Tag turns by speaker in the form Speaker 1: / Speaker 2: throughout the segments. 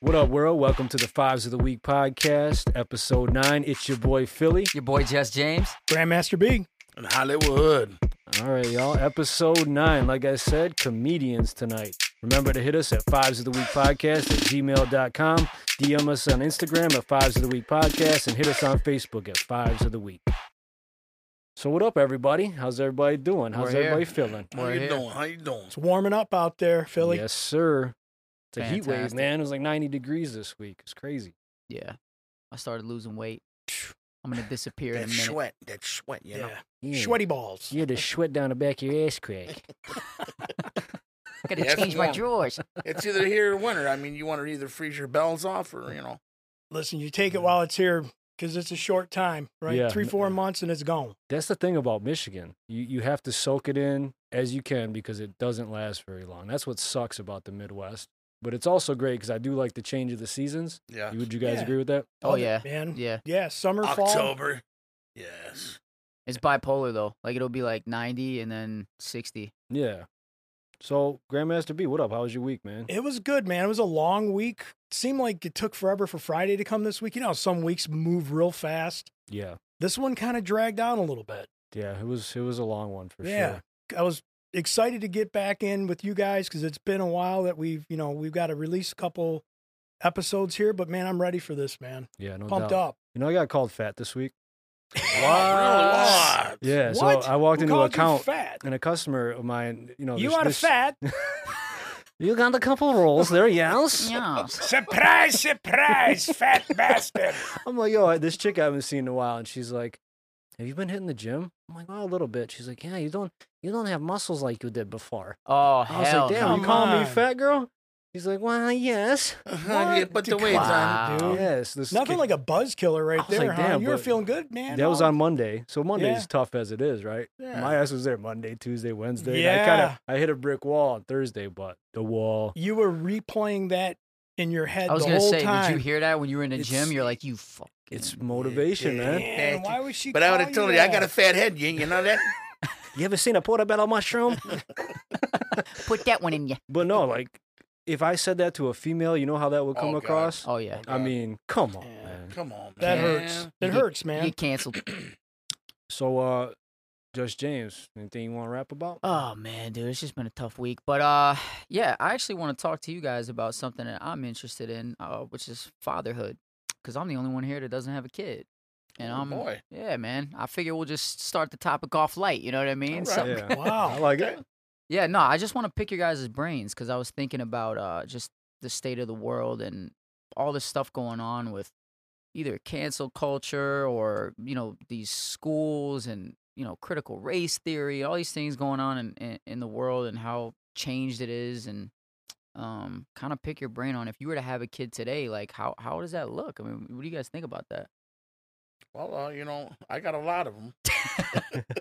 Speaker 1: What up, world? Welcome to the Fives of the Week podcast, episode nine. It's your boy Philly.
Speaker 2: Your boy Jess James.
Speaker 3: Grandmaster B.
Speaker 4: in Hollywood.
Speaker 1: All right, y'all. Episode nine. Like I said, comedians tonight. Remember to hit us at Fives of the Week podcast at gmail.com. DM us on Instagram at Fives of the Week podcast and hit us on Facebook at Fives of the Week. So, what up, everybody? How's everybody doing? How's
Speaker 2: We're here.
Speaker 1: everybody feeling?
Speaker 4: How
Speaker 2: We're
Speaker 4: you
Speaker 2: here.
Speaker 4: doing? How you doing?
Speaker 3: It's warming up out there, Philly.
Speaker 1: Yes, sir. It's a heat wave,
Speaker 2: Fantastic.
Speaker 1: man. It was like 90 degrees this week. It's crazy.
Speaker 2: Yeah. I started losing weight. I'm gonna disappear in a
Speaker 4: That
Speaker 2: minute.
Speaker 4: sweat, that sweat, you know.
Speaker 1: Yeah.
Speaker 3: Sweaty balls.
Speaker 1: You had to sweat down the back of your ass crack.
Speaker 2: I gotta
Speaker 4: Yeah, it's
Speaker 2: change my
Speaker 4: warm.
Speaker 2: drawers.
Speaker 4: It's either here or winter. I mean, you want to either freeze your bells off or you know.
Speaker 3: Listen, you take it while it's here because it's a short time, right?
Speaker 1: Yeah.
Speaker 3: Three, four months and it's gone.
Speaker 1: That's the thing about Michigan. You you have to soak it in as you can because it doesn't last very long. That's what sucks about the Midwest. But it's also great because I do like the change of the seasons.
Speaker 4: Yeah.
Speaker 1: You- Would you guys
Speaker 3: Uh, Yeah.
Speaker 1: agree with that?
Speaker 2: Oh,
Speaker 3: Love it,
Speaker 2: yeah.
Speaker 3: Man. Yeah.
Speaker 2: Yeah.
Speaker 3: summer, fall.
Speaker 4: October. Yes.
Speaker 2: It's bipolar though. Like it'll be like ninety and then sixty.
Speaker 1: Yeah. So Grandmaster B, what up? How was your week, man?
Speaker 3: It was good, man. It was a long week. seemed like it took forever for Friday to come this week. You know, how some weeks move real fast.
Speaker 1: Yeah.
Speaker 3: This one kind of dragged out a little bit.
Speaker 1: Yeah. It was it was a long one for
Speaker 3: yeah.
Speaker 1: sure.
Speaker 3: I was excited to get back in with you guys because it's been a while that we've, you know, we've got to release a couple episodes here, but man, I'm ready for this, man.
Speaker 1: Yeah. No
Speaker 3: Pumped
Speaker 1: doubt.
Speaker 3: up.
Speaker 1: You know, I got called fat this week.
Speaker 4: Wow.
Speaker 1: Yeah.
Speaker 3: What?
Speaker 1: So I walked
Speaker 3: Who
Speaker 1: into
Speaker 3: called
Speaker 1: a
Speaker 3: you
Speaker 1: account
Speaker 3: fat?
Speaker 1: and a customer of mine, you know,
Speaker 3: You
Speaker 1: Oh, this,
Speaker 3: are
Speaker 1: this-
Speaker 3: fat.
Speaker 1: You got a couple rolls there, yes.
Speaker 2: Yeah.
Speaker 3: surprise, surprise, fat bastard.
Speaker 1: I'm like, yo, this chick I haven't seen in a while, and she's like, "Have you been hitting the gym?" I'm like, "Well, a little bit." She's like, "Yeah, you don't, you don't have muscles like you did before."
Speaker 2: Oh
Speaker 1: I was like,
Speaker 2: hell.
Speaker 1: "Damn,
Speaker 2: no.
Speaker 1: you
Speaker 3: come
Speaker 1: calling me
Speaker 3: on.
Speaker 1: fat, girl?" She's like, "Well, yes,
Speaker 4: Yeah, put the weights on.
Speaker 2: Wow.
Speaker 3: dude.
Speaker 1: yes." This
Speaker 3: Oh. Nothing
Speaker 1: kid-
Speaker 3: like a buzz killer
Speaker 1: I
Speaker 3: right
Speaker 1: was
Speaker 3: there,
Speaker 1: like,
Speaker 3: huh?
Speaker 1: damn,
Speaker 3: You were
Speaker 1: but
Speaker 3: feeling good, man.
Speaker 1: that was
Speaker 3: Oh,
Speaker 1: on Monday, so Monday's
Speaker 3: Yeah.
Speaker 1: tough as it is, right?
Speaker 4: Yeah.
Speaker 1: My ass was there Monday, Tuesday, Wednesday. and I kind of
Speaker 3: Yeah.
Speaker 1: I hit a brick wall on Thursday, but the wall.
Speaker 3: You were replaying that in your head
Speaker 2: I was
Speaker 3: the
Speaker 2: gonna
Speaker 3: whole
Speaker 2: say,
Speaker 3: time.
Speaker 2: did you hear that when you were in the
Speaker 1: It's-
Speaker 2: gym? You're like, you fuck.
Speaker 1: It's motivation, man.
Speaker 3: Man, why was she?
Speaker 4: But I would have
Speaker 3: call
Speaker 4: told
Speaker 3: you
Speaker 4: you I
Speaker 3: that?
Speaker 4: got a fat head, you, you know that?
Speaker 1: You ever seen a portobello mushroom?
Speaker 2: Put that one in you.
Speaker 1: but no, like if I said that to a female, you know how that would come
Speaker 4: Oh, God.
Speaker 1: across.
Speaker 2: Oh yeah.
Speaker 1: I mean, come on,
Speaker 3: Yeah.
Speaker 1: man.
Speaker 4: Come on, man.
Speaker 3: That hurts. It
Speaker 2: You
Speaker 3: hurts,
Speaker 2: You
Speaker 3: man.
Speaker 2: get canceled.
Speaker 1: So, uh, Just James, anything you want to rap about?
Speaker 2: Oh man, dude, it's just been a tough week. But uh yeah, I actually want to talk to you guys about something that I'm interested in, uh, which is fatherhood. Cause I'm the only one here that doesn't have a kid. And
Speaker 4: Oh,
Speaker 2: I'm
Speaker 4: boy.
Speaker 2: Yeah, man. I figure we'll just start the topic off light, you know what I mean?
Speaker 4: right.
Speaker 2: Something-
Speaker 1: yeah. I
Speaker 3: Wow.
Speaker 1: like it.
Speaker 2: yeah, no, I just want to pick your guys' brains because I was thinking about uh, just the state of the world and all this stuff going on with either cancel culture or you know these schools and you know critical race theory, all these things going on in in, in the world and how changed it is and um kind of pick your brain on if you were to have a kid today like how how does that look i mean what do you guys think about that
Speaker 4: Well, uh, you know, I got a lot of them.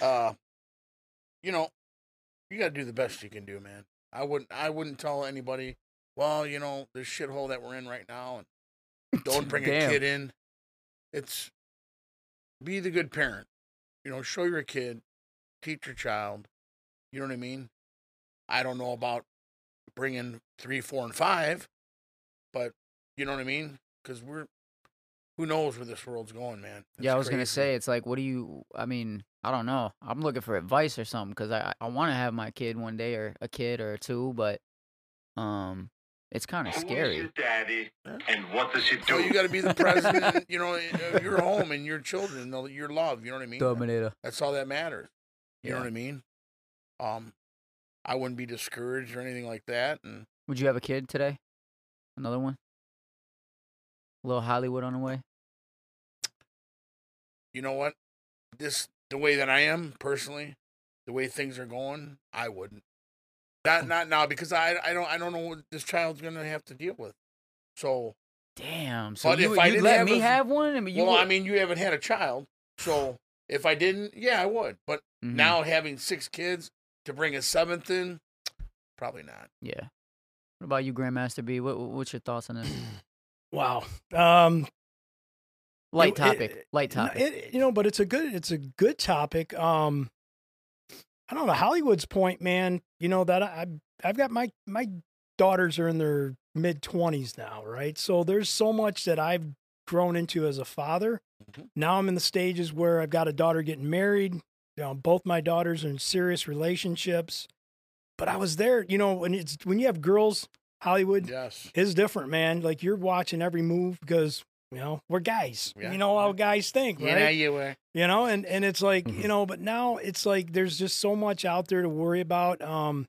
Speaker 4: uh, you know, you got to do the best you can do, man. I wouldn't. I wouldn't tell anybody. Well, you know, this shithole that we're in right now, and don't bring
Speaker 2: Damn.
Speaker 4: a kid in. It's be the good parent. You know, show your kid, teach your child. You know what I mean? I don't know about bringing three, four, and five, but you know what I mean? Because we're who knows where this world's going, man.
Speaker 2: yeah
Speaker 4: It's
Speaker 2: i was gonna
Speaker 4: crazy.
Speaker 2: say it's like what do you i mean i don't know i'm looking for advice or something because i i want to have my kid one day or a kid or two but um it's kind of
Speaker 5: Who is
Speaker 2: scary
Speaker 5: your daddy and what does he do?
Speaker 4: So you got to be the president, you know, of your home and your children, the- your love. You know what I mean?
Speaker 2: dominator
Speaker 4: That's all that matters. You know
Speaker 2: Yeah.
Speaker 4: what I mean? Um, I wouldn't be discouraged or anything like that. And
Speaker 2: would you have a kid today another one a little hollywood on the way
Speaker 4: you know what? This the way that I am personally, the way things are going, I wouldn't.
Speaker 3: Oh.
Speaker 4: Not not now because I I don't I don't know what this child's gonna have to deal with. So
Speaker 2: damn so
Speaker 4: But
Speaker 2: you,
Speaker 4: if
Speaker 2: would-
Speaker 4: I
Speaker 2: you'd
Speaker 4: didn't
Speaker 2: let
Speaker 4: have
Speaker 2: me
Speaker 4: a-
Speaker 2: have one I mean, you
Speaker 4: well, I
Speaker 2: would-
Speaker 4: mean, you haven't had a child, so if I didn't, yeah, I would. But
Speaker 3: Mm-hmm.
Speaker 2: Mhm,
Speaker 4: now having six kids to bring a seventh in, probably not.
Speaker 2: yeah what about you grandmaster b what, what- what's your thoughts on this
Speaker 3: Wow. Um,
Speaker 2: light
Speaker 3: it-
Speaker 2: topic light
Speaker 3: No,
Speaker 2: topic
Speaker 3: It, you know, but it's a good it's a good topic. Um, I don't know Hollywood's point, man. You know that I I've got my my daughters are in their mid 20s now, right? So there's so much that I've grown into as a father.
Speaker 2: Mm-hmm.
Speaker 4: Mhm.
Speaker 3: Now I'm in the stages where I've got a daughter getting married. You know, both my daughters are in serious relationships. But I was there, you know, when it's when you have girls, Hollywood
Speaker 4: Yes.
Speaker 3: is different, man. Like you're watching every move because you know we're guys.
Speaker 4: Yeah.
Speaker 3: You know how guys think, right?
Speaker 4: Yeah, you eh. Mm-hmm. were.
Speaker 3: you know and and it's like
Speaker 1: Mhm.
Speaker 3: you know but now it's like there's just so much out there to worry about um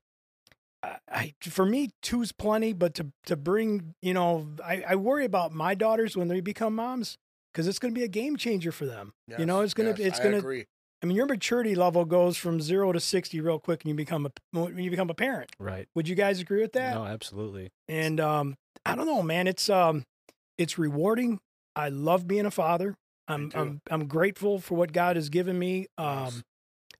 Speaker 3: I, I for me two's plenty but to to bring you know I, I worry about my daughters when they become moms because it's going to be a game changer for them you know
Speaker 4: Yes,
Speaker 3: it's gonna
Speaker 4: yes,
Speaker 3: it's
Speaker 4: I
Speaker 3: gonna
Speaker 4: agree.
Speaker 3: I mean your maturity level goes from zero to sixty real quick and you become a when you become a parent
Speaker 1: Right.
Speaker 3: would you guys agree with that
Speaker 1: No, absolutely.
Speaker 3: and um i don't know man it's um it's rewarding i love being a father i'm
Speaker 4: too.
Speaker 3: i'm i'm grateful for what god has given me um
Speaker 4: Yes.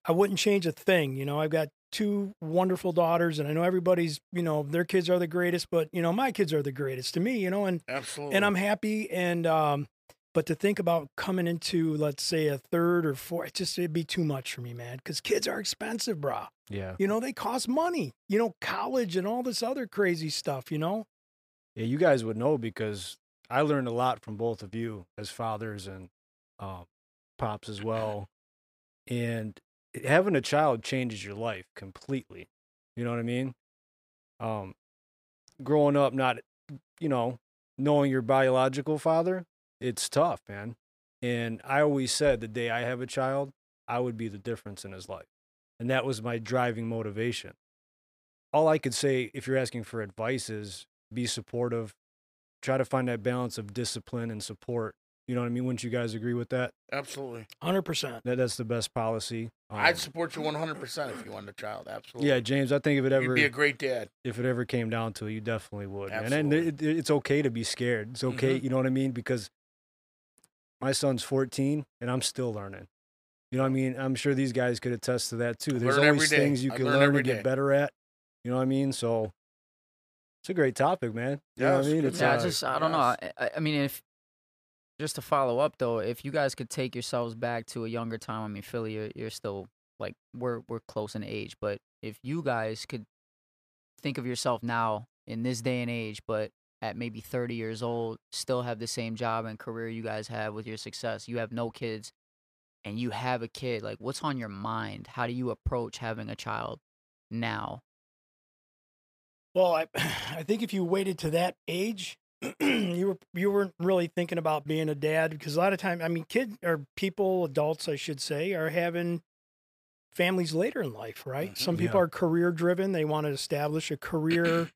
Speaker 3: i wouldn't change a thing you know i've got two wonderful daughters and i know everybody's you know their kids are the greatest but you know my kids are the greatest to me you know and
Speaker 4: Absolutely.
Speaker 3: and i'm happy and um but to think about coming into let's say a third or fourth it just it'd be too much for me man because kids are expensive brah
Speaker 1: Yeah.
Speaker 3: you know they cost money you know college and all this other crazy stuff you know
Speaker 1: Yeah, you guys would know because I learned a lot from both of you as fathers and um, pops as well. And having a child changes your life completely. You know what I mean? Um, growing up, not, you know, knowing your biological father, it's tough, man. And I always said the day I have a child, I would be the difference in his life. And that was my driving motivation. All I could say, if you're asking for advice, is be supportive. Try to find that balance of discipline and support. You know what I mean? Wouldn't you guys agree with that?
Speaker 4: Absolutely.
Speaker 3: Hundred percent.
Speaker 1: That that's the best policy. Um,
Speaker 3: Oh.
Speaker 4: I'd support you 100% if you wanted a child. Absolutely.
Speaker 1: yeah, James. I think if it
Speaker 4: You'd
Speaker 1: ever
Speaker 4: be a great dad.
Speaker 1: if it ever came down to it, you definitely would. man. And it,
Speaker 4: Absolutely. Mm-hmm.
Speaker 1: it- it's okay to be scared. It's okay. You know what I mean? Because my son's 14 and I'm still learning. You know what I mean? I'm sure these guys could attest to that too. There's
Speaker 4: learn every
Speaker 1: always
Speaker 4: day.
Speaker 1: things you
Speaker 4: I
Speaker 1: can
Speaker 4: learn
Speaker 1: learn,
Speaker 4: every
Speaker 1: and get
Speaker 4: day.
Speaker 1: better at. You know what I mean? So it's a great topic, man. You know
Speaker 4: Yeah,
Speaker 1: what I
Speaker 4: it's
Speaker 1: mean?
Speaker 4: good
Speaker 1: It's
Speaker 4: to
Speaker 2: yeah, I
Speaker 4: uh,
Speaker 2: just I don't know. I, I- I mean, if just to follow up though, if you guys could take yourselves back to a younger time, I mean, Philly, you're, you're still like we're we're close in age, but if you guys could think of yourself now in this day and age, but at maybe 30 years old, still have the same job and career you guys have with your success, you have no kids, and you have a kid. Like, what's on your mind? How do you approach having a child now?
Speaker 3: Well, I, I think if you waited to that age, you were you weren't really thinking about being a dad because a lot of time, I mean, kid or people, adults, I should say, are having families later in life, right?
Speaker 4: Mhm.
Speaker 3: Some people
Speaker 1: Yeah.
Speaker 3: are career driven; they want to establish a career.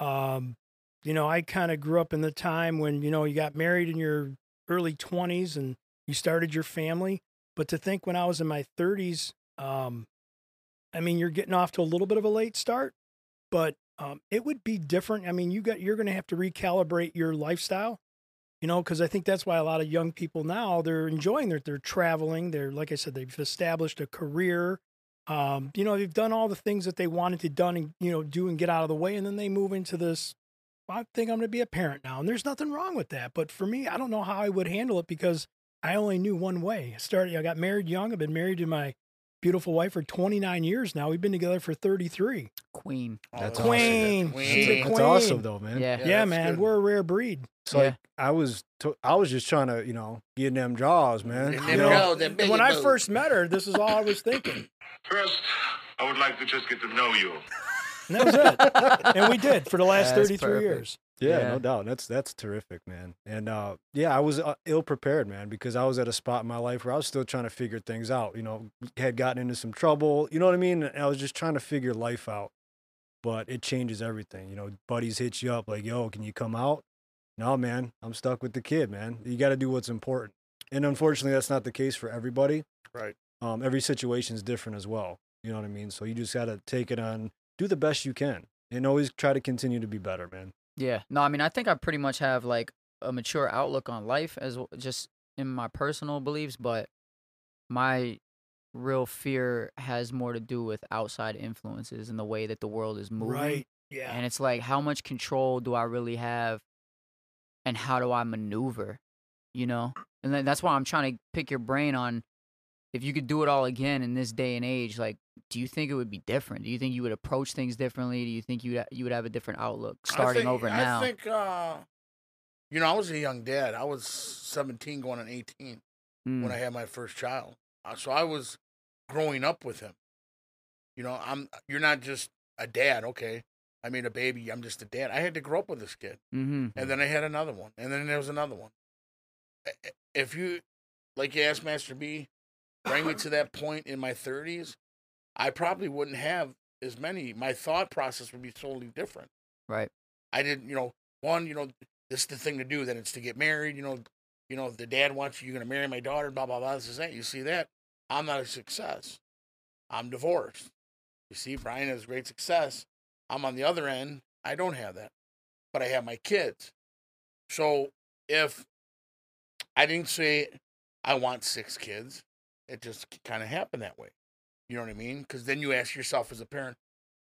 Speaker 3: um, you know, I kind of grew up in the time when you know you got married in your early twenties and you started your family. But to think when I was in my thirties, um, I mean, you're getting off to a little bit of a late start but um, it would be different. I mean, you got you're going to have to recalibrate your lifestyle, you know, because I think that's why a lot of young people now they're enjoying their they're traveling. They're like I said, they've established a career. Um, you know, they've done all the things that they wanted to done and you know do and get out of the way, and then they move into this. I think I'm going to be a parent now, and there's nothing wrong with that. But for me, I don't know how I would handle it because I only knew one way. I started. I got married young. I've been married to my beautiful wife for 29 years now. We've been together for 33.
Speaker 2: Queen.
Speaker 1: That's
Speaker 4: awesome.
Speaker 3: Queen.
Speaker 1: That's,
Speaker 3: Queen.
Speaker 1: that's awesome though, man.
Speaker 2: Yeah.
Speaker 4: Yeah,
Speaker 3: yeah,
Speaker 4: that's
Speaker 3: man,
Speaker 4: good.
Speaker 3: we're a rare breed.
Speaker 1: So
Speaker 2: Yeah.
Speaker 1: like, I was, to, I was just trying to, you know, get them draws, man.
Speaker 4: Getting
Speaker 1: You
Speaker 4: them
Speaker 1: know?
Speaker 4: draws. know, that
Speaker 3: and
Speaker 4: big
Speaker 3: when I
Speaker 4: boat.
Speaker 3: first met her, this is all I was thinking,
Speaker 5: First, I would like to just get to know you.
Speaker 3: and that was it. and we did for the last
Speaker 2: That's
Speaker 3: 33
Speaker 2: perfect.
Speaker 3: years.
Speaker 1: Yeah,
Speaker 2: Yeah.
Speaker 1: no doubt. That's that's terrific, man. And uh, yeah, I was uh, ill prepared, man, because I was at a spot in my life where I was still trying to figure things out. You know, had gotten into some trouble. You know what I mean? And I was just trying to figure life out. But it changes everything. You know, buddies hit you up like, "Yo, can you come out?" No, man, I'm stuck with the kid, man. You got to do what's important. And unfortunately, that's not the case for everybody.
Speaker 4: Right.
Speaker 1: Um, every situation is different as well. You know what I mean? So you just got to take it on, do the best you can, and always try to continue to be better, man.
Speaker 2: Yeah. No, I mean, I think I pretty much have like a mature outlook on life as w- just in my personal beliefs, but my real fear has more to do with outside influences and the way that the world is moving.
Speaker 3: Right. Yeah.
Speaker 2: And it's like, how much control do I really have and how do I maneuver? You know? And then that's why I'm trying to pick your brain on if you could do it all again in this day and age, like, do you think it would be different? Do you think you would approach things differently? Do you think you you would have a different outlook
Speaker 4: I
Speaker 2: starting
Speaker 4: think-
Speaker 2: over now?
Speaker 4: I think, uh, you know, I was a young dad. I was 17 going on 18
Speaker 2: Mm,
Speaker 4: when I had my first child. Uh, So I was growing up with him. You know, I'm you're not just a dad, okay? I made a baby, I'm just a dad. I had to grow up with this kid.
Speaker 2: mhm.
Speaker 4: And then I had another one. And then there was another one. I- I- If you like you asked Master B, bring me to that point in my 30s, I probably wouldn't have as many. My thought process would be totally different.
Speaker 2: Right.
Speaker 4: I didn't, you know, one, you know, this is the thing to do. Then it's to get married. You know, you know, the dad wants you. You're gonna marry my daughter. Blah blah blah. This is that. You see that? I'm not a success. I'm divorced. You see, Brian has great success. I'm on the other end. I don't have that, but I have my kids. So if I didn't say I want six kids, it just kind of happened that way. You know what I mean? Because then you ask yourself as a parent,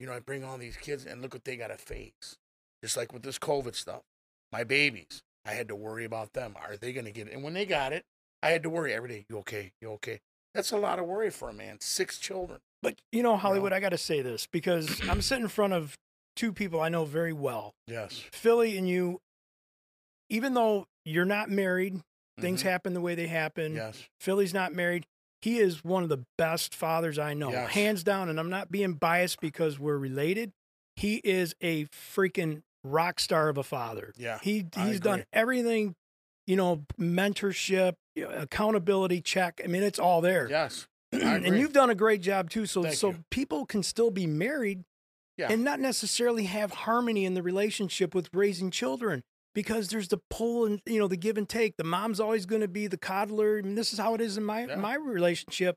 Speaker 4: you know, I bring all these kids and look what they got to face just like with this COVID stuff. My babies, I had to worry about them. Are they going to get it? And when they got it, I had to worry every day. You okay? You okay? That's a lot of worry for a man. Six children.
Speaker 3: But you know, Hollywood, I got to say this because I'm sitting in front of two people I know very well,
Speaker 4: Yes.
Speaker 3: Philly and you. Even though you're not married, things happen the way they happen.
Speaker 4: Mm-hmm. Yes.
Speaker 3: Philly's not married. He is one of the best fathers I know,
Speaker 4: Yes.
Speaker 3: hands down. And I'm not being biased because we're related. He is a freaking rock star of a father.
Speaker 4: Yeah,
Speaker 3: He
Speaker 4: I
Speaker 3: he's done
Speaker 4: agree.
Speaker 3: everything, you know, mentorship, you know, accountability check. I mean, it's all there.
Speaker 4: Yes. I
Speaker 3: and
Speaker 4: agree.
Speaker 3: you've done a great job too. So
Speaker 4: Thank
Speaker 3: so
Speaker 4: you.
Speaker 3: people can still be married
Speaker 4: Yeah.
Speaker 3: and not necessarily have harmony in the relationship with raising children because there's the pull and you know the give and take. The mom's always going to be the coddler. I mean, this is how it is in my
Speaker 4: Yeah.
Speaker 3: my relationship.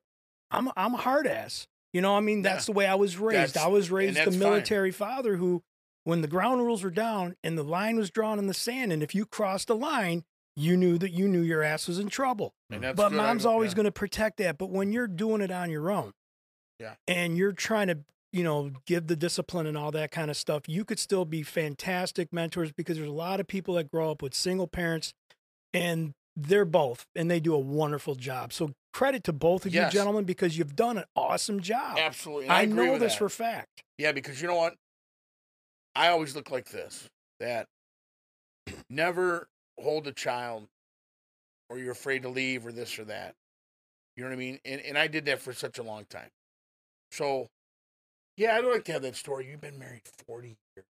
Speaker 3: I'm I'm a hard ass. You know, I mean that's the way I was raised.
Speaker 4: That's-
Speaker 3: I was raised the
Speaker 4: that's fine.
Speaker 3: military father who when the ground rules were down and the line was drawn in the sand and if you crossed the line, you knew that you knew your ass was in trouble
Speaker 4: And that's
Speaker 3: Mm. but
Speaker 4: good. I
Speaker 3: mom's
Speaker 4: go-
Speaker 3: always
Speaker 4: yeah.
Speaker 3: going to protect that. But when you're doing it on your own,
Speaker 4: Yeah.
Speaker 3: and you're trying to, you know, give the discipline and all that kind of stuff, you could still be fantastic mentors because there's a lot of people that grow up with single parents, and they're both, and they do a wonderful job. So credit to both of
Speaker 4: Yes.
Speaker 3: you gentlemen because you've done an awesome job.
Speaker 4: Absolutely. And I,
Speaker 3: I,
Speaker 4: agree
Speaker 3: know
Speaker 4: with
Speaker 3: this
Speaker 4: that.
Speaker 3: for fact.
Speaker 4: Yeah, because you know what? I always look like this that never hold a child or you're afraid to leave or this or that. You know what I mean? And, and I did that for such a long time. So, yeah, I'd like to have that story. You've been married 40 years,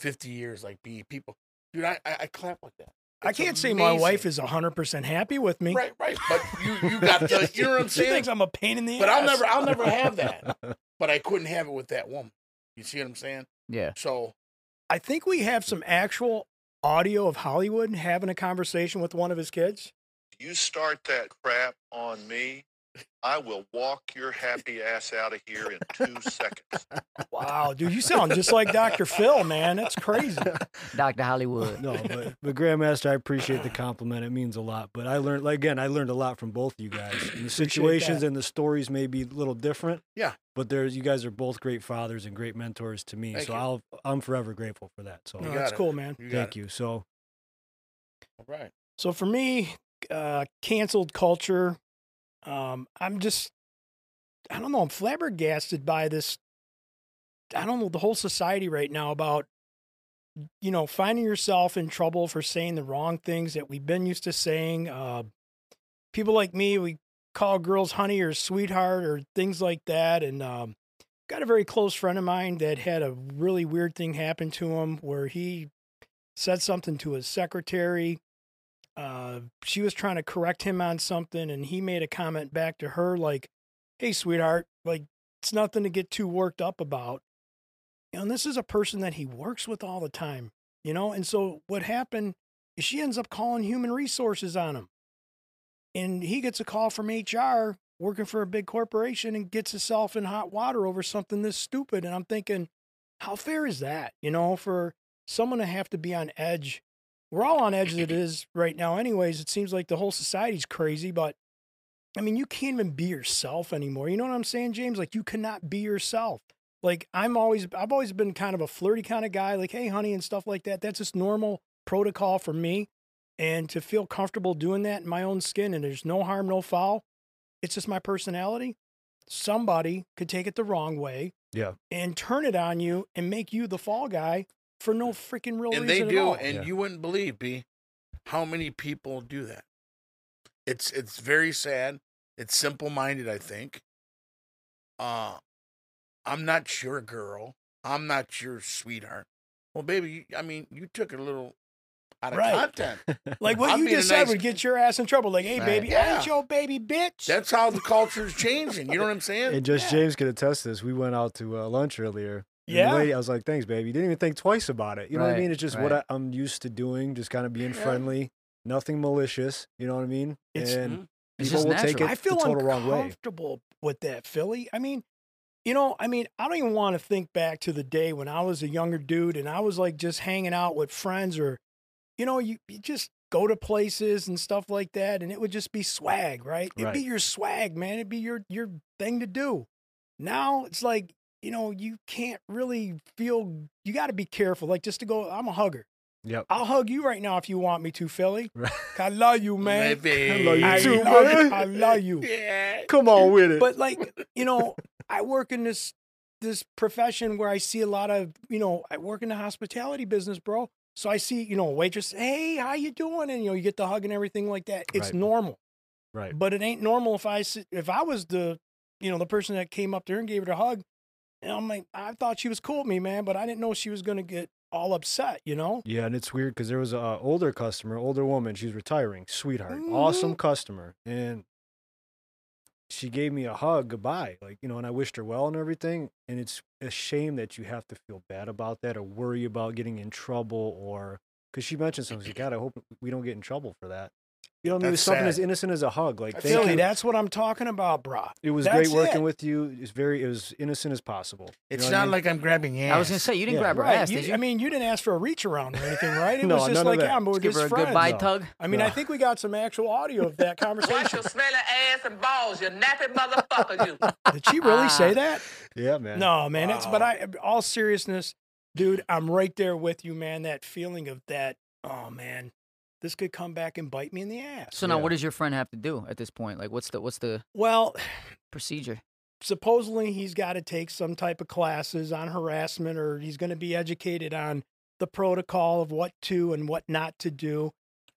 Speaker 4: 50 years, like be people. Dude, I, I, I clap like that.
Speaker 3: I
Speaker 4: It's
Speaker 3: can't say my wife
Speaker 4: amazing.
Speaker 3: is 100% happy with me.
Speaker 4: Right, right. But you, you got the, you know what I'm
Speaker 3: She
Speaker 4: saying?
Speaker 3: thinks I'm a pain in the
Speaker 4: But
Speaker 3: ass.
Speaker 4: I'll never, I'll never have that. But I couldn't have it with that woman. You see what I'm saying?
Speaker 2: Yeah.
Speaker 4: So,
Speaker 3: I think we have some actual audio of Hollywood having a conversation with one of his kids.
Speaker 5: You start that crap on me, I will walk your happy ass out of here in two seconds.
Speaker 3: Wow, dude, you sound just like Dr. Phil, man. That's crazy.
Speaker 2: Doctor Hollywood.
Speaker 1: No, but, but Grandmaster, I appreciate the compliment. It means a lot. But I learned, like, again, I learned a lot from both of you guys. And the situations
Speaker 3: that.
Speaker 1: and the stories may be a little different.
Speaker 4: Yeah.
Speaker 1: But there's, you guys are both great fathers and great mentors to me.
Speaker 4: Thank
Speaker 1: so
Speaker 4: you.
Speaker 1: I'll, I'm forever grateful for that. So
Speaker 3: No,
Speaker 4: got
Speaker 3: that's
Speaker 4: it.
Speaker 3: cool, man.
Speaker 4: you got
Speaker 1: thank
Speaker 4: it.
Speaker 1: you. So
Speaker 4: All right.
Speaker 3: So for me, uh, canceled culture. Um, I'm just, I don't know. I'm flabbergasted by this. I don't know the whole society right now about, you know, finding yourself in trouble for saying the wrong things that we've been used to saying. Uh, people like me, we call girls honey or sweetheart or things like that. And um, got a very close friend of mine that had a really weird thing happen to him where he said something to his secretary uh, she was trying to correct him on something, and he made a comment back to her like, "Hey, sweetheart, like it's nothing to get too worked up about." You know, and this is a person that he works with all the time, you know. And so what happened is she ends up calling human resources on him, and he gets a call from HR working for a big corporation and gets himself in hot water over something this stupid. And I'm thinking, how fair is that? You know, for someone to have to be on edge we're all on edge as it is right now anyways it seems like the whole society's crazy but i mean you can't even be yourself anymore you know what i'm saying james like you cannot be yourself like i'm always i've always been kind of a flirty kind of guy like hey honey and stuff like that that's just normal protocol for me and to feel comfortable doing that in my own skin and there's no harm no foul It's just my personality. Somebody could take it the wrong way.
Speaker 1: Yeah.
Speaker 3: And turn it on you and make you the fall guy for no freaking real reason
Speaker 4: and they
Speaker 3: at
Speaker 4: do,
Speaker 3: all.
Speaker 4: and
Speaker 1: Yeah.
Speaker 4: you wouldn't believe, B, how many people do that. It's it's very sad. It's simple minded, I think. Uh I'm not your girl. I'm not your sweetheart. Well, baby, you, I mean, you took it a little out of
Speaker 3: Right.
Speaker 4: content.
Speaker 3: like what
Speaker 4: I'm
Speaker 3: you
Speaker 4: being
Speaker 3: just
Speaker 4: a
Speaker 3: said
Speaker 4: nice-
Speaker 3: would get your ass in trouble. Like, hey,
Speaker 2: Right.
Speaker 3: baby,
Speaker 4: Yeah.
Speaker 3: ain't your baby bitch.
Speaker 4: That's how the culture's changing. You know what I'm saying?
Speaker 1: And Judge James could attest to this. We went out to uh, lunch earlier. and the
Speaker 3: Yeah.
Speaker 1: lady- I was like, thanks, baby. You didn't even think twice about it. You know what I
Speaker 2: Right,
Speaker 1: mean? It's just what I,
Speaker 2: right.
Speaker 1: I'm used to doing, just kind of being
Speaker 4: Yeah.
Speaker 1: friendly, nothing malicious. You know what I mean?
Speaker 3: It's-
Speaker 1: and
Speaker 2: It's
Speaker 1: people
Speaker 2: just
Speaker 1: will take
Speaker 2: natural.
Speaker 1: it
Speaker 3: I feel
Speaker 1: the total wrong way.
Speaker 3: uncomfortable with that, Philly. I mean, you know, I mean, I don't even want to think back to the day when I was a younger dude and I was like just hanging out with friends or, you know, you, you just go to places and stuff like that, and it would just be swag, right? It'd be
Speaker 1: Right.
Speaker 3: your swag, man. It'd be your your thing to do. Now it's like, you know, you can't really feel. You got to be careful. Like just to go, I'm a hugger.
Speaker 1: Yep.
Speaker 3: I'll hug you right now if you want me to, Philly.
Speaker 1: Right.
Speaker 3: I love you, man.
Speaker 4: Maybe.
Speaker 1: love you
Speaker 3: I
Speaker 1: too,
Speaker 3: love
Speaker 1: man.
Speaker 3: I love you
Speaker 4: Yeah.
Speaker 1: Come on with it.
Speaker 3: but like you know i work in this this profession where i see a lot of you know i work in the hospitality business bro so i see you know a waitress hey how you doing and you know you get the hug and everything like that it's
Speaker 1: Right.
Speaker 3: normal
Speaker 1: right.
Speaker 3: but it ain't normal if i sit- if i was the you know the person that came up there and gave her a hug and i'm like i thought she was cool with me man but i didn't know she was gonna get all upset you know
Speaker 1: Yeah, and it's weird because there was a uh, older customer, older woman. She's retiring, sweetheart,
Speaker 4: Mm-hmm.
Speaker 1: awesome customer, and she gave me a hug, goodbye, like you know, and I wished her well and everything. And it's a shame that you have to feel bad about that or worry about getting in trouble or because she mentioned something. She's, God, I hope we don't get in trouble for that. You know, what I mean, it was
Speaker 4: That's
Speaker 1: something as
Speaker 4: sad.
Speaker 1: innocent as a hug. Like,
Speaker 4: That's
Speaker 1: thank
Speaker 3: Philly,
Speaker 1: you.
Speaker 3: that's what i'm talking about bro
Speaker 1: it was
Speaker 3: that's
Speaker 1: great working
Speaker 3: it.
Speaker 1: with you. It's very, it was innocent as possible. You
Speaker 4: It's
Speaker 1: know what
Speaker 4: not
Speaker 1: I mean?
Speaker 4: like I'm grabbing ass.
Speaker 2: I was gonna say you didn't
Speaker 1: Yeah.
Speaker 2: grab her
Speaker 3: right
Speaker 2: ass,
Speaker 3: you-
Speaker 2: did you?
Speaker 3: i mean you didn't ask for a reach around or anything right it
Speaker 1: No,
Speaker 3: was just
Speaker 1: none of
Speaker 3: like
Speaker 1: that.
Speaker 3: yeah we're
Speaker 2: give
Speaker 3: just
Speaker 2: her a
Speaker 3: friends.
Speaker 2: goodbye
Speaker 1: though.
Speaker 2: tug.
Speaker 3: I mean, I think we got some actual audio of that
Speaker 6: Wash
Speaker 3: conversation.
Speaker 6: your smelly ass and balls, you nappy motherfucker, you. Ah.
Speaker 3: Did she really say that?
Speaker 1: yeah, man.
Speaker 3: No, man. It's but
Speaker 4: Wow.
Speaker 3: I, all seriousness, dude, I'm right there with you, man. That feeling of that, oh man, this could come back and bite me in the ass.
Speaker 2: So now,
Speaker 1: Yeah.
Speaker 2: what does your friend have to do at this point? Like, what's the what's the
Speaker 3: Well,
Speaker 2: procedure?
Speaker 3: supposedly he's got to take some type of classes on harassment, or he's going to be educated on the protocol of what to and what not to do.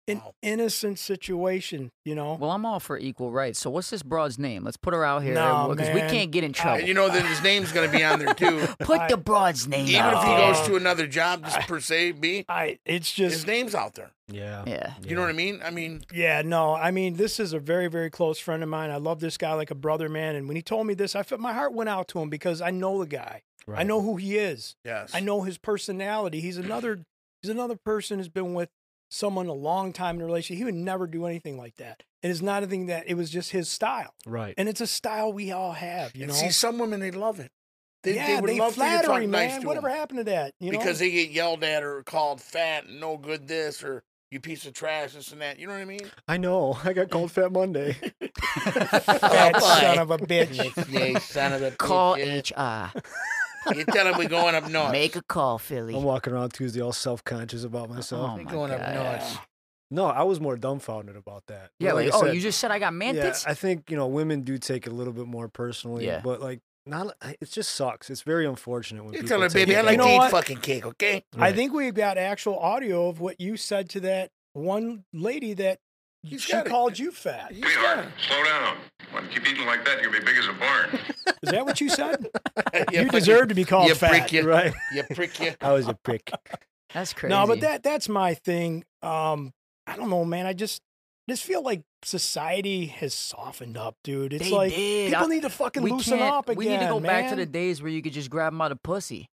Speaker 3: An
Speaker 4: Wow.
Speaker 3: innocent situation, you know.
Speaker 2: Well, I'm all for equal rights. So what's this broad's name? Let's put her out here
Speaker 3: No,
Speaker 2: because we
Speaker 3: man.
Speaker 2: can't get in trouble.
Speaker 4: And you know that his name's going to be on there too.
Speaker 2: put
Speaker 3: I-
Speaker 2: the broad's name.
Speaker 4: Even
Speaker 2: out
Speaker 4: if he
Speaker 2: there.
Speaker 4: goes to another job, just per se, B,
Speaker 3: I, it's
Speaker 4: his
Speaker 3: just
Speaker 4: name's out there.
Speaker 1: Yeah.
Speaker 2: yeah,
Speaker 4: You know what I mean? I mean,
Speaker 3: Yeah, no, I mean, this is a very, very close friend of mine. I love this guy like a brother, man. And when he told me this, I felt my heart went out to him because I know the guy.
Speaker 1: Right.
Speaker 3: I know who he is.
Speaker 4: yes.
Speaker 3: I know his personality. He's another he's another person who's been with someone a long time in a relationship. He would never do anything like that. And it's not a thing that it was just his style.
Speaker 1: Right.
Speaker 3: And it's a style we all have, you
Speaker 4: and
Speaker 3: know.
Speaker 4: see, some women they love it. They,
Speaker 3: yeah,
Speaker 4: they would love for you to talk
Speaker 3: flattery,
Speaker 4: nice
Speaker 3: man.
Speaker 4: to
Speaker 3: Whatever
Speaker 4: them
Speaker 3: happened to that? You know,
Speaker 4: because they get yelled at or called fat and no good this or you piece of trash this and that. You know what I mean?
Speaker 1: I know. I got cold fat Monday.
Speaker 3: fat
Speaker 4: Oh, boy.
Speaker 3: son of a bitch.
Speaker 4: yeah, son of a
Speaker 2: Call
Speaker 4: bitch,
Speaker 2: HR.
Speaker 4: yeah. You tell them we're going up north.
Speaker 2: Make a call, Philly.
Speaker 1: I'm walking around Tuesday all self conscious about myself.
Speaker 2: Oh
Speaker 4: we're
Speaker 2: my
Speaker 4: going up
Speaker 2: God.
Speaker 4: north.
Speaker 1: No, I was more dumbfounded about that.
Speaker 2: Yeah,
Speaker 1: But
Speaker 2: like,
Speaker 1: I
Speaker 2: oh,
Speaker 1: said,
Speaker 2: you just said I got man
Speaker 1: yeah,
Speaker 2: tits.
Speaker 1: I think you know women do take it a little bit more personally.
Speaker 2: Yeah.
Speaker 1: but like not, it just sucks. It's very unfortunate when
Speaker 4: You
Speaker 1: people
Speaker 4: tell her,
Speaker 1: take
Speaker 4: baby,
Speaker 1: it
Speaker 4: I
Speaker 1: that
Speaker 4: like
Speaker 1: way.
Speaker 4: to
Speaker 3: know
Speaker 4: eat
Speaker 3: what?
Speaker 4: fucking cake, okay?
Speaker 1: Right.
Speaker 3: I think we've got actual audio of what you said to that one lady that
Speaker 4: He's
Speaker 3: she
Speaker 4: got it.
Speaker 3: called you fat.
Speaker 4: You
Speaker 7: Sweetheart, slow down. When you keep eating like that, you're gonna be big as a barn.
Speaker 3: Is that what you said?
Speaker 4: fucking-
Speaker 3: you deserve to be called
Speaker 4: you
Speaker 3: fat.
Speaker 4: prick, you,
Speaker 1: right.
Speaker 4: you prick, you.
Speaker 1: I was a prick.
Speaker 2: That's crazy.
Speaker 3: No, but that that's my thing. Um, I don't know, man. I just just feel like society has softened up, dude. It's
Speaker 2: They
Speaker 3: like
Speaker 2: did.
Speaker 3: people
Speaker 2: I-
Speaker 3: need to fucking
Speaker 2: we
Speaker 3: loosen
Speaker 2: can't-
Speaker 3: up again.
Speaker 2: We need to go back to the
Speaker 3: man.
Speaker 2: days where you could just grab him by the pussy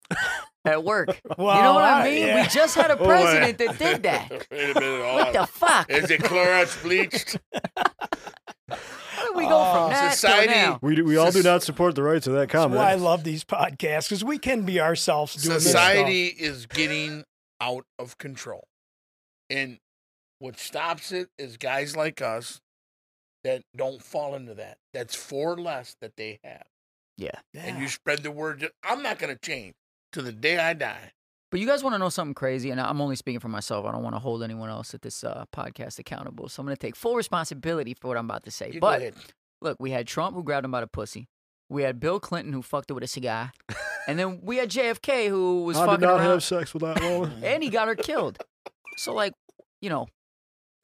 Speaker 2: at work.
Speaker 3: Well,
Speaker 2: you know what I,
Speaker 3: I-
Speaker 2: mean?
Speaker 3: yeah.
Speaker 2: We just had a
Speaker 1: boy.
Speaker 2: president that did that.
Speaker 4: Wait a minute.
Speaker 2: What the fuck?
Speaker 4: Is it Clorox bleached?
Speaker 2: How did we go
Speaker 3: Oh,
Speaker 2: from that
Speaker 4: society-
Speaker 2: to now?
Speaker 1: We do, we all do not support the rights of that
Speaker 3: That's why I
Speaker 1: comment.
Speaker 3: love these podcasts because we can be ourselves doing this stuff.
Speaker 4: society is getting out of control and what stops it is guys like us that don't fall into that that's four less that they have and
Speaker 3: Yeah.
Speaker 4: you spread the word that i'm not going to change to the day i die
Speaker 2: But you guys want to know something crazy, and I'm only speaking for myself. I don't want to hold anyone else at this uh, podcast accountable, so I'm going to take full responsibility for what I'm about to say.
Speaker 4: you go
Speaker 2: but
Speaker 4: ahead
Speaker 2: Look, we had Trump who grabbed him by the pussy. We had Bill Clinton who fucked her with a cigar. and then we had JFK who was
Speaker 8: I did
Speaker 2: fucking
Speaker 8: not
Speaker 2: around
Speaker 8: have sex with that
Speaker 4: Mm-hmm.
Speaker 8: woman.
Speaker 2: and he got her killed. So like, you know,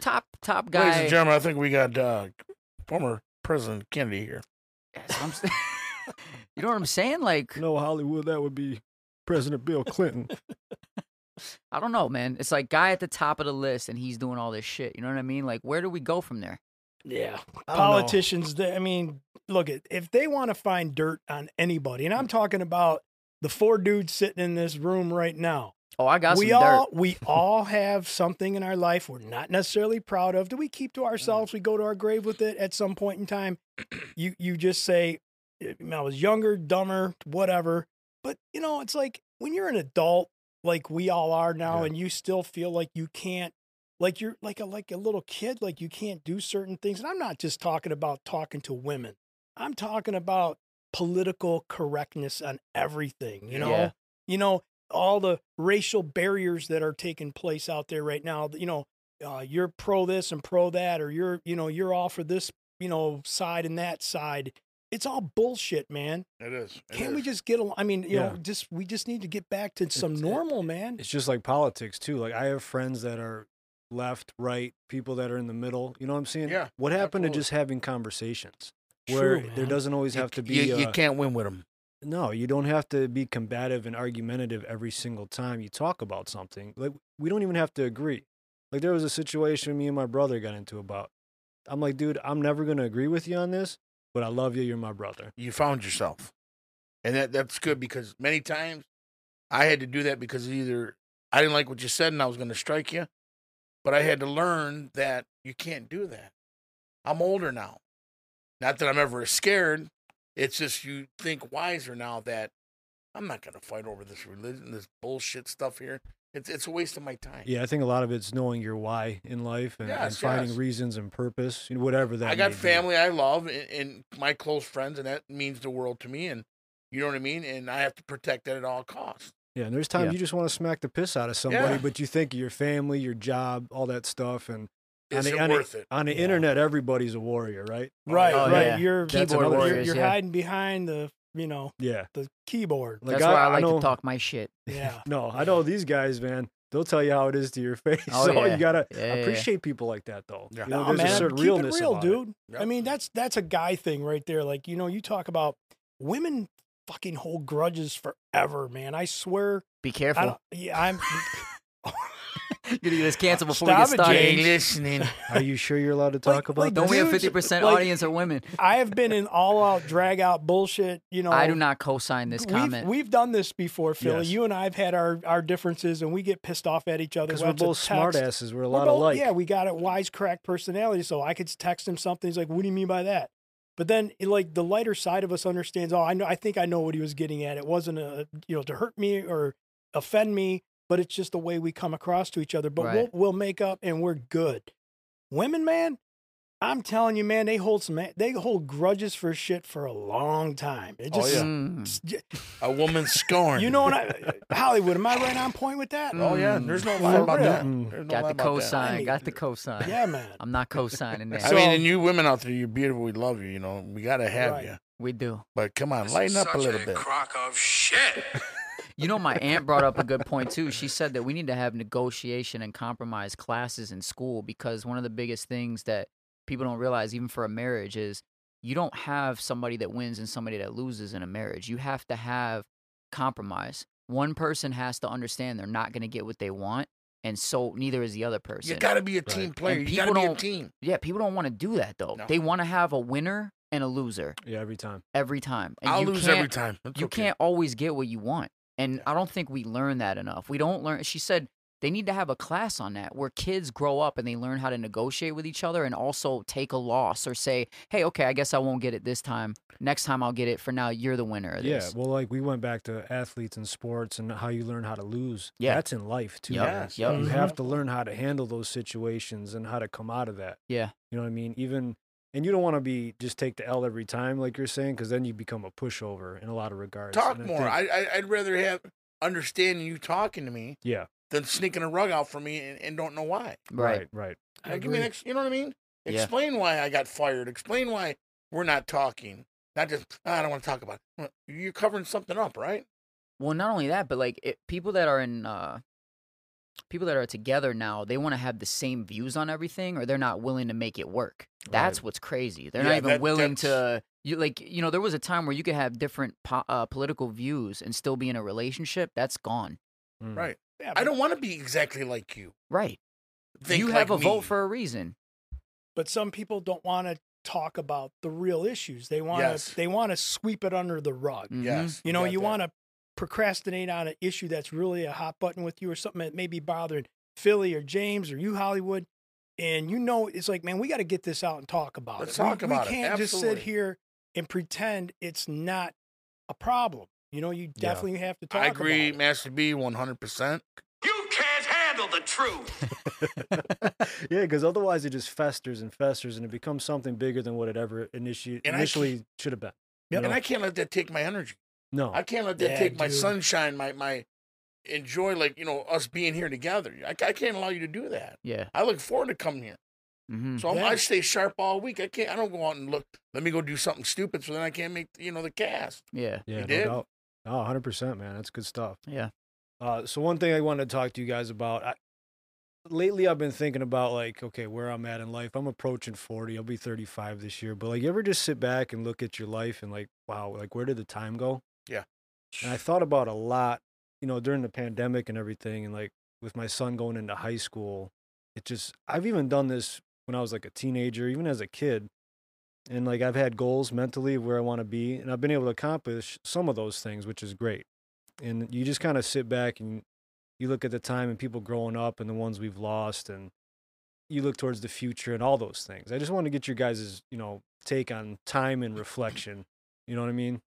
Speaker 2: top top guy.
Speaker 4: Ladies and gentlemen, I think we got uh, former President Kennedy here.
Speaker 2: That's what I'm saying. you know what I'm saying? Like,
Speaker 8: no, Hollywood, that would be President Bill Clinton.
Speaker 2: I don't know, man. It's like guy at the top of the list, and he's doing all this shit. You know what I mean? Like, where do we go from there?
Speaker 3: Yeah.
Speaker 8: I don't know.
Speaker 3: Politicians, they, I mean, look, at if they want to find dirt on anybody, and I'm talking about the four dudes sitting in this room right now.
Speaker 2: Oh, I got
Speaker 3: we
Speaker 2: some
Speaker 3: all we all have something in our life we're not necessarily proud of. Do we keep to ourselves? We go to our grave with it at some point in time. You you just say, I was younger, dumber, whatever. But you know, it's like when you're an adult, like we all are now,
Speaker 8: Yeah.
Speaker 3: and you still feel like you can't, like you're like a like a little kid, like you can't do certain things. And I'm not just talking about talking to women. I'm talking about political correctness on everything. You know,
Speaker 2: Yeah.
Speaker 3: you know, all the racial barriers that are taking place out there right now. You know, uh, you're pro this and pro that, or you're, you know, you're all for this, you know, side and that side. It's all bullshit, man.
Speaker 4: It is. It
Speaker 3: Can't
Speaker 4: is.
Speaker 3: we just get along? I mean, you know,
Speaker 8: Yeah.
Speaker 3: just we just need to get back to some
Speaker 1: it-
Speaker 3: normal, man.
Speaker 1: It's just like politics too. Like I have friends that are left, right, people that are in the middle. You know what I'm saying?
Speaker 4: Yeah,
Speaker 1: What happened to
Speaker 4: absolutely.
Speaker 1: just having conversations where
Speaker 3: True,
Speaker 1: there
Speaker 3: man.
Speaker 1: doesn't always
Speaker 4: You-
Speaker 1: have to be
Speaker 4: You, you
Speaker 1: uh,
Speaker 4: can't win with them.
Speaker 1: No, you don't have to be combative and argumentative every single time you talk about something. Like we don't even have to agree. Like there was a situation me and my brother got into about. I'm like, dude, I'm never gonna agree with you on this, but I love you. You're my brother.
Speaker 4: You found yourself, and that that's good because many times I had to do that because either I didn't like what you said and I was going to strike you, but I had to learn that you can't do that. I'm older now. Not that I'm ever as scared. It's just you think wiser now that I'm not going to fight over this religion, this bullshit stuff here. It's it's a waste of my time.
Speaker 1: Yeah, I think a lot of it's knowing your why in life and, and
Speaker 4: Yes,
Speaker 1: finding
Speaker 4: yes.
Speaker 1: reasons and purpose, you know, whatever that.
Speaker 4: I got
Speaker 1: may be.
Speaker 4: family I love and, and my close friends, and that means the world to me. And you know what I mean. And I have to protect that at all costs.
Speaker 1: Yeah, and there's times
Speaker 2: Yeah.
Speaker 1: you just want to smack the piss out of somebody,
Speaker 4: Yeah.
Speaker 1: but you think of your family, your job, all that stuff, and on
Speaker 4: Is
Speaker 1: the-
Speaker 4: it
Speaker 1: on the-
Speaker 4: worth it?
Speaker 1: on the
Speaker 3: Yeah.
Speaker 1: internet, everybody's a warrior, right?
Speaker 3: Right,
Speaker 2: Oh,
Speaker 3: right.
Speaker 2: yeah.
Speaker 3: You're
Speaker 1: That's
Speaker 2: Keyboard
Speaker 1: another
Speaker 3: you're,
Speaker 1: thing.
Speaker 2: warriors,
Speaker 3: you're
Speaker 2: yeah.
Speaker 3: hiding behind the, you know,
Speaker 1: Yeah,
Speaker 3: the keyboard.
Speaker 1: Like,
Speaker 2: That's why I,
Speaker 1: I
Speaker 2: like
Speaker 1: know-
Speaker 2: to talk my shit.
Speaker 3: Yeah.
Speaker 1: No, I know these guys, man. They'll tell you how it is to your face.
Speaker 2: Oh,
Speaker 1: so
Speaker 2: yeah.
Speaker 1: you gotta
Speaker 2: Yeah, yeah, yeah.
Speaker 1: appreciate people like that, though.
Speaker 4: Yeah.
Speaker 1: You know,
Speaker 3: Nah,
Speaker 1: oh, there's
Speaker 3: Oh, man,
Speaker 1: a certain
Speaker 3: keep
Speaker 1: realness
Speaker 3: it real,
Speaker 1: about it.
Speaker 3: dude. I
Speaker 4: Yep.
Speaker 3: mean, that's that's a guy thing right there. Like, you know, you talk about women fucking hold grudges forever, man. I swear.
Speaker 2: Be
Speaker 3: I
Speaker 2: careful.
Speaker 3: don't, yeah, I'm.
Speaker 2: You're gonna get us canceled before we get
Speaker 3: Stop it,
Speaker 2: started.
Speaker 3: James.
Speaker 4: listening.
Speaker 1: Are you sure you're allowed to
Speaker 3: Like-
Speaker 1: talk about
Speaker 3: like,
Speaker 1: that?
Speaker 2: Don't we have
Speaker 3: Dudes,
Speaker 2: fifty percent
Speaker 3: like-
Speaker 2: audience are women?
Speaker 3: I have been in all out drag out bullshit. You know,
Speaker 2: I do not co-sign this
Speaker 3: we've,
Speaker 2: comment.
Speaker 3: We've done this before, Philly.
Speaker 1: Yes.
Speaker 3: You and I've had our our differences, and we get pissed off at each other.
Speaker 1: Because
Speaker 3: We'll
Speaker 1: we're
Speaker 3: have to
Speaker 1: both smart
Speaker 3: text.
Speaker 1: asses. We're a
Speaker 3: We're
Speaker 1: lot
Speaker 3: both-
Speaker 1: alike.
Speaker 3: Yeah, we got a wisecrack personality. So I could text him something. He's like, "What do you mean by that?" But then, it, like the lighter side of us understands. Oh, I know. I think I know what he was getting at. It wasn't a you know to hurt me or offend me, but it's just the way we come across to each other. But
Speaker 2: Right.
Speaker 3: we'll we'll make up and we're good. Women, man, I'm telling you, man, they hold some they hold grudges for shit for a long time. It
Speaker 4: Oh,
Speaker 3: just.
Speaker 2: Mm.
Speaker 4: A woman scorned.
Speaker 3: You know what I uh, Hollywood, am I right on point with that?
Speaker 4: Oh yeah,
Speaker 2: Mm.
Speaker 4: there's no lie about
Speaker 3: real.
Speaker 4: that.
Speaker 1: Mm.
Speaker 4: There's no
Speaker 2: Got
Speaker 4: lie
Speaker 2: the
Speaker 4: about that.
Speaker 2: cosign.
Speaker 3: mean,
Speaker 2: Got the cosign.
Speaker 3: Yeah, man.
Speaker 2: I'm not co-signing that.
Speaker 4: I mean, and you women out there, you're beautiful. We love you. You know, we gotta have
Speaker 3: Right.
Speaker 4: you.
Speaker 2: we do.
Speaker 4: But come on, lighten up a little bit.
Speaker 7: crock of shit.
Speaker 2: You know, my aunt brought up a good point too. She said that we need to have negotiation and compromise classes in school because one of the biggest things that people don't realize, even for a marriage, is you don't have somebody that wins and somebody that loses in a marriage. You have to have compromise. One person has to understand they're not going to get what they want, and so neither is the other person.
Speaker 4: You gotta be a team player.
Speaker 2: And
Speaker 4: You gotta
Speaker 2: people
Speaker 4: be a
Speaker 2: don't-
Speaker 4: team.
Speaker 2: yeah, people don't want to do that though.
Speaker 4: No.
Speaker 2: They want to have a winner and a loser
Speaker 1: Yeah, every time.
Speaker 2: every time. And
Speaker 4: I'll
Speaker 2: you
Speaker 4: lose
Speaker 2: can't-
Speaker 4: every time. That's
Speaker 2: you
Speaker 4: okay.
Speaker 2: can't always get what you want. And I don't think we learn that enough. We don't learn. She said they need to have a class on that where kids grow up and they learn how to negotiate with each other and also take a loss or say, hey, okay, I guess I won't get it this time. Next time I'll get it. For now, you're the winner of
Speaker 1: Yeah,
Speaker 2: this.
Speaker 1: well, like we went back to athletes and sports and how you learn how to lose.
Speaker 2: Yeah.
Speaker 1: that's in life too.
Speaker 2: Yup,
Speaker 1: man.
Speaker 2: yup.
Speaker 1: You
Speaker 3: Mhm.
Speaker 1: have to learn how to handle those situations and how to come out of that.
Speaker 2: Yeah.
Speaker 1: you know what I mean. Even and you don't want to be just take the L every time, like you're saying, because then you become a pushover in a lot of regards.
Speaker 4: talk
Speaker 1: And I
Speaker 4: more.
Speaker 1: think-
Speaker 4: I, I I'd rather have understanding you talking to me
Speaker 1: yeah,
Speaker 4: than sneaking a rug out for me and, and don't know why.
Speaker 1: right,
Speaker 2: Right.
Speaker 1: right.
Speaker 4: You know, give me an ex- you know what I mean?
Speaker 2: Yeah.
Speaker 4: Explain why I got fired. Explain why we're not talking. Not just "Ah, I don't want to talk about it. You're covering something up, right?
Speaker 2: Well, not only that, but like it, people that are in uh, people that are together now, they want to have the same views on everything, or they're not willing to make it work. That's what's crazy. They're
Speaker 4: Yeah,
Speaker 2: not even
Speaker 4: that-
Speaker 2: willing
Speaker 4: that's-
Speaker 2: to you like you know there was a time where you could have different po- uh, political views and still be in a relationship. That's gone.
Speaker 1: Mm.
Speaker 4: Right.
Speaker 3: Yeah,
Speaker 4: I
Speaker 3: but-
Speaker 4: don't want to be exactly like you.
Speaker 2: Right.
Speaker 4: Think
Speaker 2: you have
Speaker 4: like
Speaker 2: a vote
Speaker 4: me.
Speaker 2: for a reason.
Speaker 3: but some people don't want to talk about the real issues. They want to
Speaker 4: Yes. Mm,
Speaker 3: they want to sweep it under the rug.
Speaker 2: Mhm.
Speaker 4: yes.
Speaker 3: mm-hmm, You know,
Speaker 4: got
Speaker 3: you
Speaker 4: that.
Speaker 3: want to procrastinate on an issue that's really a hot button with you or something that may be bothering Philly or James or you Hollywood. And you know, it's like, man, we got to get this out and talk about
Speaker 4: Let's
Speaker 3: it. We-
Speaker 4: talk
Speaker 3: we,
Speaker 4: about it.
Speaker 3: can't just sit
Speaker 4: Absolutely.
Speaker 3: here and pretend it's not a problem. You know, you
Speaker 1: Yeah.
Speaker 3: definitely have to talk
Speaker 4: I agree,
Speaker 3: about it.
Speaker 4: Master B, one hundred percent.
Speaker 5: You can't handle the truth.
Speaker 1: yeah, because otherwise it just festers and festers, and it becomes something bigger than what it ever initi-
Speaker 4: And I
Speaker 1: initially should have been. you
Speaker 4: And
Speaker 1: know?
Speaker 4: I can't let that take my energy.
Speaker 1: no,
Speaker 4: I can't let that
Speaker 3: Oh, Yeah,
Speaker 4: take my
Speaker 3: dude.
Speaker 4: sunshine, my my enjoy, like you know, us being here together. I, I can't allow you to do that.
Speaker 2: Yeah.
Speaker 4: I look forward to coming here,
Speaker 2: hmm
Speaker 4: so I'm,
Speaker 3: Yeah.
Speaker 4: I stay sharp all week. I can't. I don't go out and look. Let me go do something stupid, so then I can't make you know the cast.
Speaker 2: Yeah.
Speaker 1: yeah,
Speaker 4: You
Speaker 1: no
Speaker 4: did?
Speaker 1: doubt. Oh, 100%, man. That's good stuff.
Speaker 2: Yeah.
Speaker 1: Uh, so one thing I wanted to talk to you guys about. I, lately, I've been thinking about like, okay, where I'm at in life. I'm approaching 40. I'll be 35 this year. But like, you ever just sit back and look at your life and like, wow, like where did the time go?
Speaker 4: Yeah.
Speaker 1: And I thought about a lot, you know, during the pandemic and everything, and like with my son going into high school, it just I've even done this when I was like a teenager, even as a kid. And like I've had goals mentally of where I want to be, and I've been able to accomplish some of those things, which is great and you just kind of sit back and you look at the time and people growing up and the ones we've lost and you look towards the future and all those things i just want to get your guys' you know take on time and reflection you know what i mean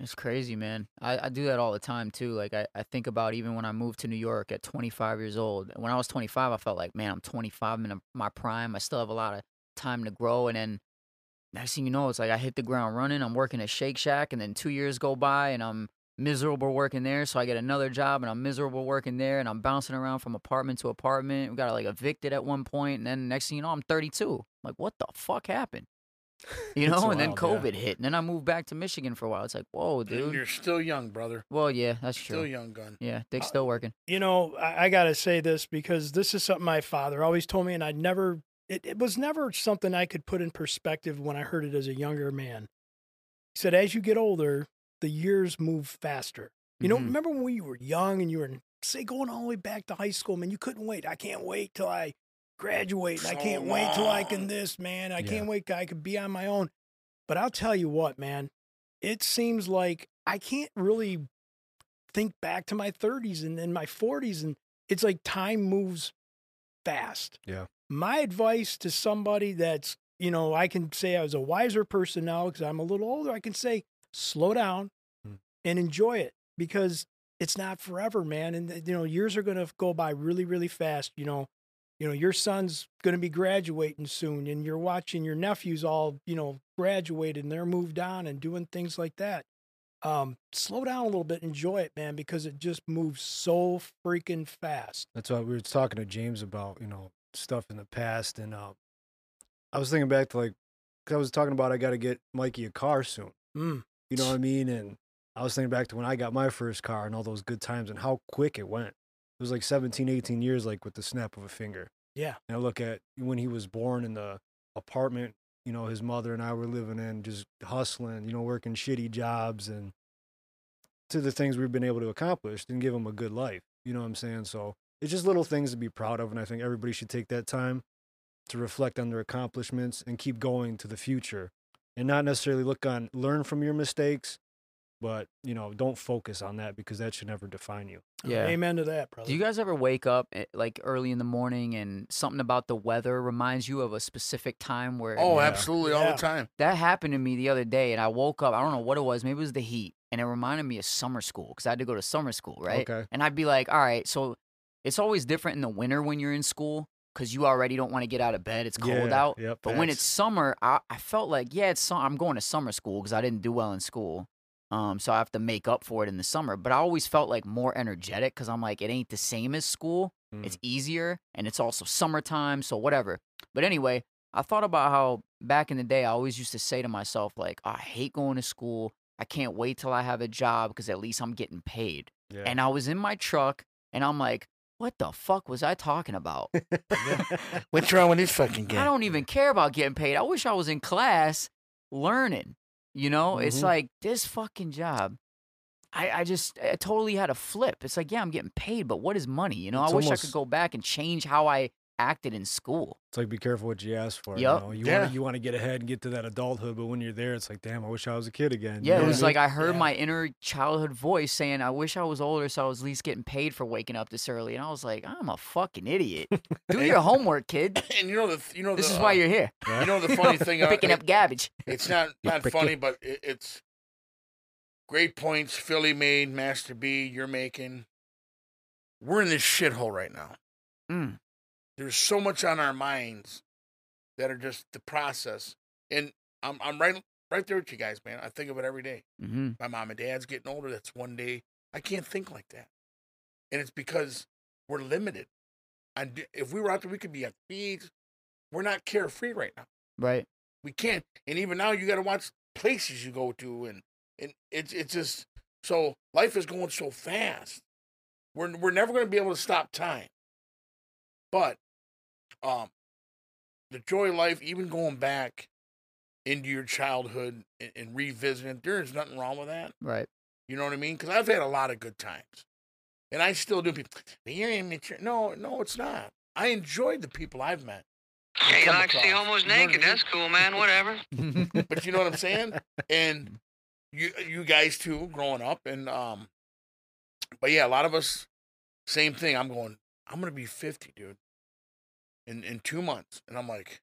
Speaker 2: It's crazy, man. I, I do that all the time too. Like I, I think about even when I moved to New York at 25 years old. When I was 25, I felt like, man, I'm 25, I'm in a- my prime. I still have a lot of time to grow. And then next thing you know, it's like I hit the ground running. I'm working at Shake Shack, and then two years go by, and I'm miserable working there. So I get another job, and I'm miserable working there, and I'm bouncing around from apartment to apartment. We got like evicted at one point, and then next thing you know, I'm 32. Like, what the fuck happened? You
Speaker 1: It's
Speaker 2: know, and then
Speaker 1: wild, yeah.
Speaker 2: COVID hit, and then I moved back to Michigan for a while. It's like, whoa,
Speaker 4: Dude,
Speaker 2: dude.
Speaker 4: you're still young, brother.
Speaker 2: Well, yeah, that's
Speaker 4: Still
Speaker 2: true.
Speaker 4: young, gun.
Speaker 2: Yeah, Dick's still working.
Speaker 3: You know, I, I got to say this because this is something my father always told me, and I never, it, it was never something I could put in perspective when I heard it as a younger man. He said, as you get older, the years move faster. You know,
Speaker 2: Mhm.
Speaker 3: remember when we were young and you were, in, say, going all the way back to high school, man, you couldn't wait. I can't wait till I graduate. and I
Speaker 4: So
Speaker 3: can't wait till I
Speaker 4: long.
Speaker 3: can this, man. I
Speaker 1: Yeah.
Speaker 3: can't wait till I could be on my own. But I'll tell you what, man, it seems like I can't really think back to my 30s and then my 40s. And it's like time moves fast.
Speaker 1: Yeah.
Speaker 3: My advice to somebody that's, you know, I can say I was a wiser person now because I'm a little older. I can say, slow down
Speaker 1: Hmm.
Speaker 3: and enjoy it because it's not forever, man. And you know, years are gonna go by really, really fast. You know, you know, your son's gonna be graduating soon, and you're watching your nephews all, you know, graduated and they're moved on and doing things like that. Um, slow down a little bit, enjoy it, man, because it just moves so freaking fast.
Speaker 1: that's what we were talking to james about you know stuff in the past and um i was thinking back to like because i was talking about i got to get mikey a car soon
Speaker 3: Mm.
Speaker 1: you know what i mean and i was thinking back to when i got my first car and all those good times and how quick it went it was like 17 18 years like with the snap of a finger
Speaker 3: Yeah.
Speaker 1: And I look at when he was born in the apartment, you know, his mother and I were living in, just hustling, you know, working shitty jobs and to the things we've been able to accomplish and give him a good life. You know what I'm saying? So it's just little things to be proud of. And I think everybody should take that time to reflect on their accomplishments and keep going to the future and not necessarily look on, learn from your mistakes, but, you know, don't focus on that because that should never define you.
Speaker 2: Yeah.
Speaker 3: Uh, Amen to that, brother.
Speaker 2: Do you guys ever wake up eh, like early in the morning and something about the weather reminds you of a specific time where
Speaker 4: Oh,
Speaker 1: Yeah.
Speaker 4: absolutely, all
Speaker 3: Yeah.
Speaker 4: the time.
Speaker 2: that happened to me the other day and I woke up, I don't know what it was, maybe it was the heat, and it reminded me of summer school cuz I had to go to summer school, right?
Speaker 1: Okay.
Speaker 2: And I'd be like, "All right, so it's always different in the winter when you're in school cuz you already don't want to get out of bed. It's cold
Speaker 1: Yeah,
Speaker 2: out."
Speaker 1: Yep.
Speaker 2: But when
Speaker 1: facts.
Speaker 2: it's summer, I, I felt like yeah, it's sum- I'm going to summer school because I didn't do well in school, um, so I have to make up for it in the summer. But I always felt like more energetic because I'm like it ain't the same as school.
Speaker 1: mm,
Speaker 2: It's easier and it's also summertime, so whatever. But anyway, I thought about how back in the day, I always used to say to myself, like, "Oh, I hate going to school. I can't wait till I have a job because at least I'm getting paid.
Speaker 1: Yeah.
Speaker 2: And I was in my truck and I'm like, what the fuck was I talking about?
Speaker 4: What's wrong with this fucking
Speaker 2: I
Speaker 4: guy?
Speaker 2: don't even care about getting paid. I wish I was in class learning. You know, it's
Speaker 1: Mhm.
Speaker 2: like this fucking job. I, I just I totally had a flip. It's like, yeah, I'm getting paid, but what is money? You know,
Speaker 1: It's
Speaker 2: I wish I
Speaker 1: almost-
Speaker 2: could go back and change how I acted in school.
Speaker 1: It's like be careful what you ask for.
Speaker 2: Yup.
Speaker 1: You, know? you
Speaker 4: Yeah.
Speaker 1: want you want to get ahead and get to that adulthood, but when you're there, it's like, damn, I wish I was a kid again.
Speaker 2: Yeah,
Speaker 1: you
Speaker 2: it
Speaker 1: know
Speaker 2: was
Speaker 1: what I
Speaker 2: like I heard
Speaker 3: Yeah.
Speaker 2: my inner childhood voice saying, I wish I was older so I was at least getting paid for waking up this early. And I was like, I'm a fucking idiot. Do your homework, kid.
Speaker 4: And you know the you know
Speaker 2: This
Speaker 4: the,
Speaker 2: is
Speaker 4: uh,
Speaker 2: why you're here.
Speaker 4: you know the funny thing uh,
Speaker 2: Picking
Speaker 4: it-
Speaker 2: up garbage.
Speaker 4: It's not not
Speaker 1: Pick
Speaker 4: funny, but it, it's great points Philly made, Master B, you're making. We're in this shithole right now.
Speaker 2: Mm.
Speaker 4: There's so much on our minds that are just the process, and I'm I'm right right there with you guys, man. I think of it every day.
Speaker 2: hmm
Speaker 4: My mom and dad's getting older. That's one day I can't think like that, and it's because we're limited. And if we were out there, we could be at speeds. We're not carefree right now
Speaker 2: Right.
Speaker 4: we can't. And even now, you got to watch places you go to, and and it's it's just so life is going so fast. We're we're never going to be able to stop time. But, um, the joy of life, even going back into your childhood and, and revisiting, there is nothing wrong with that.
Speaker 2: Right.
Speaker 4: You know what I mean? Because I've had a lot of good times, and I still do. People, but you're immature. No, no, it's not. I enjoyed the people I've met. and
Speaker 9: Hey, you
Speaker 4: come
Speaker 9: like to see
Speaker 4: across.
Speaker 9: homos
Speaker 4: You know what I
Speaker 9: naked?
Speaker 4: mean?
Speaker 9: That's cool, man. Whatever.
Speaker 4: but you know what I'm saying?
Speaker 2: Mm-hmm.
Speaker 4: And you you guys too, growing up and um but yeah, a lot of us same thing. I'm going, I'm gonna be fifty, dude. In in two months. And I'm like,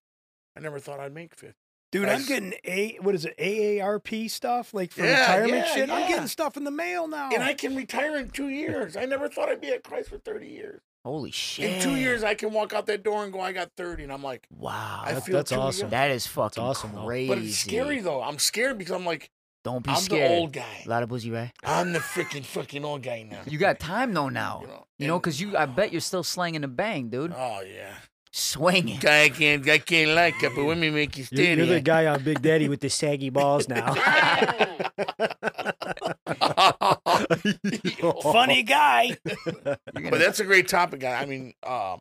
Speaker 4: I never thought I'd make fifty.
Speaker 3: Dude,
Speaker 4: I
Speaker 3: I'm
Speaker 4: s-
Speaker 3: getting a what is it AARP stuff like for
Speaker 4: Yeah,
Speaker 3: retirement
Speaker 4: yeah,
Speaker 3: shit.
Speaker 4: yeah.
Speaker 3: I'm getting stuff in the mail now.
Speaker 2: Oh.
Speaker 4: And I can retire in two years. I never thought I'd be at Christ for thirty years.
Speaker 2: Holy shit.
Speaker 4: In two years I can walk out that door and go, I got thirty and I'm like
Speaker 2: Wow.
Speaker 4: I
Speaker 1: That-
Speaker 4: feel
Speaker 1: that's
Speaker 4: too
Speaker 1: awesome.
Speaker 4: young.
Speaker 2: That is fucking
Speaker 1: awesome, though.
Speaker 2: crazy.
Speaker 4: But it's scary though. I'm scared because I'm like,
Speaker 2: Don't be
Speaker 4: I'm
Speaker 2: scared.
Speaker 4: the old guy.
Speaker 2: Lot of boozy, right?
Speaker 4: I'm the freaking fucking old guy now.
Speaker 2: You got time though now.
Speaker 4: You
Speaker 2: You
Speaker 4: know,
Speaker 2: know,
Speaker 4: and-
Speaker 2: because you. I bet you're still slanging the bang, dude.
Speaker 4: Oh yeah.
Speaker 2: Swinging.
Speaker 4: I can't, I can't like it, but women make you
Speaker 1: You're,
Speaker 4: steady.
Speaker 1: you're the guy on Big Daddy with the saggy balls now.
Speaker 3: Funny guy.
Speaker 4: but that's a great topic. I I mean, um,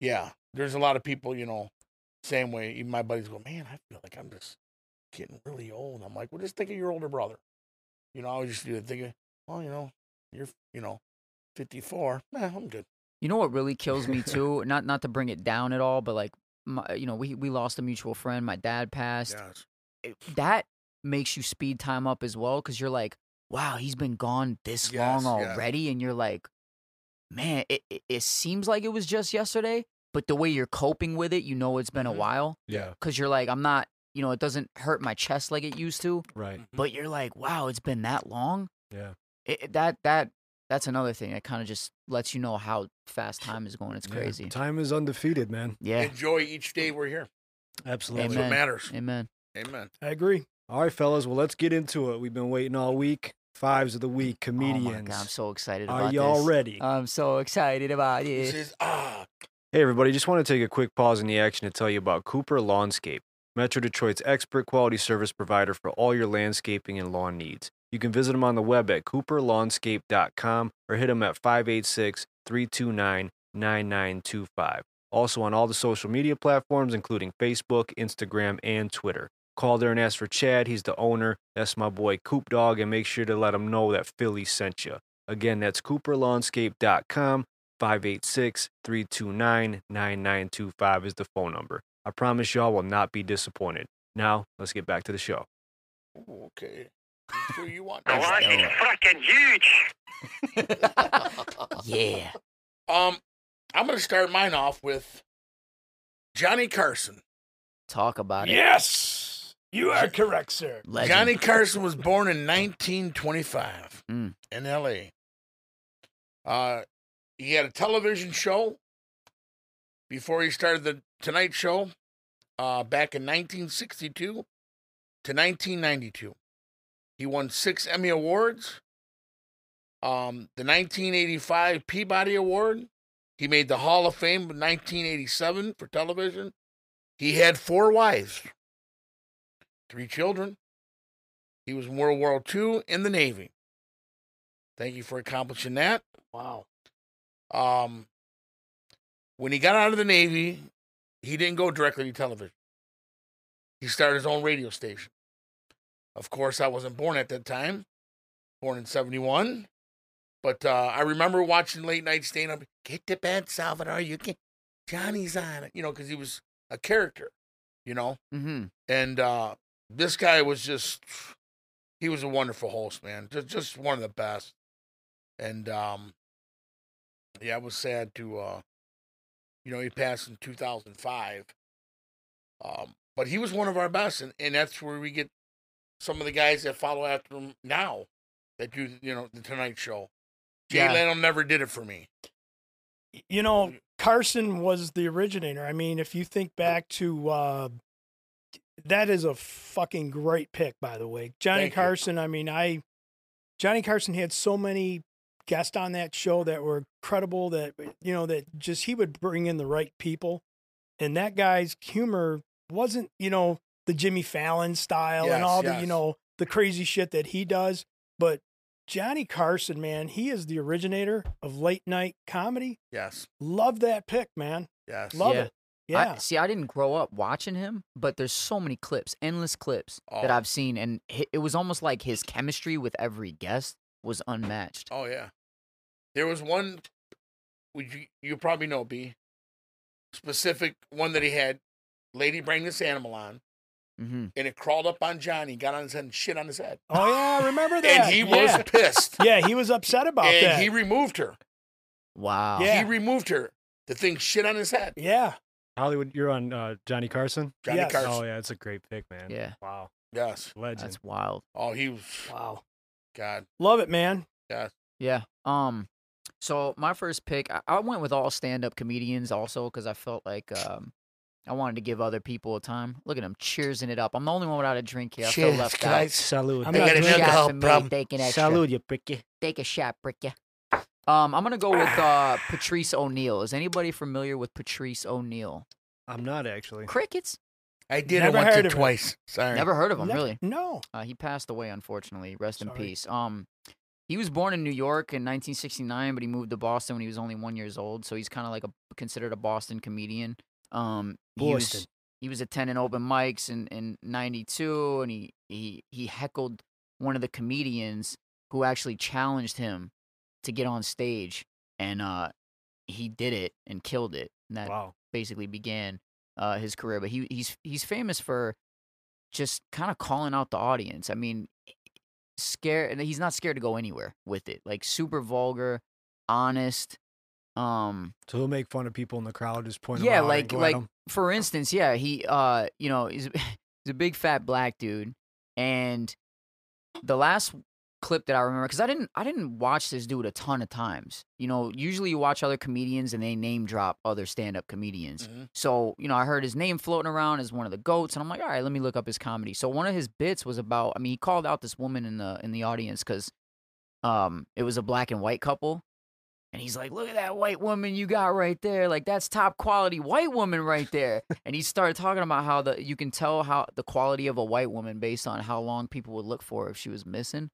Speaker 4: yeah, there's a lot of people, you know, same way. Even my buddies go, man, I feel like I'm just getting really old. I'm like, well, just think of your older brother. You know, I always just do that. Think of, well, you know, you're, you know, 54. Nah, I'm good.
Speaker 2: You know what really kills me too? not not to bring it down at all, but like, my, you know, we we lost a mutual friend. My dad passed. it- that makes you speed time up as well because you're like, wow, he's been gone this
Speaker 4: Yes,
Speaker 2: long
Speaker 4: yeah.
Speaker 2: already. And you're like, man, it, it, it seems like it was just yesterday, but the way you're coping with it, you know, it's been
Speaker 1: Mm-hmm.
Speaker 4: Mhm.
Speaker 2: a while
Speaker 1: yeah,
Speaker 2: because you're like, I'm not, you know, it doesn't hurt my chest like it used to,
Speaker 1: right.
Speaker 2: but you're like, wow, it's been that long.
Speaker 1: Mm-hmm. Yeah.
Speaker 2: It, it- that, that, that's another thing. It kind of just lets you know how fast time is going. It's
Speaker 1: Yeah.
Speaker 2: crazy.
Speaker 1: Time is undefeated, man.
Speaker 2: Yeah.
Speaker 4: Enjoy each day we're here. That's
Speaker 1: Absolutely.
Speaker 4: what
Speaker 2: Amen.
Speaker 4: matters.
Speaker 2: Amen.
Speaker 4: Amen.
Speaker 3: I agree.
Speaker 1: All right, fellas. Well, let's get into it. We've been waiting all week. Fives of the week, comedians.
Speaker 2: Oh my God, I'm so excited
Speaker 1: Are
Speaker 2: about
Speaker 1: y'all
Speaker 2: this.
Speaker 1: ready?
Speaker 2: I'm so excited about
Speaker 4: This
Speaker 2: it.
Speaker 4: is, ah,
Speaker 1: Hey, everybody, just want to take a quick pause in the action to tell you about Cooper Lawnscape, Metro Detroit's expert quality service provider for all your landscaping and lawn needs. You can visit them on the web at cooperlawnscape.com or hit them at 586 329 9925. Also on all the social media platforms, including Facebook, Instagram, and Twitter. Call there and ask for Chad. He's the owner. That's my boy Coop Dog, and make sure to let him know that Philly sent you. Again, that's cooperlawnscape.com 586 329 9925 is the phone number. I promise y'all will not be disappointed. Now, let's get back to the show.
Speaker 4: ooh, okay. That's who you want.
Speaker 9: fucking huge.
Speaker 2: Yeah.
Speaker 4: Um, I'm going to start mine off with Johnny Carson.
Speaker 2: Talk about it.
Speaker 3: Yes. You are correct, sir.
Speaker 2: Legend.
Speaker 4: Johnny Carson was born in 1925
Speaker 2: Mm.
Speaker 4: in L.A. Uh, he had a television show before he started the Tonight Show uh, back in 1962 to 1992. He won six Emmy Awards. Um, the 1985 Peabody Award. He made the Hall of Fame in 1987 for television. He had four wives. three children. He was in World War II in the Navy. Thank you for accomplishing that.
Speaker 3: Wow.
Speaker 4: Um, when he got out of the Navy, he didn't go directly to television. He started his own radio station. Of course, I wasn't born at that time, born in 71. But uh, I remember watching late night staying up, get to bed, Salvador. You can Johnny's on it, you know, because he was a character, you know.
Speaker 2: Mm-hmm.
Speaker 4: And uh, this guy was just, he was a wonderful host, man. Just, just one of the best. And um, yeah, it was sad to, uh, you know, he passed in 2005. Um, but he was one of our best. And, and that's where we get some of the guys that follow after him now that do, you know, the Tonight Show. Jay
Speaker 2: Yeah.
Speaker 4: Leno never did it for me.
Speaker 3: You know,
Speaker 4: Mm-hmm.
Speaker 3: Carson was the originator. I mean, if you think back to uh, that is a fucking great pick, by the way. Johnny
Speaker 4: Thank you.
Speaker 3: Carson, I mean, I Johnny Carson had so many guests on that show that were credible that eh, you know that just he would bring in the right people. And that guy's humor wasn't, you know, the Jimmy Fallon style
Speaker 4: Yes,
Speaker 3: and all the,
Speaker 4: yes.
Speaker 3: you know, the crazy shit that he does, but Johnny Carson, man, he is the originator of late night comedy.
Speaker 4: Yes.
Speaker 3: Love that pick, man.
Speaker 4: Yes.
Speaker 3: Love
Speaker 2: Yeah.
Speaker 3: it. Yeah.
Speaker 2: I, see, I didn't grow up watching him, but there's so many clips, endless clips that
Speaker 4: Oh.
Speaker 2: I've seen, and hi- it was almost like his chemistry with every guest was unmatched.
Speaker 4: Oh yeah, there was one. Would you you probably know B specific one that he had? Lady bring this animal on,
Speaker 2: Mm-hmm.
Speaker 4: and it crawled up on Johnny, got on his head, and shit on his head,
Speaker 3: oh yeah, I remember that.
Speaker 4: and he
Speaker 3: yeah.
Speaker 4: was pissed,
Speaker 3: Yeah, he was upset about
Speaker 4: and
Speaker 3: that.
Speaker 4: he removed her.
Speaker 2: Wow.
Speaker 3: Yeah.
Speaker 4: He removed her. The thing shit on his head.
Speaker 3: yeah.
Speaker 1: Hollywood, you're on uh, Johnny Carson.
Speaker 4: Johnny
Speaker 3: Yes.
Speaker 4: Carson.
Speaker 1: Oh yeah, it's a great pick, man.
Speaker 2: Yeah.
Speaker 1: Wow,
Speaker 4: Yes.
Speaker 1: legend.
Speaker 2: That's wild.
Speaker 4: Oh, he was.
Speaker 3: Wow.
Speaker 4: God.
Speaker 3: Love it, man.
Speaker 2: Yeah. Um. So my first pick, I, I went with all stand-up comedians also because I felt like um, I wanted to give other people a time. Look at them cheersing it up. I'm the only one without a drink here. I feel left
Speaker 1: Salud.
Speaker 3: I'm
Speaker 2: out.
Speaker 3: not
Speaker 2: Take a
Speaker 3: drinking.
Speaker 2: shot
Speaker 4: Alcohol
Speaker 2: for me,
Speaker 4: problem.
Speaker 2: take an extra.
Speaker 1: Salud, you pricky.
Speaker 2: Take a shot, brick. ya. Um, I'm gonna go with uh, Patrice O'Neill. Is anybody familiar with Patrice O'Neill?
Speaker 1: I'm not actually.
Speaker 2: Crickets.
Speaker 4: I did
Speaker 3: Never
Speaker 4: it once
Speaker 3: heard
Speaker 4: or
Speaker 3: of him.
Speaker 4: twice. Sorry.
Speaker 2: Never heard of him.
Speaker 3: No-
Speaker 2: Really.
Speaker 3: No.
Speaker 2: Uh, he passed away, unfortunately. Rest in
Speaker 3: Sorry.
Speaker 2: peace. Um, he was born in New York in 1969, but he moved to Boston when he was only one years old. So he's kind of like a considered a Boston comedian. Um, he was-
Speaker 1: Boston.
Speaker 2: He was attending open mics in in '92, and he he he heckled one of the comedians who actually challenged him to get on stage, and uh, he did it and killed it. And that
Speaker 1: Wow.
Speaker 2: basically began uh, his career. But he he's he's famous for just kind of calling out the audience. I mean, scared. and He's not scared to go anywhere with it. Like super vulgar, honest. Um,
Speaker 1: So he'll make fun of people in the crowd, just point 'em
Speaker 2: yeah,
Speaker 1: out and
Speaker 2: like
Speaker 1: go at
Speaker 2: like
Speaker 1: 'em.
Speaker 2: for instance, yeah, he uh, you know, he's he's a big fat black dude, and the last clip that I remember because I didn't I didn't watch this dude a ton of times. You know, usually you watch other comedians and they name drop other stand up comedians.
Speaker 4: Mhm.
Speaker 2: So you know, I heard his name floating around as one of the goats, and I'm like, all right, let me look up his comedy. So one of his bits was about. I mean, he called out this woman in the in the audience because um it was a black and white couple and he's like look at that white woman you got right there like that's top quality white woman right there and he started talking about how the you can tell how the quality of a white woman based on how long people would look for her if she was missing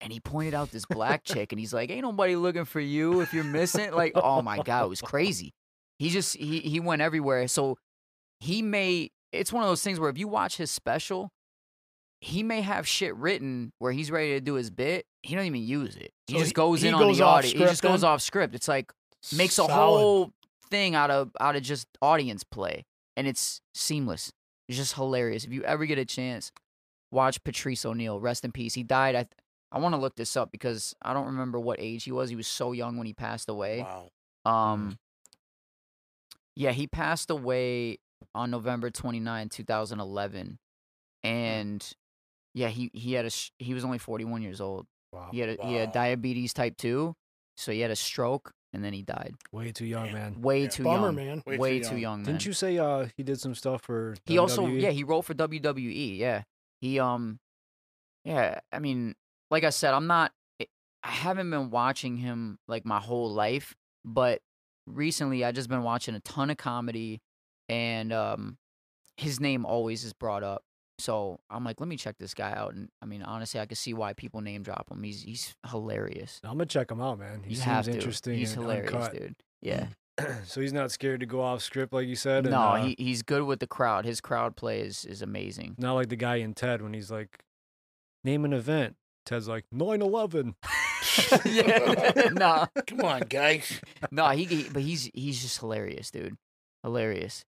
Speaker 2: and he pointed out this black chick and he's like ain't nobody looking for you if you're missing like oh my god it was crazy he just he he went everywhere so he may it's one of those things where if you watch his special he may have shit written where he's ready to do his bit. He don't even use it. He
Speaker 3: So
Speaker 2: just
Speaker 3: he-
Speaker 2: goes
Speaker 3: he
Speaker 2: in on
Speaker 3: goes
Speaker 2: the
Speaker 3: off
Speaker 2: audience. He
Speaker 3: script
Speaker 2: just goes
Speaker 3: then?
Speaker 2: off script. It's like makes a
Speaker 3: Solid.
Speaker 2: whole thing out of out of just audience play, and it's seamless. It's just hilarious. If you ever get a chance, watch Patrice O'Neill. Rest in peace. He died. I I want to look this up because I don't remember what age he was. He was so young when he passed away.
Speaker 4: Wow.
Speaker 2: Um, yeah, he passed away on November 29, 2011. And yeah, he, he had a, sh- he was only 41 years old.
Speaker 1: Wow.
Speaker 2: He had, a, he had
Speaker 4: Wow.
Speaker 2: diabetes type two. So he had a stroke and then he died
Speaker 1: Way too young, man.
Speaker 2: way
Speaker 4: Yeah.
Speaker 2: too
Speaker 3: Bummer,
Speaker 2: young,
Speaker 3: man.
Speaker 4: Way too
Speaker 2: way
Speaker 4: young.
Speaker 2: too young, man.
Speaker 1: Didn't you say uh, he did some stuff for? E?
Speaker 2: He also
Speaker 1: WWE?
Speaker 2: yeah, he wrote for WWE. Yeah. He um yeah, I mean, like I said, I'm not I I haven't been watching him like my whole life, but recently I just been watching a ton of comedy and um his name always is brought up. So I'm like, let me check this guy out. And I mean, honestly, I could see why people name drop him. He's he's hilarious.
Speaker 1: I'm gonna check him out, man. He
Speaker 2: you
Speaker 1: seems
Speaker 2: have to.
Speaker 1: interesting.
Speaker 2: He's
Speaker 1: and
Speaker 2: hilarious,
Speaker 1: uncut.
Speaker 2: dude. Yeah.
Speaker 1: so he's not scared to go off script, like you said. and,
Speaker 2: no,
Speaker 1: uh,
Speaker 2: he, he's good with the crowd. His crowd play is, is amazing.
Speaker 1: not like the guy in Ted when he's like, name an event. Ted's like 9/11.
Speaker 2: yeah. no.
Speaker 4: Come on, guys.
Speaker 2: No, he, he but he's he's just hilarious, dude. Hilarious.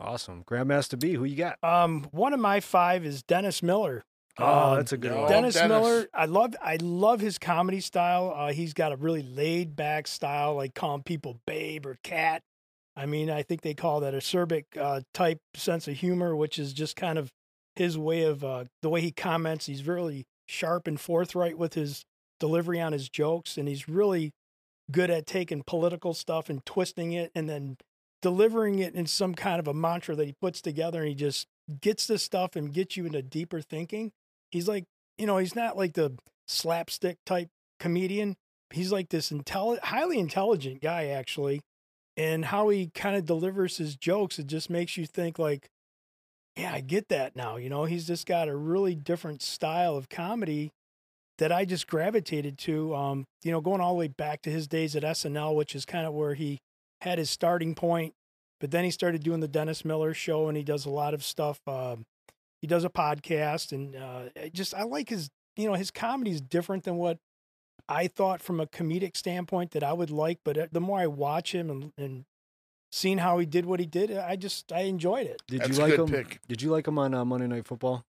Speaker 1: Awesome, Grandmaster B. Who you got?
Speaker 3: Um, one of my five is Dennis Miller.
Speaker 1: Oh,
Speaker 3: Um,
Speaker 1: that's a good
Speaker 4: no.
Speaker 1: one.
Speaker 4: That-
Speaker 3: Dennis,
Speaker 4: Dennis.
Speaker 3: Miller, I love I love his comedy style. Uh, he's got a really laid back style, like calling people babe or cat. I mean, I think they call that acerbic uh, type sense of humor, which is just kind of his way of uh, the way he comments. He's really sharp and forthright with his delivery on his jokes, and he's really good at taking political stuff and twisting it and then delivering it in some kind of a mantra that he puts together. And he just gets this stuff and gets you into deeper thinking. He's like you know, he's not like the slapstick type comedian. He's like this intelli- highly intelligent guy, actually. And how he kind of delivers his jokes, it just makes you think, like, yeah, I get that now. You know, he's just got a really different style of comedy that I just gravitated to. Um, you know, going all the way back to his days at SNL, which is kind of where he had his starting point. But then he started doing the Dennis Miller show, and he does a lot of stuff. Um, he does a podcast and uh, I just i like his you know his comedy is different than what i thought from a comedic standpoint that i would like but uh, the more i watch him and, and seeing how he did what he did i just i enjoyed it
Speaker 1: Did
Speaker 4: That's
Speaker 1: you
Speaker 4: a
Speaker 1: like
Speaker 4: good
Speaker 1: him?
Speaker 4: pick.
Speaker 1: Did you like him on uh, Monday Night Football?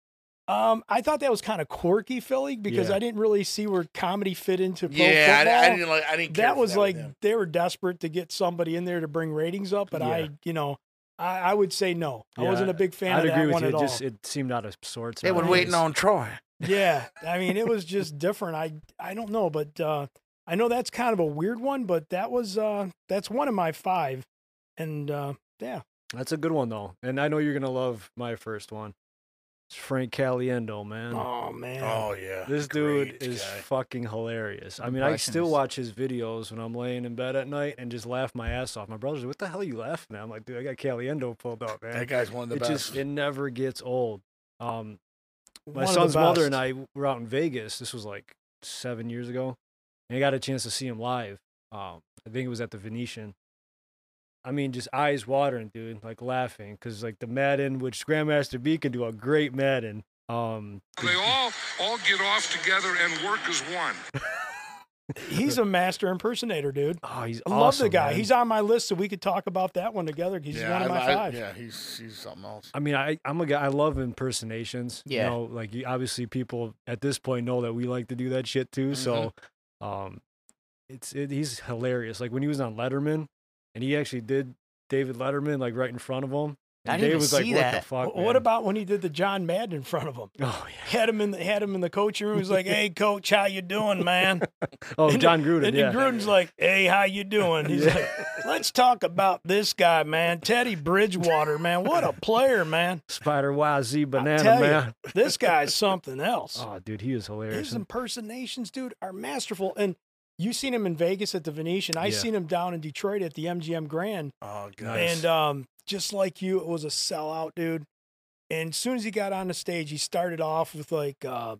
Speaker 3: um, i thought that was kind of quirky philly because
Speaker 1: Yeah.
Speaker 3: i didn't really see where comedy fit into pro
Speaker 4: Yeah,
Speaker 3: football
Speaker 4: I, I didn't like. I didn't. Care
Speaker 3: that
Speaker 4: for
Speaker 3: was
Speaker 4: that
Speaker 3: like
Speaker 4: with him.
Speaker 3: they were desperate to get somebody in there to bring ratings up but
Speaker 1: Yeah.
Speaker 3: i you know I, I would say no i
Speaker 1: Yeah,
Speaker 3: wasn't a big fan
Speaker 1: I'd
Speaker 3: of that
Speaker 1: agree with
Speaker 3: one
Speaker 1: you. It
Speaker 3: at all
Speaker 1: just it seemed out of sorts.
Speaker 4: they were
Speaker 1: nowadays.
Speaker 4: waiting on Troy.
Speaker 3: yeah i mean it was just different i i don't know but uh i know that's kind of a weird one but that was uh that's one of my five and uh yeah
Speaker 1: That's a good one though, and I know you're gonna love my first one. It's Frank Caliendo, man.
Speaker 3: oh man
Speaker 4: Oh yeah,
Speaker 1: This dude
Speaker 4: Great
Speaker 1: is
Speaker 4: guy.
Speaker 1: fucking hilarious. I mean, I still
Speaker 2: Impressionist.
Speaker 1: watch his videos when I'm laying in bed at night and just laugh my ass off. My brother's like, "What the hell are you laughing at?" I'm like, "Dude, I got Caliendo pulled up, man."
Speaker 4: that guy's one of the
Speaker 1: it
Speaker 4: best.
Speaker 1: just it never gets old. Um, my
Speaker 3: One of the
Speaker 1: son's mother and
Speaker 3: best.
Speaker 1: I were out in Vegas. This was like seven years ago, and I got a chance to see him live. Um, I think it was at the Venetian. I mean, just eyes watering, dude, like laughing because like the Madden, which Grandmaster B can do a great Madden. Um,
Speaker 7: They all all get off together and work as one.
Speaker 3: he's a master impersonator dude
Speaker 1: oh, he's
Speaker 3: I love
Speaker 1: awesome,
Speaker 3: the guy
Speaker 1: man.
Speaker 3: he's on my list so we could talk about that one together he's
Speaker 4: yeah,
Speaker 3: one of
Speaker 4: I-
Speaker 3: my
Speaker 4: I-
Speaker 3: five
Speaker 4: Yeah, he's he's something else.
Speaker 1: I mean, I I'm a guy. I love impersonations.
Speaker 2: Yeah.
Speaker 1: You know, like you, obviously people at this point know that we like to do that shit too. So,
Speaker 3: Mm-hmm.
Speaker 1: um, it's it, he's hilarious. Like when he was on Letterman, and he actually did David Letterman like right in front of him.
Speaker 2: I
Speaker 1: and
Speaker 2: didn't
Speaker 1: Dave
Speaker 2: even
Speaker 1: was like,
Speaker 2: see that.
Speaker 1: "What the fuck?"
Speaker 3: Wh- what
Speaker 1: man?"
Speaker 3: about when he did the john madden in front of him
Speaker 1: Oh
Speaker 3: had him in the, had him in the coaching room he's like hey coach how you doing man
Speaker 1: yeah. Oh,
Speaker 3: And-
Speaker 1: John Gruden.
Speaker 3: And
Speaker 1: yeah.
Speaker 3: then Gruden's like, "Hey, how you doing?" He's
Speaker 1: Yeah.
Speaker 3: like, "Let's talk about this guy, man, Teddy Bridgewater, man. What a player, man.
Speaker 1: Spider YZ banana
Speaker 3: tell ya.
Speaker 1: man.
Speaker 3: This guy's something else.
Speaker 1: Oh, dude, he is hilarious.
Speaker 3: His
Speaker 1: And-
Speaker 3: impersonations, dude, are masterful. And you seen him in Vegas at the Venetian. I
Speaker 1: Yeah.
Speaker 3: seen him down in Detroit at the MGM Grand.
Speaker 4: Oh god,
Speaker 1: Nice.
Speaker 3: And um, just like you, it was a sellout, dude. And as soon as he got on the stage, he started off with like, uh,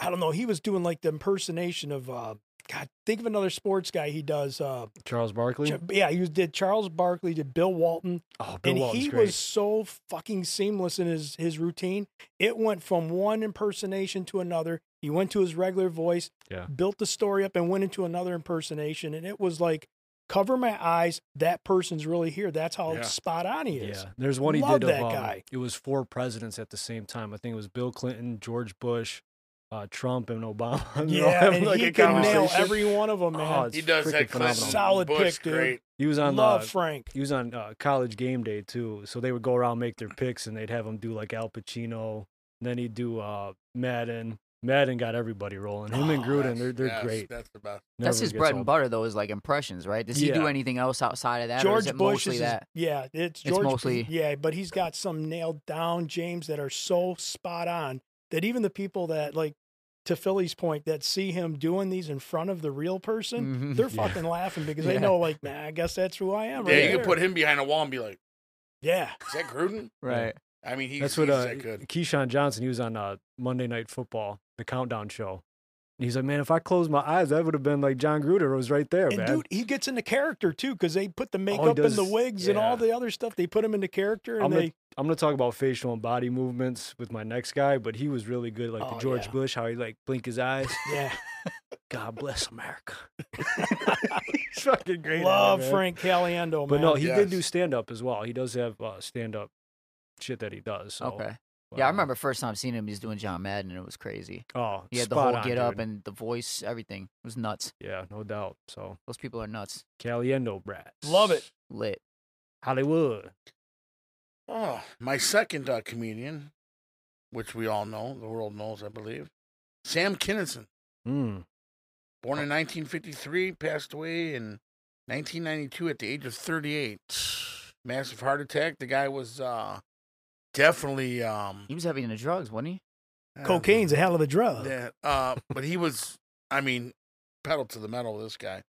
Speaker 3: I don't know, he was doing like the impersonation of, uh, God, think of another sports guy he does. Uh,
Speaker 1: Charles Barkley.
Speaker 3: Ch- Yeah, he was, did Charles Barkley, did Bill Walton,
Speaker 1: oh, Bill
Speaker 3: and
Speaker 1: Walton's
Speaker 3: he
Speaker 1: great.
Speaker 3: was so fucking seamless in his his routine. It went from one impersonation to another. He went to his regular voice,
Speaker 1: Yeah.
Speaker 3: built the story up, and went into another impersonation, and it was like, cover my eyes, that person's really here. That's how
Speaker 4: Yeah.
Speaker 3: spot on he is.
Speaker 1: Yeah, there's one he
Speaker 3: Love
Speaker 1: did
Speaker 3: that
Speaker 1: of, um,
Speaker 3: guy.
Speaker 1: It was four presidents at the same time. I think it was Bill Clinton, George Bush, uh, Trump, and Obama. And they're all
Speaker 3: Yeah,
Speaker 1: having,
Speaker 3: and
Speaker 1: like,
Speaker 3: he
Speaker 1: a
Speaker 3: can nail
Speaker 1: conversation.
Speaker 3: every one of them,
Speaker 1: Oh,
Speaker 3: man.
Speaker 1: it's
Speaker 4: he
Speaker 1: freaking
Speaker 4: does that. Clinton,
Speaker 1: phenomenal.
Speaker 3: Solid
Speaker 4: Bush,
Speaker 3: pick, dude.
Speaker 4: Great.
Speaker 1: He was on
Speaker 3: Love
Speaker 1: uh,
Speaker 3: Frank.
Speaker 1: he was on uh, College Game Day too, so they would go around make their picks, and they'd have him do like Al Pacino, and then he'd do uh, Madden. Madden got everybody rolling. Him and
Speaker 4: Oh,
Speaker 1: Gruden,
Speaker 4: that's-
Speaker 1: they're they're
Speaker 4: that's-
Speaker 1: great.
Speaker 4: That's the best.
Speaker 1: Never
Speaker 2: That's his
Speaker 1: gets
Speaker 2: bread and
Speaker 1: old.
Speaker 2: butter though, is like impressions, right? Does he
Speaker 1: Yeah.
Speaker 2: do anything else outside of that? or is
Speaker 3: George
Speaker 2: it
Speaker 3: Bush
Speaker 2: mostly
Speaker 3: is his-
Speaker 2: that.
Speaker 3: yeah, it's
Speaker 2: It's
Speaker 3: George.
Speaker 2: mostly-
Speaker 3: yeah, but he's got some nailed down James that are so spot on that even the people that like to Philly's point that see him doing these in front of the real person,
Speaker 2: Mhm.
Speaker 3: they're
Speaker 1: Yeah.
Speaker 3: fucking laughing because they
Speaker 2: Yeah.
Speaker 3: know like, man, I guess that's who I am.
Speaker 4: yeah,
Speaker 3: right
Speaker 4: you
Speaker 3: there."
Speaker 4: can put him behind a wall and be like,
Speaker 3: Yeah,
Speaker 4: "Is that Gruden?"
Speaker 2: Right.
Speaker 4: I mean, he's,
Speaker 1: That's what
Speaker 4: he's
Speaker 1: uh,
Speaker 4: that good.
Speaker 1: Keyshawn Johnson. He was on uh, Monday Night Football, the countdown show. And he's like, man, if I closed my eyes, that would have been like John Gruder was right there,
Speaker 3: And
Speaker 1: man.
Speaker 3: dude, he gets into character too because they put the makeup
Speaker 1: does-
Speaker 3: and the wigs and all
Speaker 1: yeah.
Speaker 3: the other stuff. They put him into character and
Speaker 1: I'm
Speaker 3: they
Speaker 1: gonna, I'm gonna talk about facial and body movements with my next guy, but he was really good, like
Speaker 3: Oh,
Speaker 1: the George
Speaker 3: yeah.
Speaker 1: Bush, how he like blink his eyes.
Speaker 3: yeah
Speaker 1: God bless America. He's fucking great. at it,
Speaker 3: love
Speaker 1: man.
Speaker 3: Frank Caliendo.
Speaker 1: But
Speaker 3: man.
Speaker 1: no, he did do
Speaker 4: Yes.
Speaker 1: stand up as well. He does have uh, stand up shit that he does. so,
Speaker 2: okay. Yeah, I
Speaker 1: um,
Speaker 2: remember first time seeing him. He was doing John Madden, and it was crazy.
Speaker 1: Oh,
Speaker 2: He had the
Speaker 1: spot
Speaker 2: whole
Speaker 1: on,
Speaker 2: get up
Speaker 1: dude.
Speaker 2: and the voice, everything. It was nuts.
Speaker 1: yeah, no doubt. So
Speaker 2: Those people are nuts.
Speaker 1: Caliendo brats.
Speaker 3: love it.
Speaker 2: Lit.
Speaker 1: Hollywood.
Speaker 4: Oh, my second uh, comedian, which we all know, the world knows, I believe, Sam Kinison,
Speaker 1: Mm.
Speaker 4: born in 1953, passed away in 1992 at the age of 38. Massive heart attack. The guy was uh, definitely um,
Speaker 2: He was heavy into drugs, wasn't he?
Speaker 4: uh,
Speaker 3: Cocaine's a hell of a drug.
Speaker 4: Yeah, uh, but he was, I mean, pedal to the metal. This guy,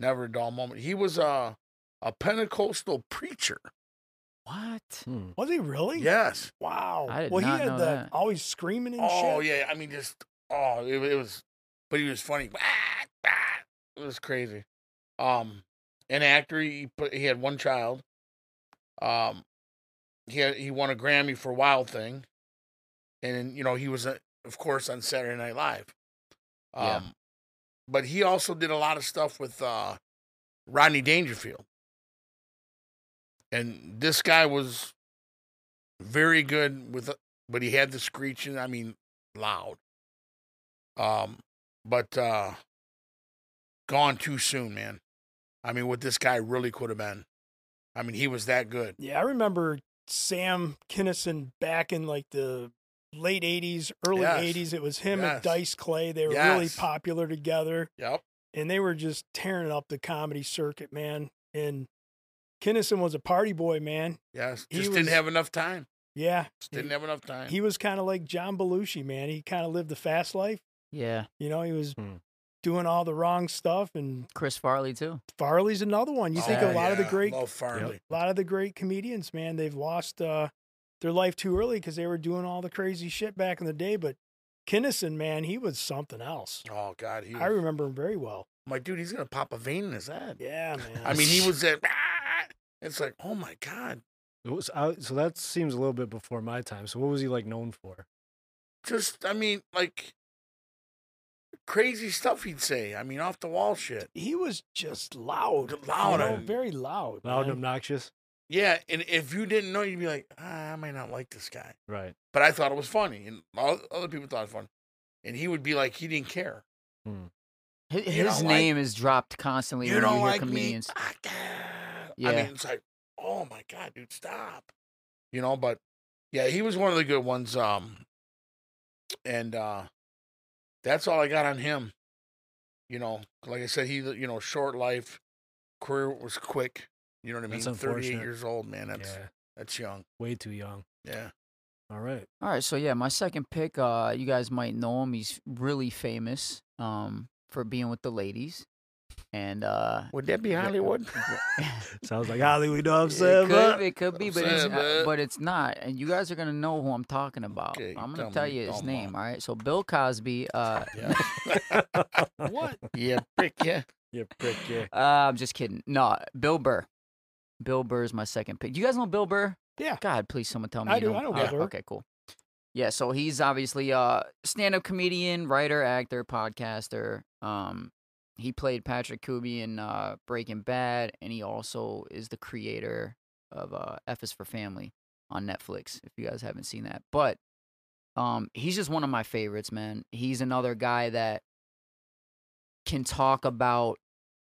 Speaker 4: never a dull moment. He was a a Pentecostal preacher.
Speaker 2: What?
Speaker 1: Mm.
Speaker 3: Was he really?
Speaker 4: Yes.
Speaker 3: Wow.
Speaker 2: I did
Speaker 3: well,
Speaker 2: not
Speaker 3: he had
Speaker 2: know
Speaker 3: the
Speaker 2: that.
Speaker 3: always screaming and
Speaker 4: Oh
Speaker 3: shit.
Speaker 4: yeah, I mean, just oh, it, it was, but he was funny. It was crazy. Um, an actor. He put, he had one child. Um, he had, he won a Grammy for Wild Thing, and you know he was uh, of course on Saturday Night Live. Um,
Speaker 2: Yeah.
Speaker 4: but he also did a lot of stuff with uh, Rodney Dangerfield, and this guy was very good with, uh, but he had the screeching. I mean, loud. Um, but uh, gone too soon, man. I mean, what this guy really could have been. I mean, he was that good.
Speaker 3: Yeah, I remember Sam Kinison back in like the late 80s, early
Speaker 4: Yes.
Speaker 3: 80s. It was him
Speaker 4: Yes.
Speaker 3: and Dice Clay. They were really
Speaker 4: Yes.
Speaker 3: popular together
Speaker 4: Yep.
Speaker 3: and they were just tearing up the comedy circuit, man. And Kinison was a party boy, man.
Speaker 4: Yes.
Speaker 3: He
Speaker 4: Just didn't
Speaker 3: was-
Speaker 4: have enough time.
Speaker 3: Yeah.
Speaker 4: Just didn't have enough time.
Speaker 3: He was kind of like John Belushi, man. He kind of lived the fast life.
Speaker 2: Yeah.
Speaker 3: You know, he was
Speaker 1: Hmm.
Speaker 3: doing all the wrong stuff and
Speaker 2: Chris Farley too.
Speaker 3: Farley's another one. You think
Speaker 2: Oh,
Speaker 3: a lot of the
Speaker 4: yeah,
Speaker 3: great
Speaker 4: Love Farley.
Speaker 3: a lot of the great comedians, man, they've lost uh, their life too early because they were doing all the crazy shit back in the day. But Kinnison, man, he was something else.
Speaker 4: Oh God, he. Was,
Speaker 3: I remember him very well.
Speaker 4: I'm like, dude, he's gonna pop a vein in his head.
Speaker 3: Yeah, man.
Speaker 4: I mean, he was that. It's like, oh my God,
Speaker 1: It was, I, so that seems a little bit before my time. So what was he like known for?
Speaker 4: just I mean, like crazy stuff he'd say. I mean, off the wall shit.
Speaker 3: he was just loud,
Speaker 4: Loud
Speaker 3: you know,
Speaker 4: and-
Speaker 3: very loud,
Speaker 1: Loud and
Speaker 3: man.
Speaker 1: obnoxious.
Speaker 4: Yeah, and if you didn't know, you'd be like, ah, I might not like this guy.
Speaker 1: Right.
Speaker 4: but I thought it was funny, and all other people thought it was funny. And he would be like, he didn't care.
Speaker 2: His,
Speaker 4: You
Speaker 2: his
Speaker 4: don't like-
Speaker 2: name is dropped constantly
Speaker 4: you
Speaker 2: when
Speaker 4: don't
Speaker 2: you hear
Speaker 4: like
Speaker 2: comedians.
Speaker 4: me. Fuck that." I
Speaker 2: Yeah.
Speaker 4: mean, it's like, oh my god, dude, stop. You know, but yeah, he was one of the good ones. Um, and uh, that's all I got on him. You know, like I said, he you know short life, career was quick. You know what I mean?
Speaker 1: That's
Speaker 4: Thirty eight
Speaker 1: unfortunate.
Speaker 4: years old, man. That's
Speaker 1: yeah.
Speaker 4: that's young.
Speaker 1: Way too young.
Speaker 4: Yeah.
Speaker 1: All right.
Speaker 2: All right, so yeah, my second pick. Uh, you guys might know him. He's really famous. Um, for being with the ladies, and uh,
Speaker 4: Would that be Hollywood?
Speaker 1: Sounds like Hollywood. I'm
Speaker 2: It
Speaker 1: saying,
Speaker 2: could, it could be,
Speaker 4: I'm
Speaker 2: but it's,
Speaker 4: saying,
Speaker 2: not,
Speaker 4: but-
Speaker 2: but it's not. And you guys are gonna know who I'm talking about.
Speaker 4: Okay,
Speaker 2: I'm
Speaker 4: tell
Speaker 2: gonna tell
Speaker 4: me.
Speaker 2: you his
Speaker 4: Come
Speaker 2: name.
Speaker 4: on.
Speaker 2: All right. So Bill Cosby. Uh,
Speaker 4: yeah.
Speaker 2: what?
Speaker 4: yeah, prick. Yeah.
Speaker 1: you prick. Yeah.
Speaker 2: Uh, I'm just kidding. No, Bill Burr. Bill Burr is my second pick. You guys know Bill Burr?
Speaker 3: Yeah.
Speaker 2: God, please someone tell me.
Speaker 3: I
Speaker 2: you
Speaker 3: do, I know
Speaker 2: All
Speaker 3: Bill
Speaker 2: right,
Speaker 3: Burr.
Speaker 2: Okay, cool. Yeah, so he's obviously a stand-up comedian, writer, actor, podcaster. Um, he played Patrick Kuby in uh, Breaking Bad, and he also is the creator of uh, F is for Family on Netflix. If you guys haven't seen that, but um, he's just one of my favorites, man. He's another guy that can talk about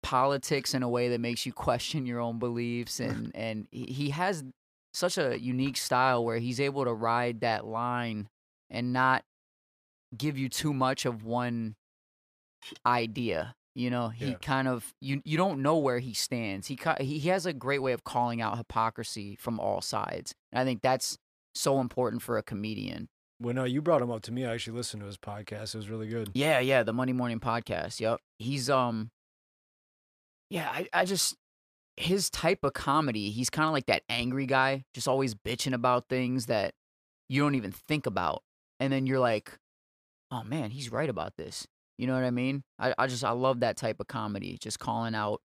Speaker 2: politics in a way that makes you question your own beliefs, and and he- he has such a unique style where he's able to ride that line and not give you too much of one idea. You know, he
Speaker 1: Yeah.
Speaker 2: kind of you you don't know where he stands. He ki- he he has a great way of calling out hypocrisy from all sides. And I think that's so important for a comedian.
Speaker 1: Well, no, you brought him up to me. I actually listened to his podcast. It was really good.
Speaker 2: Yeah, yeah, the Monday morning podcast. Yep. He's um Yeah, I, I just his type of comedy, he's kind of like that angry guy, just always bitching about things that you don't even think about. And then you're like, oh man, he's right about this. You know what I mean? I, I just, I love that type of comedy, just calling out.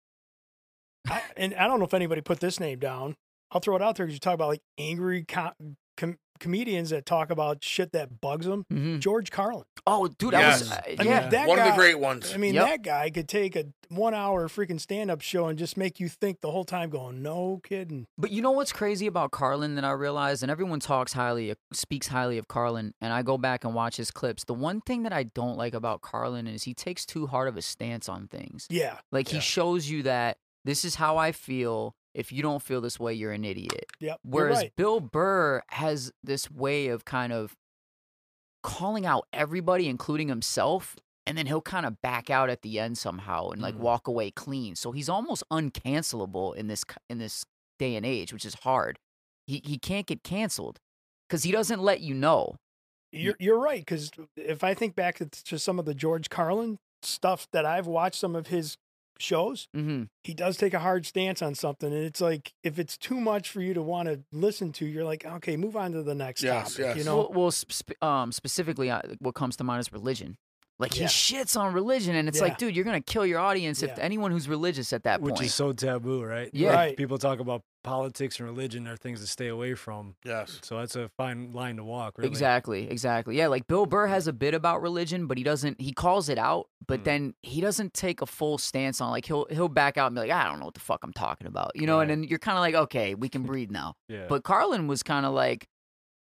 Speaker 3: I, and I don't know if anybody put this name down. I'll throw it out there because you talk about like angry com- com- comedians that talk about shit that bugs them. George Carlin.
Speaker 2: Oh, dude,
Speaker 4: Hmm. Yes.
Speaker 2: I was,
Speaker 3: Mm-hmm. I
Speaker 2: uh,
Speaker 3: mean,
Speaker 2: yeah.
Speaker 3: that
Speaker 4: One of
Speaker 3: guy-
Speaker 4: the great ones.
Speaker 3: I mean,
Speaker 2: Yep.
Speaker 3: that guy could take a one hour freaking stand up show and just make you think the whole time, going, no kidding.
Speaker 2: But you know what's crazy about Carlin that I realized, and everyone talks highly, uh, speaks highly of Carlin, and I go back and watch his clips. The one thing that I don't like about Carlin is he takes too hard of a stance on things.
Speaker 3: Yeah.
Speaker 2: Like he
Speaker 4: Yeah.
Speaker 2: shows you that this is how I feel. If you don't feel this way, you're an idiot.
Speaker 3: Yep. you're
Speaker 2: Whereas
Speaker 3: right.
Speaker 2: Bill Burr has this way of kind of calling out everybody, including himself, and then he'll kind of back out at the end somehow and
Speaker 3: Mm-hmm.
Speaker 2: like
Speaker 1: Mm.
Speaker 2: walk away clean. So he's almost uncancelable in this c- in this day and age, which is hard. He he can't get canceled because he doesn't let you know.
Speaker 3: You're, you're right. Because if I think back to- to some of the George Carlin stuff that I've watched, some of his shows,
Speaker 2: hmm
Speaker 3: he does take a hard stance on something. And it's like, if it's too much for you to want to listen to, you're like, okay, move on to the next
Speaker 4: Yes,
Speaker 3: topic.
Speaker 4: yes.
Speaker 3: You know?
Speaker 2: Well, well sp- sp- um, specifically, uh, what comes to mind is religion. Like
Speaker 3: Yeah.
Speaker 2: he shits on religion, and it's
Speaker 3: Yeah.
Speaker 2: like, dude, you're gonna kill your audience if
Speaker 3: Yeah.
Speaker 2: anyone who's religious at that
Speaker 1: Which
Speaker 2: point.
Speaker 1: is so taboo, right?
Speaker 2: Yeah.
Speaker 3: Right.
Speaker 1: People talk about politics and religion are things to stay away from.
Speaker 4: yes.
Speaker 1: So that's a fine line to walk, really.
Speaker 2: Exactly, exactly. Yeah, like Bill Burr has a bit about religion, but he doesn't. He calls it out, but
Speaker 1: Mm.
Speaker 2: then he doesn't take a full stance on. Like he'll he'll back out and be like, I don't know what the fuck I'm talking about, you know. And
Speaker 1: Right.
Speaker 2: then you're kind of like, okay, we can breathe now.
Speaker 1: Yeah.
Speaker 2: But Carlin was kind of like,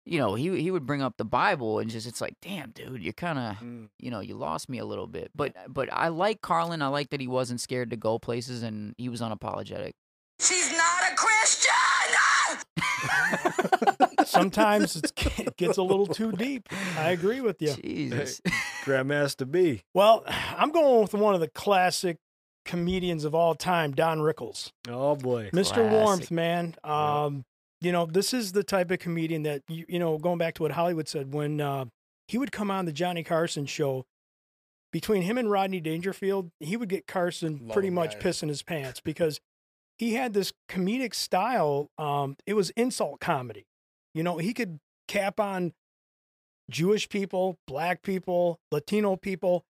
Speaker 2: you know, he he would bring up the Bible and just it's like, damn, dude, you're kind of
Speaker 1: Mm.
Speaker 2: you know you lost me a little bit. But but I like Carlin. I like that he wasn't scared to go places and he was unapologetic.
Speaker 6: She's not a Christian!
Speaker 3: Sometimes it's, it gets a little too deep. I agree with you.
Speaker 2: Jesus.
Speaker 1: Grandmaster B.
Speaker 3: Well, I'm going with one of the classic comedians of all time, Don Rickles.
Speaker 1: Oh boy.
Speaker 3: Mr.
Speaker 2: Classic.
Speaker 3: Warmth, man. Um, you know, this is the type of comedian that you, you know, going back to what Hollywood said when uh, he would come on the Johnny Carson show. Between him and Rodney Dangerfield, he would get Carson
Speaker 4: Love
Speaker 3: pretty
Speaker 4: him,
Speaker 3: much
Speaker 4: guys.
Speaker 3: pissing his pants because he had this comedic style. Um, it was insult comedy. You know, he could cap on Jewish people, black people, Latino people,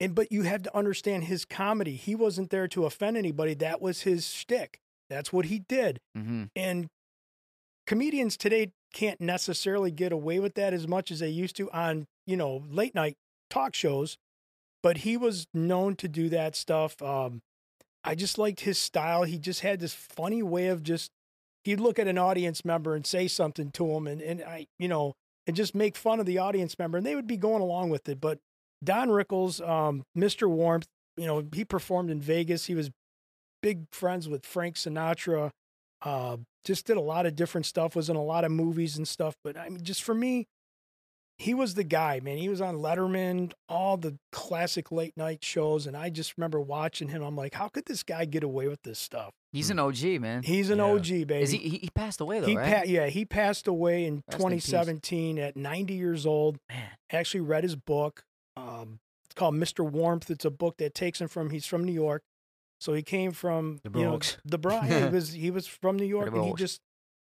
Speaker 3: and but you had to understand his comedy. He wasn't there to offend anybody. That was his shtick. That's what he did.
Speaker 2: hmm
Speaker 3: And comedians today can't necessarily get away with that as much as they used to on, you know, late night talk shows. But he was known to do that stuff. Um, I just liked his style. He just had this funny way of just, he'd look at an audience member and say something to him and, and I, you know, and just make fun of the audience member and they would be going along with it. But Don Rickles, um, Mr. Warmth, you know, he performed in Vegas. He was big friends with Frank Sinatra uh, just did a lot of different stuff, was in a lot of movies and stuff. But I mean, just for me, he was the guy, man. He was on Letterman, all the classic late night shows. And I just remember watching him. I'm like, how could this guy get away with this stuff?
Speaker 1: Hmm.
Speaker 2: He's an OG man.
Speaker 3: He's an
Speaker 1: Yeah.
Speaker 3: OG, baby.
Speaker 2: Mm, Is he, he? He passed away though,
Speaker 3: He
Speaker 2: right?
Speaker 3: pa- yeah, he passed away in
Speaker 2: peace.
Speaker 3: 2017 at 90 years old.
Speaker 2: Man.
Speaker 3: Actually, read his book. Um, it's called Mr. Warmth. It's a book that takes him from. He's from New York, so he came from
Speaker 1: The
Speaker 3: you know,
Speaker 1: Bronx.
Speaker 3: the Bronx. yeah, he was he was from New York, and he
Speaker 2: Bronx.
Speaker 3: just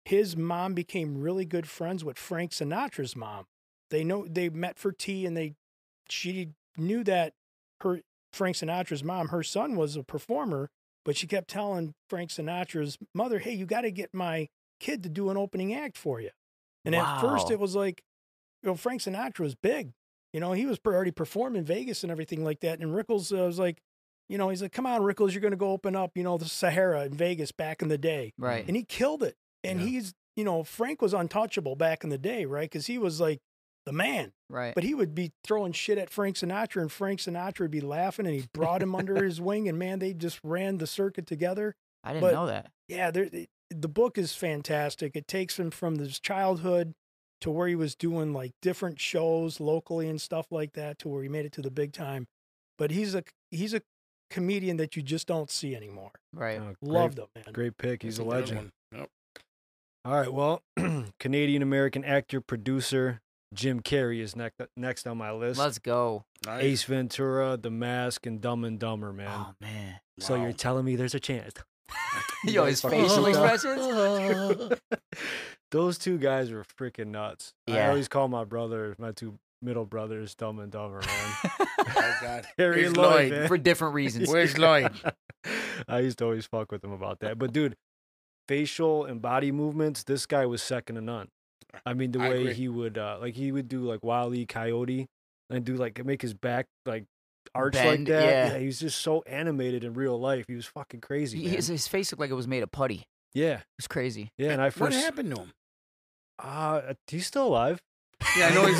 Speaker 3: his mom became really good friends with Frank Sinatra's mom. They know they met for tea, and they she knew that her Frank Sinatra's mom, her son was a performer, but she kept telling Frank Sinatra's mother, "Hey, you got to get my kid to do an opening act for you." And at first,
Speaker 2: Wow.
Speaker 3: it was like, you know, Frank Sinatra was big. You know, he was pre- already performing in Vegas and everything like that. And Rickles uh, was like, you know, he's like, "Come on, Rickles, you're going to go open up, you know, the Sahara in Vegas back in the day."
Speaker 2: Right.
Speaker 3: And he killed it. And
Speaker 1: Yeah.
Speaker 3: he's, you know, Frank was untouchable back in the day, right? Because he was like the man.
Speaker 2: Right.
Speaker 3: But he would be throwing shit at Frank Sinatra, and Frank Sinatra would be laughing, and he brought him under his wing, and man, they just ran the circuit together.
Speaker 2: I didn't
Speaker 3: but-
Speaker 2: know that.
Speaker 3: Yeah, there, it- the book is fantastic. It takes him from his childhood to where he was doing like different shows locally and stuff like that to where he made it to the big time. But he's a he's a comedian that you just don't see anymore.
Speaker 2: Right.
Speaker 1: Oh, great-
Speaker 3: Loved him, man.
Speaker 1: Great pick. He's a
Speaker 4: That's good
Speaker 1: legend.
Speaker 4: one. Yep.
Speaker 1: All right. Well, Canadian American actor producer Jim Carrey is next next on my list.
Speaker 2: Let's go.
Speaker 4: Nice.
Speaker 1: Ace Ventura, The Mask, and Dumb and Dumber, man.
Speaker 2: Oh man.
Speaker 1: so
Speaker 4: Wow.
Speaker 1: you're telling me there's a chance?
Speaker 2: Yo, his facial expressions.
Speaker 1: Those two guys were freaking nuts. I
Speaker 2: Yeah.
Speaker 1: always call my brother, my two middle brothers, dumb and dumber, man.
Speaker 4: Oh God,
Speaker 1: Harry
Speaker 4: Where's
Speaker 1: and
Speaker 4: Lloyd?
Speaker 1: Lloyd, man.
Speaker 2: For different reasons.
Speaker 4: Where's Lloyd?
Speaker 1: I used to always fuck with him about that. But dude, facial and body movements, this guy was second to none. I mean, the
Speaker 4: I
Speaker 1: way
Speaker 4: agree.
Speaker 1: he would, uh, like, he would do like Wile E. Coyote and do like make his back like arch like
Speaker 2: Bend,
Speaker 1: that.
Speaker 2: yeah.
Speaker 1: he was just so animated in real life. He was fucking crazy.
Speaker 2: He-
Speaker 1: man.
Speaker 2: his, his face looked like it was made of putty. It
Speaker 1: yeah,
Speaker 2: was crazy.
Speaker 1: yeah. And I first,
Speaker 4: What happened to him?
Speaker 1: Uh, he's still alive.
Speaker 4: Yeah, I know he's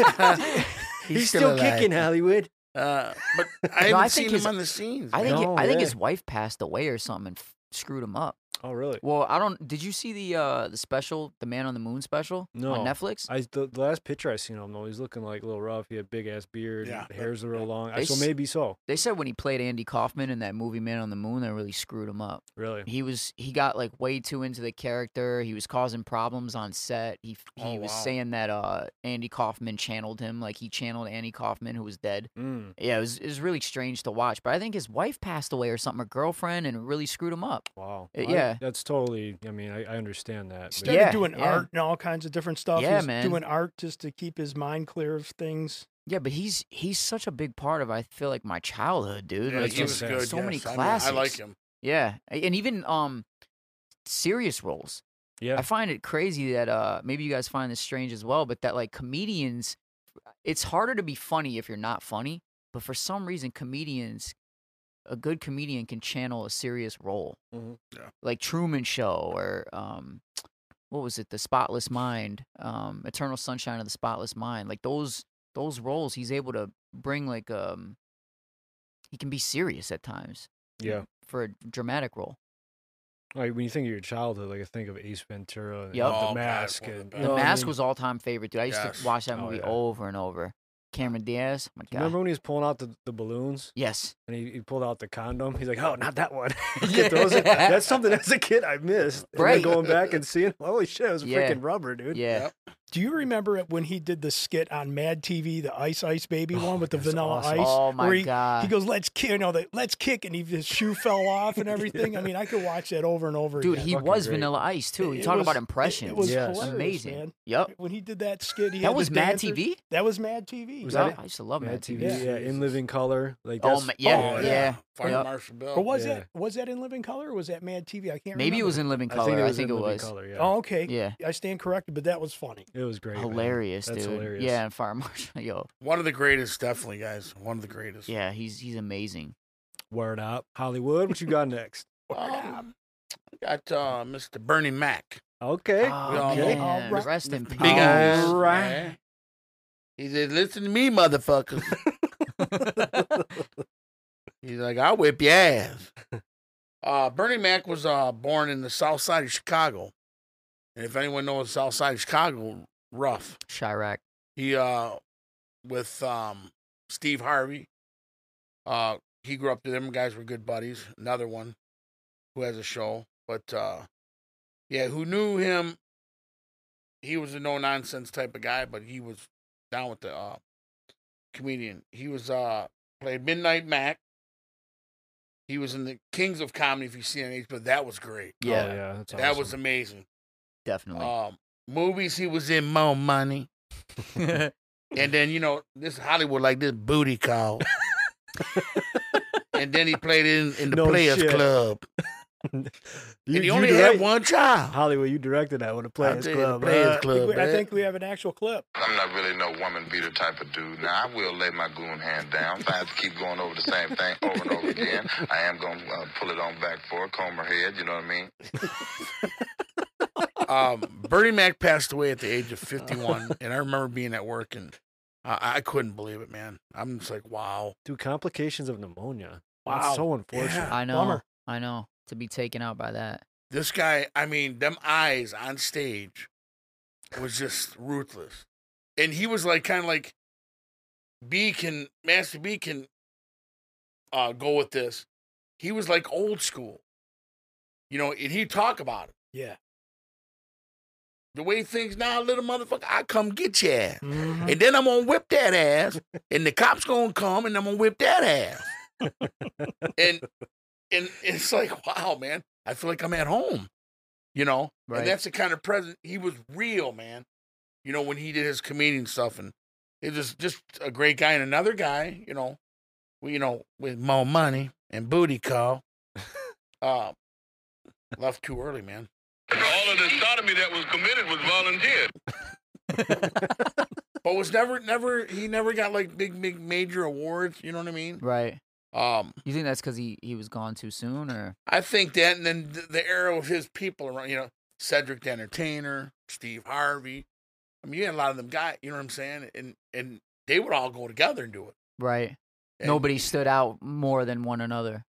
Speaker 4: one. He's,
Speaker 1: He's, still,
Speaker 4: alive.
Speaker 1: kicking, Hollywood.
Speaker 4: Uh, but I
Speaker 2: No,
Speaker 4: haven't
Speaker 2: I
Speaker 4: seen
Speaker 2: think
Speaker 4: him
Speaker 2: his-
Speaker 4: on the scenes.
Speaker 2: I
Speaker 4: man.
Speaker 2: think
Speaker 1: No
Speaker 2: I think
Speaker 1: way.
Speaker 2: his wife passed away or something and f- screwed him up.
Speaker 1: Oh, really?
Speaker 2: Well, I don't. Did you see the uh the special, the Man on the Moon special
Speaker 1: No.
Speaker 2: on Netflix?
Speaker 1: I the, the last picture I seen of him though, he's looking like a little rough. He had big ass beard.
Speaker 4: Yeah,
Speaker 1: Yeah, the
Speaker 4: that-
Speaker 1: hair's real long. I-
Speaker 2: They
Speaker 1: So
Speaker 2: s-
Speaker 1: maybe so.
Speaker 2: they said when he played Andy Kaufman in that movie Man on the Moon, they really screwed him up.
Speaker 1: Really?
Speaker 2: He was he got like way too into the character. He was causing problems on set. He f- he
Speaker 4: Oh,
Speaker 2: was
Speaker 4: wow.
Speaker 2: saying that uh Andy Kaufman channeled him, like he channeled Andy Kaufman who was dead.
Speaker 1: Mm,
Speaker 2: Yeah, it was it was really strange to watch. But I think his wife passed away or something, or girlfriend, and it really screwed him up.
Speaker 1: wow.
Speaker 2: Uh,
Speaker 1: I-
Speaker 2: yeah.
Speaker 1: that's totally. I mean, I, I understand that. but-
Speaker 3: started
Speaker 2: Yeah,
Speaker 3: doing
Speaker 2: yeah.
Speaker 3: art and all kinds of different stuff.
Speaker 2: Yeah,
Speaker 3: He's
Speaker 2: man.
Speaker 3: Doing art just to keep his mind clear of things.
Speaker 2: Yeah, but he's he's such a big part of I feel like my childhood, dude.
Speaker 4: Yeah,
Speaker 2: like
Speaker 1: that's
Speaker 4: he
Speaker 1: what
Speaker 4: was
Speaker 2: just
Speaker 1: I'm saying.
Speaker 4: good.
Speaker 2: so many
Speaker 4: yes. I mean,
Speaker 2: classics.
Speaker 4: I like him.
Speaker 2: Yeah, a- and even um serious roles.
Speaker 1: yeah.
Speaker 2: I find it crazy that uh maybe you guys find this strange as well, but that like comedians it's harder to be funny if you're not funny, but for some reason comedians a good comedian can channel a serious role.
Speaker 1: Mhm.
Speaker 4: Yeah.
Speaker 2: Like Truman Show or um what was it? The Spotless Mind, um Eternal Sunshine of the Spotless Mind. Like those those roles he's able to bring like um he can be serious at times
Speaker 1: yeah.
Speaker 2: for a dramatic role.
Speaker 1: Like when you think of your childhood, like I think of Ace Ventura and
Speaker 2: Yup.
Speaker 1: The
Speaker 4: Oh, God,
Speaker 1: Mask.
Speaker 4: one of the
Speaker 1: and,
Speaker 4: best.
Speaker 1: you
Speaker 2: The
Speaker 1: know what I
Speaker 2: Mask
Speaker 1: mean?
Speaker 2: was all time favorite, dude. I used
Speaker 4: Yes.
Speaker 2: to watch that
Speaker 1: Oh,
Speaker 2: movie
Speaker 1: yeah.
Speaker 2: over and over. Cameron Diaz, my God.
Speaker 1: Remember when he was pulling out the, the balloons
Speaker 2: Yes.
Speaker 1: and he, he pulled out the condom? He's like, oh, not that one.
Speaker 2: Yeah.
Speaker 1: Get those in. That's something as a kid I missed. And then
Speaker 2: Right.
Speaker 1: going back and seeing, holy shit, it was
Speaker 2: Yeah.
Speaker 1: freaking rubber, dude.
Speaker 2: Yeah.
Speaker 4: Yep.
Speaker 3: Do you remember it when he did the skit on Mad TV, the Ice Ice Baby
Speaker 1: Oh,
Speaker 3: one with the
Speaker 1: that's
Speaker 3: Vanilla
Speaker 1: awesome.
Speaker 3: Ice?
Speaker 2: Oh my
Speaker 3: where he,
Speaker 2: God.
Speaker 3: He goes, "Let's kick," you know, the, "Let's kick," and he, his shoe fell off and everything. I mean, I could watch that over and over
Speaker 2: Dude,
Speaker 3: again.
Speaker 2: he
Speaker 1: fucking
Speaker 2: was
Speaker 1: great.
Speaker 2: Vanilla Ice too.
Speaker 3: It-
Speaker 2: You
Speaker 3: it
Speaker 2: talk
Speaker 3: was-
Speaker 2: about
Speaker 3: it-
Speaker 2: impressions.
Speaker 3: It was
Speaker 1: Yes.
Speaker 3: hilarious,
Speaker 2: amazing.
Speaker 3: man.
Speaker 2: Yep.
Speaker 3: When he did that skit, he
Speaker 2: That
Speaker 3: had
Speaker 2: was
Speaker 3: the
Speaker 2: Mad
Speaker 3: dancers-
Speaker 2: TV?
Speaker 3: That was Mad TV.
Speaker 1: Was
Speaker 2: Yeah,
Speaker 1: that it?
Speaker 2: I used to love
Speaker 1: Mad
Speaker 2: Mad
Speaker 1: TV,
Speaker 2: TV.
Speaker 1: yeah.
Speaker 3: Yeah.
Speaker 1: in living color, like
Speaker 2: Oh
Speaker 1: that's
Speaker 2: my- yeah,
Speaker 4: Oh,
Speaker 2: yeah.
Speaker 4: Fire
Speaker 2: Yep.
Speaker 4: Marshal Bill.
Speaker 3: Or was
Speaker 1: Yeah.
Speaker 3: that was that in Living Color or was that Mad TV? I can't.
Speaker 2: Maybe it
Speaker 3: remember.
Speaker 2: was in Living Color. I
Speaker 1: in
Speaker 2: think it
Speaker 1: Living
Speaker 2: was.
Speaker 1: Color, yeah.
Speaker 3: Oh, okay.
Speaker 2: Yeah.
Speaker 3: I stand corrected, but that was funny.
Speaker 1: It was great. man.
Speaker 2: Hilarious,
Speaker 1: That's
Speaker 2: dude.
Speaker 1: hilarious.
Speaker 2: Yeah, and Fire Marshal. Yo.
Speaker 4: One of the greatest, definitely, guys. One of the greatest.
Speaker 2: Yeah, he's he's amazing.
Speaker 1: Word up, Hollywood. What you got next?
Speaker 4: Um, got uh, Mr. Bernie Mac.
Speaker 1: Okay.
Speaker 2: Oh,
Speaker 4: okay.
Speaker 2: man.
Speaker 3: Alright.
Speaker 2: Rest in
Speaker 4: Big
Speaker 2: peace.
Speaker 4: eyes.
Speaker 1: Alright.
Speaker 4: yeah. He said, listen to me, motherfuckers. He's like, I'll whip your ass. Uh, Bernie Mac was uh, born in the south side of Chicago. And if anyone knows the south side of Chicago, rough.
Speaker 2: Chirac.
Speaker 4: He uh with um Steve Harvey. Uh he grew up to them guys were good buddies. Another one who has a show. But uh yeah, who knew him he was a no nonsense type of guy, but he was down with the uh comedian. He was uh played Midnight Mac. He was in the Kings of Comedy if you see on but that was great.
Speaker 1: Oh,
Speaker 2: Yeah,
Speaker 1: yeah. That's
Speaker 4: That was
Speaker 1: awesome.
Speaker 4: amazing.
Speaker 2: definitely.
Speaker 4: Um movies he was in Mo Money. And then you know this Hollywood like this booty call. and then he played in in the
Speaker 1: No
Speaker 4: Players
Speaker 1: shit.
Speaker 4: Club.
Speaker 1: You,
Speaker 4: and he
Speaker 1: you
Speaker 4: only
Speaker 1: direct-
Speaker 4: had one child.
Speaker 1: Hollywood, you directed that with a Players
Speaker 4: tell you, the
Speaker 1: Club. Uh,
Speaker 4: Players
Speaker 1: huh?
Speaker 4: Club.
Speaker 3: I
Speaker 4: man.
Speaker 3: think we have an actual clip.
Speaker 7: I'm not really no woman beater type of dude. Now, I will lay my goon hand down. If I have to keep going over the same thing over and over again, I am going to uh, pull it on back for her, comb her head, you know what I mean?
Speaker 4: um, Bernie Mac passed away at the age of 51, and I remember being at work and I, I couldn't believe it, man. I'm just like, wow.
Speaker 1: Dude, complications of pneumonia.
Speaker 4: Wow.
Speaker 1: That's so unfortunate.
Speaker 4: Yeah.
Speaker 2: I know.
Speaker 3: Bummer.
Speaker 2: I know. To be taken out by that.
Speaker 4: This guy, I mean, them eyes on stage was just ruthless, and he was like, kind of like B can Master B can uh, go with this. He was like old school, you know, and he'd talk about it.
Speaker 3: Yeah.
Speaker 4: The way things now, little motherfucker, I come get your ass.
Speaker 2: Mm-hmm.
Speaker 4: And then I'm gonna whip that ass, and the cops gonna come, and I'm gonna whip that ass. and and it's like, wow, man, I feel like I'm at home. You know,
Speaker 2: Right.
Speaker 4: and that's the kind of present he was real, man. You know, when he did his comedian stuff, and it was just a great guy. And another guy, you know, we, you know, with more money and booty call, uh, left too early, man.
Speaker 5: All of the sodomy that was committed was volunteered.
Speaker 4: But was never, never, he never got like big, big major awards. You know what I mean?
Speaker 2: Right.
Speaker 4: Um,
Speaker 2: You think that's because he, he was gone too soon, or
Speaker 4: I think that, and then th- the era of his people around, you know, Cedric the Entertainer, Steve Harvey. I mean, you had a lot of them guys, you know what I'm saying? And and they would all go together and do it.
Speaker 2: right?
Speaker 4: And
Speaker 2: Nobody stood out more than one another.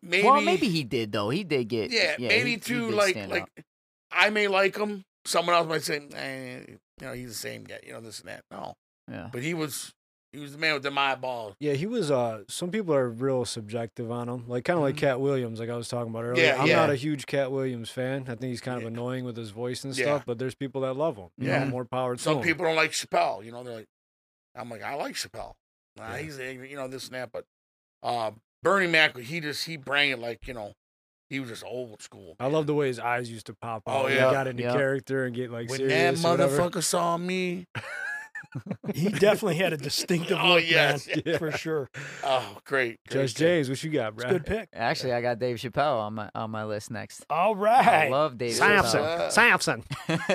Speaker 4: Maybe,
Speaker 2: well, maybe he did though. He did get
Speaker 4: yeah,
Speaker 2: he-
Speaker 4: maybe
Speaker 2: he
Speaker 4: too.
Speaker 2: did
Speaker 4: Like
Speaker 2: stand
Speaker 4: like,
Speaker 2: out.
Speaker 4: I may like him. Someone else might say, eh, you know, he's the same guy. You know, this and that. No,
Speaker 2: yeah.
Speaker 4: but he was he was the man with the my balls.
Speaker 1: Yeah, he was. Uh, some people are real subjective on him, like kind of like Cat Williams, like I was talking about earlier.
Speaker 4: Mm-hmm. Yeah,
Speaker 1: I'm
Speaker 4: yeah.
Speaker 1: not a huge Cat Williams fan. I think he's kind of
Speaker 4: Yeah.
Speaker 1: annoying with his voice and
Speaker 4: Yeah.
Speaker 1: stuff. But there's people that love him. You know,
Speaker 4: Yeah.
Speaker 1: more power to
Speaker 4: Some
Speaker 1: him.
Speaker 4: people don't like Chappelle. You know, they're like, I'm like, I like Chappelle. Nah,
Speaker 1: Yeah.
Speaker 4: he's angry, you know, this and that. But uh, Bernie Mac, he just, he bring it like, you know, he was just old school.
Speaker 1: I love the way his eyes used to pop out.
Speaker 4: Oh,
Speaker 1: when he
Speaker 4: yeah.
Speaker 1: got into
Speaker 2: Yeah.
Speaker 1: character and get like
Speaker 4: when that
Speaker 1: serious. or whatever.
Speaker 4: motherfucker saw me,
Speaker 3: He definitely had a distinctive
Speaker 4: Oh,
Speaker 3: look,
Speaker 4: yes.
Speaker 3: man,
Speaker 1: Yeah.
Speaker 3: for sure.
Speaker 4: oh, great. great
Speaker 1: Judge
Speaker 4: thing.
Speaker 1: James, what you got,
Speaker 3: It's
Speaker 1: bro?
Speaker 3: a good pick.
Speaker 2: Actually, I got Dave Chappelle on my on my list next.
Speaker 3: All
Speaker 2: I
Speaker 3: right.
Speaker 2: love Dave
Speaker 1: Samson,
Speaker 2: Chappelle.
Speaker 4: Uh,
Speaker 1: Samson.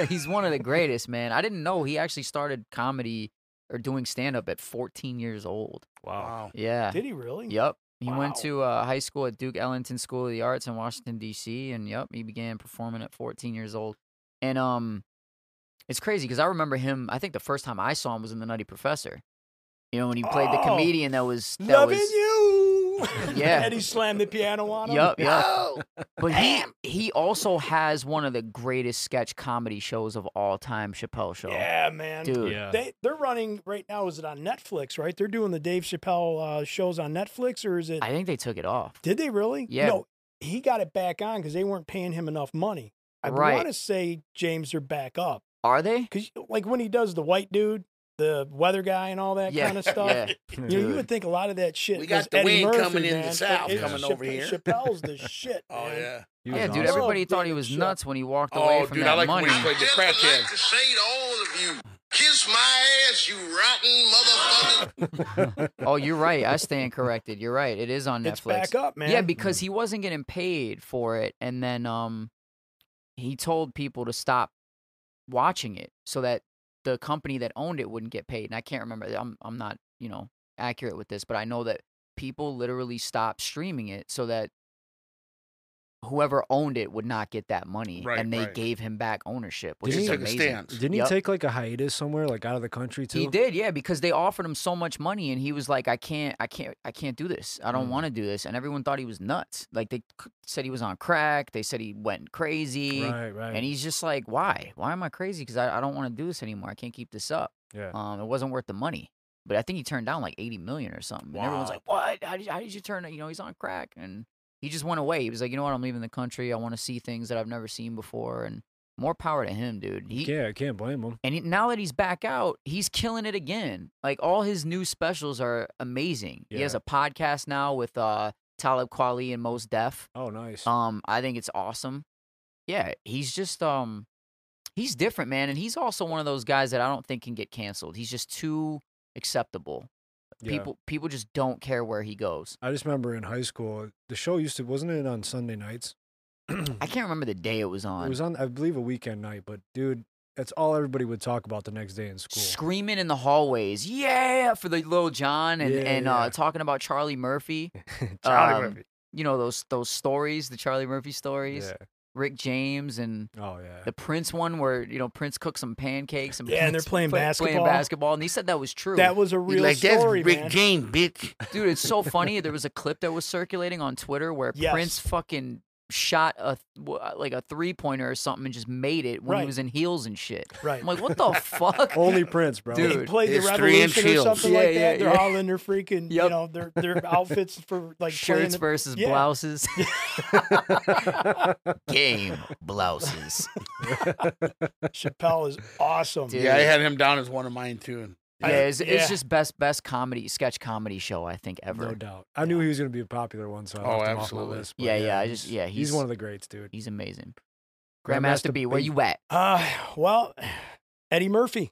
Speaker 2: He's one of the greatest, man. I didn't know he actually started comedy or doing stand up at 14 years old.
Speaker 4: Wow.
Speaker 2: Yeah.
Speaker 3: Did he really?
Speaker 2: Yep. He went
Speaker 3: Wow.
Speaker 2: to uh, high school at Duke Ellington School of the Arts in Washington D.C. and yep, he began performing at 14 years old. And um, it's crazy because I remember him. I think the first time I saw him was in The Nutty Professor. You know, when he played the
Speaker 3: Oh,
Speaker 2: comedian that was that
Speaker 3: Loving
Speaker 2: was
Speaker 3: you.
Speaker 2: Yeah.
Speaker 3: And he slammed the piano on him.
Speaker 2: Yup, yup. But he he also has one of the greatest sketch comedy shows of all time, Chappelle Show.
Speaker 3: Yeah, man.
Speaker 2: Dude,
Speaker 1: Yeah.
Speaker 3: They they're running right now. Is it on Netflix? Right? They're doing the Dave Chappelle uh, shows on Netflix, or is it?
Speaker 2: I think they took it off.
Speaker 3: Did they really?
Speaker 2: Yeah.
Speaker 3: No, he got it back on because they weren't paying him enough money. I
Speaker 2: Right.
Speaker 3: want to say James are back up
Speaker 2: Are they?
Speaker 3: because like when he does the white dude, the weather guy, and all that
Speaker 2: yeah.
Speaker 3: kind of stuff.
Speaker 2: Yeah.
Speaker 3: You, know, you
Speaker 2: Dude.
Speaker 3: would think a lot of that shit.
Speaker 4: We
Speaker 3: was
Speaker 4: got the
Speaker 3: Eddie
Speaker 4: wind
Speaker 3: Murphy,
Speaker 4: coming in the
Speaker 3: man, but
Speaker 4: south
Speaker 3: it's
Speaker 1: coming
Speaker 4: over
Speaker 3: Chappelle-
Speaker 4: here.
Speaker 3: Chappelle's the shit.
Speaker 4: Oh,
Speaker 3: man.
Speaker 4: yeah.
Speaker 1: He was
Speaker 2: Yeah, dude,
Speaker 1: awesome.
Speaker 2: everybody
Speaker 3: Love
Speaker 2: thought he
Speaker 3: David
Speaker 2: was
Speaker 3: Chappelle.
Speaker 2: nuts when he walked away
Speaker 4: Oh,
Speaker 2: from
Speaker 4: dude,
Speaker 2: that
Speaker 4: I like
Speaker 2: money.
Speaker 4: when he played the
Speaker 5: Just would
Speaker 4: crackhead.
Speaker 5: like to say to all of you, kiss my ass, you rotten motherfucker.
Speaker 2: oh, you're right. I stand corrected. You're right. It is on
Speaker 3: It's
Speaker 2: Netflix.
Speaker 3: back up, man.
Speaker 2: Yeah, because he wasn't getting paid for it, and then um, he told people to stop watching it so that the company that owned it wouldn't get paid. And I can't remember. I'm I'm not you know accurate with this, but I know that people literally stopped streaming it so that whoever owned it would not get that money,
Speaker 4: Right,
Speaker 2: and they
Speaker 4: right.
Speaker 2: gave him back ownership, which
Speaker 1: Did
Speaker 2: is
Speaker 1: he
Speaker 4: take a
Speaker 2: amazing.
Speaker 4: stance?
Speaker 1: Didn't
Speaker 2: Yup.
Speaker 1: he take like a hiatus somewhere, like out of the country too?
Speaker 2: He did, yeah, because they offered him so much money, and he was like, "I can't, I can't, I can't do this. I don't
Speaker 1: Mm.
Speaker 2: want to do this." And everyone thought he was nuts. Like they c- said he was on crack. They said he went crazy,
Speaker 1: Right, right.
Speaker 2: and he's just like, "Why? Why am I crazy? Because I, I don't want to do this anymore. I can't keep this up.
Speaker 1: yeah.
Speaker 2: Um, it wasn't worth the money." But I think he turned down like eighty million or something. And everyone's
Speaker 4: Wow.
Speaker 2: like, "What? How did, how did you turn it? You know, he's on crack." And he just went away. He was like, "You know what? I'm leaving the country. I want to see things that I've never seen before." And more power to him, dude. He,
Speaker 1: yeah, I can't blame him.
Speaker 2: and he, now that he's back out, he's killing it again. Like all his new specials are amazing. He has
Speaker 1: Yeah.
Speaker 2: a podcast now with uh Talib Kweli and Most Def.
Speaker 1: Oh, nice.
Speaker 2: Um, I think it's awesome. Yeah, he's just um he's different, man, and he's also one of those guys that I don't think can get canceled. He's just too acceptable.
Speaker 1: Yeah.
Speaker 2: People people just don't care where he goes.
Speaker 1: I just remember in high school, the show used to wasn't it on Sunday nights?
Speaker 2: I can't remember the day it was on.
Speaker 1: Mm-hmm. It was on, I believe, a weekend night. But dude, that's all everybody would talk about the next day in school.
Speaker 2: Screaming in the hallways, yeah, for the little John and
Speaker 1: Yeah,
Speaker 2: and
Speaker 1: yeah.
Speaker 2: Uh, talking about Charlie Murphy.
Speaker 1: Charlie
Speaker 2: um,
Speaker 1: Murphy.
Speaker 2: you know those those stories, the Charlie Murphy stories,
Speaker 1: Yeah.
Speaker 2: Rick James and
Speaker 1: Oh yeah.
Speaker 2: the Prince one where you know Prince cooked some pancakes and
Speaker 3: Yeah, and they're
Speaker 2: Prince
Speaker 3: playing
Speaker 2: play-
Speaker 3: basketball.
Speaker 2: playing basketball, and he said that was true.
Speaker 3: That was a real
Speaker 4: like,
Speaker 3: story,
Speaker 4: that's Rick
Speaker 3: man.
Speaker 4: James, bitch.
Speaker 2: dude, it's so funny. There was a clip that was circulating on Twitter where
Speaker 3: Yes.
Speaker 2: Prince fucking shot a w- uh, like a three pointer or something and just made it when
Speaker 3: Right.
Speaker 2: he was in heels and shit.
Speaker 3: Right.
Speaker 2: I'm like, what the fuck?
Speaker 1: Only Prince, bro.
Speaker 2: Dude.
Speaker 3: They played the
Speaker 4: It's three inch
Speaker 3: Revolution or
Speaker 4: heels.
Speaker 3: something
Speaker 2: Yeah,
Speaker 3: like
Speaker 2: yeah,
Speaker 3: that. They're
Speaker 2: yeah.
Speaker 3: all in their freaking, you
Speaker 2: Yep.
Speaker 3: know, their their outfits for like playing
Speaker 2: Shirts
Speaker 3: the-
Speaker 2: versus
Speaker 3: yeah.
Speaker 2: blouses. Game blouses.
Speaker 3: Chappelle is awesome.
Speaker 2: Dude.
Speaker 4: Yeah, I had him down as one of mine too. And
Speaker 2: Yeah, it's,
Speaker 3: yeah.
Speaker 2: it's just best best comedy sketch comedy show I think ever.
Speaker 1: No doubt. I knew he was going to be a popular one, so I
Speaker 4: Oh,
Speaker 1: left him off
Speaker 4: absolutely.
Speaker 1: my list. but
Speaker 2: Yeah, yeah, I just yeah,
Speaker 1: he's,
Speaker 2: he's
Speaker 1: one of the greats, dude.
Speaker 2: he's amazing. Grandmaster B, where you at?
Speaker 3: Uh, well, Eddie Murphy.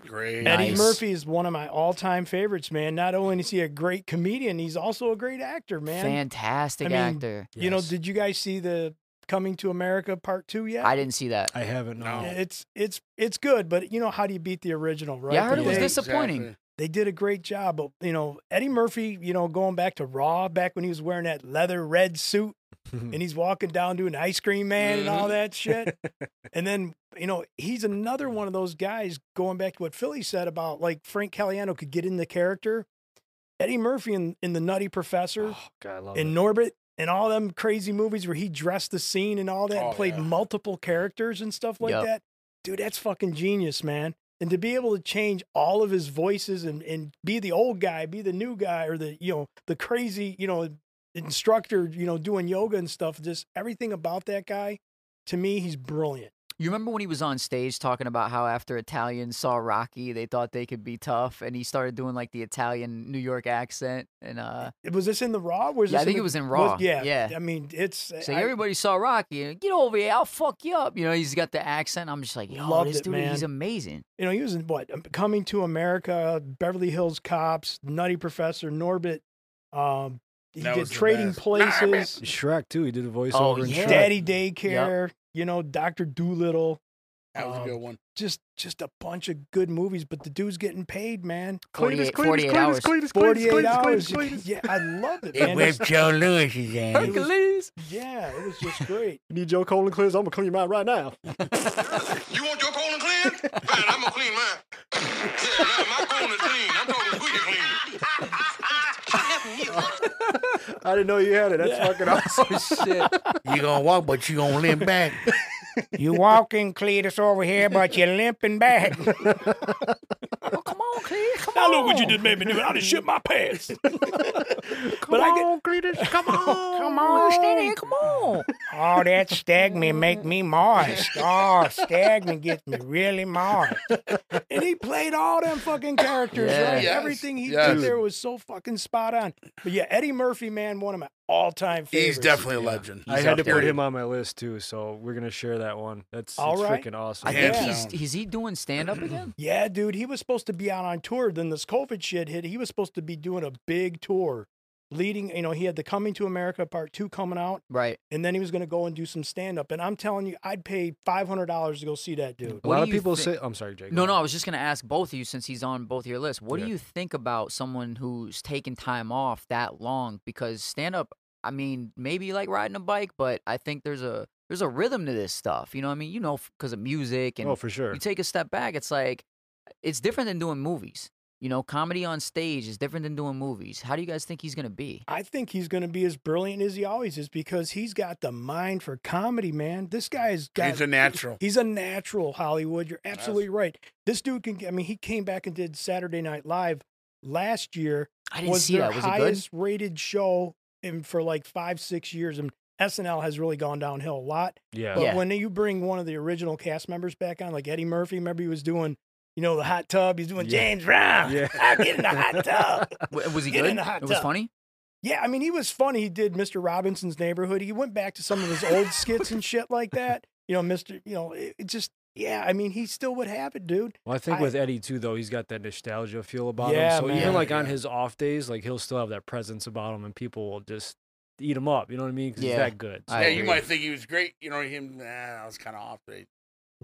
Speaker 4: Great.
Speaker 3: Eddie
Speaker 2: Nice.
Speaker 3: Murphy is one of my all-time favorites, man. Not only is he a great comedian, he's also a great actor, man.
Speaker 2: Fantastic
Speaker 3: I mean,
Speaker 2: actor.
Speaker 3: You know,
Speaker 1: Yes.
Speaker 3: did you guys see the Coming to America Part Two yet?
Speaker 2: I didn't see that.
Speaker 1: I haven't. No.
Speaker 4: No.
Speaker 3: It's it's it's good, but you know how do you beat the original, right?
Speaker 2: Yeah, I heard
Speaker 3: But
Speaker 2: it was
Speaker 3: they,
Speaker 2: this- disappointing.
Speaker 4: Exactly.
Speaker 3: They did a great job, but you know Eddie Murphy. You know, going back to Raw, back when he was wearing that leather red suit
Speaker 1: Mm.
Speaker 3: and he's walking down doing ice cream man and all that shit. and then, you know, he's another one of those guys going back to what Philly said about like Frank Caliendo could get in the character. Eddie Murphy in, in The Nutty Professor
Speaker 1: Oh, God, I love
Speaker 3: and
Speaker 1: it.
Speaker 3: Norbit and all them crazy movies where he dressed the scene and all that
Speaker 4: Oh,
Speaker 3: and played
Speaker 4: yeah.
Speaker 3: multiple characters and stuff like
Speaker 2: Yep.
Speaker 3: that. Dude, that's fucking genius, man. And to be able to change all of his voices and, and be the old guy, be the new guy, or the, you know, the crazy, you know, instructor, you know, doing yoga and stuff, just everything about that guy, to me, he's brilliant.
Speaker 2: You remember when he was on stage talking about how after Italians saw Rocky, they thought they could be tough, and he started doing like the Italian New York accent, and uh,
Speaker 3: Was this in the Raw? Was
Speaker 2: Yeah, I
Speaker 3: this in
Speaker 2: think
Speaker 3: the-
Speaker 2: it was in Raw.
Speaker 3: yeah.
Speaker 2: Yeah.
Speaker 3: I mean, it's.
Speaker 2: so
Speaker 3: I-
Speaker 2: everybody saw Rocky, and get over here, I'll fuck you up. You know, he's got the accent. I'm just like, yo,
Speaker 3: Loved
Speaker 2: this
Speaker 3: it,
Speaker 2: dude, he's
Speaker 3: man.
Speaker 2: amazing.
Speaker 3: you know, he was in what um, Coming to America, Beverly Hills Cops, Nutty Professor, Norbit. Um, he
Speaker 4: That
Speaker 3: did
Speaker 4: was the
Speaker 3: Trading
Speaker 4: best.
Speaker 3: Places,
Speaker 1: Shrek too. He did a voiceover. in
Speaker 2: Oh, yeah.
Speaker 1: Shrek.
Speaker 3: Daddy Daycare. You know, Doctor Doolittle.
Speaker 4: That was
Speaker 3: Um,
Speaker 4: a good one.
Speaker 3: Just just a bunch of good movies, but the dude's getting paid, man.
Speaker 2: 48, 48 hours.
Speaker 3: Forty-eight hours. yeah, I love it, man. It's-
Speaker 4: Joe Louis is
Speaker 3: It was-
Speaker 2: Hercules.
Speaker 3: yeah, it was just great.
Speaker 8: You need Joe Colin cleanse? I'm gonna clean mine right now.
Speaker 5: You want your colon clean? Fine, I'm gonna clean mine. Yeah, nah, my colon is clean. I'm talking squeaky clean.
Speaker 8: I didn't know you had it. That's fucking awesome.
Speaker 4: You're going to walk, but you're going to limp back.
Speaker 3: You walking, Cletus, over here, but you're limping back.
Speaker 2: Oh, come on, Cleese. Come
Speaker 3: I
Speaker 2: on.
Speaker 3: know what you just made me do. I just shit my pants. but I get,
Speaker 8: Cletus, come on.
Speaker 3: come
Speaker 2: Stay there, Come on.
Speaker 3: Oh, that stagnant make me moist. Oh, stagnant gets me really moist. And he played all them fucking characters,
Speaker 2: Yeah.
Speaker 3: right?
Speaker 4: Yes,
Speaker 3: Everything he
Speaker 4: yes.
Speaker 3: did there was so fucking spot on. But yeah, Eddie Murphy, man, one of my all-time favorites.
Speaker 4: He's definitely a legend.
Speaker 1: I
Speaker 4: He's
Speaker 1: had
Speaker 4: up
Speaker 1: to
Speaker 4: there.
Speaker 1: put him on my list too, so we're gonna share that one. That's
Speaker 3: All
Speaker 1: it's
Speaker 3: right.
Speaker 1: freaking awesome.
Speaker 2: I
Speaker 4: Hands
Speaker 2: think
Speaker 3: Yeah.
Speaker 2: he's
Speaker 4: down.
Speaker 2: is he doing stand up again?
Speaker 3: Yeah, dude, he was supposed to be out on tour. Then this COVID shit hit. He was supposed to be doing a big tour, leading. You know, he had the Coming to America Part Two coming out,
Speaker 2: Right.
Speaker 3: and then he was going to go and do some stand-up. And I'm telling you, I'd pay five hundred dollars to go see that dude.
Speaker 1: a
Speaker 2: What
Speaker 1: lot
Speaker 2: do
Speaker 1: of
Speaker 2: you
Speaker 1: people
Speaker 2: thi-
Speaker 1: say, "I'm sorry, Jake."
Speaker 2: No,
Speaker 1: go
Speaker 2: no, I
Speaker 1: ahead.
Speaker 2: was just going to ask both of you since he's on both your lists. What
Speaker 1: Yeah.
Speaker 2: do you think about someone who's taking time off that long? Because stand up, I mean, maybe you like riding a bike, but I think there's a there's a rhythm to this stuff. You know what I mean? You know, because of music and
Speaker 1: Oh, for sure.
Speaker 2: you take a step back, it's like it's different than doing movies. You know, comedy on stage is different than doing movies. How do you guys think he's going to be?
Speaker 3: I think he's going to be as brilliant as he always is because he's got the mind for comedy, man. This guy's got.
Speaker 4: He's a natural.
Speaker 3: He's a natural Hollywood. You're absolutely right. This dude can. I mean, he came back and did Saturday Night Live last year.
Speaker 2: I didn't
Speaker 3: was
Speaker 2: see
Speaker 3: their
Speaker 2: that. Was
Speaker 3: highest rated show in for like five, six years. And SNL has really gone downhill a lot.
Speaker 1: Yeah.
Speaker 3: But
Speaker 2: Oh, Yeah.
Speaker 3: when you bring one of the original cast members back on, like Eddie Murphy, remember he was doing, you know, the hot tub. He's doing
Speaker 1: Yeah.
Speaker 3: James Brown.
Speaker 1: Yeah.
Speaker 3: I get in the hot tub.
Speaker 2: it good? W- Was he
Speaker 3: Get in
Speaker 2: good?
Speaker 3: the hot
Speaker 2: It was
Speaker 3: tub.
Speaker 2: funny?
Speaker 3: Yeah, I mean, he was funny. He did Mr. Robinson's Neighborhood. He went back to some of his old skits and shit like that. You know, Mr. You know, it, it just yeah. I mean, he still would have it, dude.
Speaker 1: Well, I think
Speaker 3: I-
Speaker 1: with Eddie too, though, he's got that nostalgia feel about
Speaker 3: Yeah,
Speaker 1: him. So
Speaker 3: man.
Speaker 1: even like on
Speaker 4: Yeah.
Speaker 1: his off days, like he'll still have that presence about him, and people will just eat him up. You know what I mean? 'Cause
Speaker 2: Yeah.
Speaker 1: he's that good.
Speaker 2: I
Speaker 4: Yeah, you
Speaker 2: agree.
Speaker 4: might think he was great. You know, him, nah, I was kind of off. But I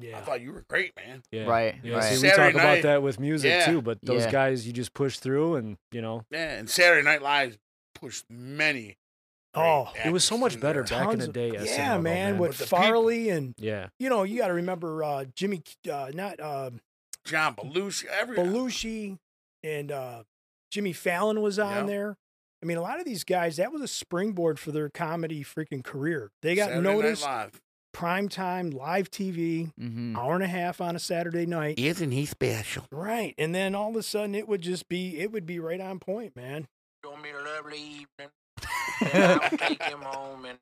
Speaker 3: Yeah,
Speaker 4: thought you were great, man.
Speaker 1: yeah.
Speaker 2: Right,
Speaker 1: Yeah.
Speaker 2: right.
Speaker 1: See, we
Speaker 4: Saturday
Speaker 1: talk about
Speaker 4: night-
Speaker 1: that with music
Speaker 4: Yeah.
Speaker 1: too, but those
Speaker 2: Yeah.
Speaker 1: guys, you just push through, and you know,
Speaker 4: Yeah, and Saturday Night Live pushed many. great
Speaker 3: Oh,
Speaker 1: it was so
Speaker 4: actors
Speaker 1: much
Speaker 4: in
Speaker 1: better
Speaker 4: there.
Speaker 1: back in
Speaker 3: Tons
Speaker 1: the
Speaker 3: of-
Speaker 1: day.
Speaker 3: yeah,
Speaker 1: SNL, though,
Speaker 3: man, with
Speaker 4: But the
Speaker 3: Farley and
Speaker 1: yeah.
Speaker 3: you know, you got to remember uh, Jimmy, uh, not uh,
Speaker 4: John Belushi, every
Speaker 3: Belushi and uh, Jimmy Fallon was on
Speaker 4: Yeah.
Speaker 3: there. I mean, a lot of these guys that was a springboard for their comedy freaking career. They got
Speaker 4: Saturday Night
Speaker 3: noticed
Speaker 4: Live. Mm.
Speaker 3: prime time live TV,
Speaker 2: Mm-hmm.
Speaker 3: hour and a half on a Saturday night.
Speaker 4: Isn't he special?
Speaker 3: Right. And then all of a sudden it would just be it would be right on point, man.
Speaker 5: Gonna be a lovely evening. And I'll take him home and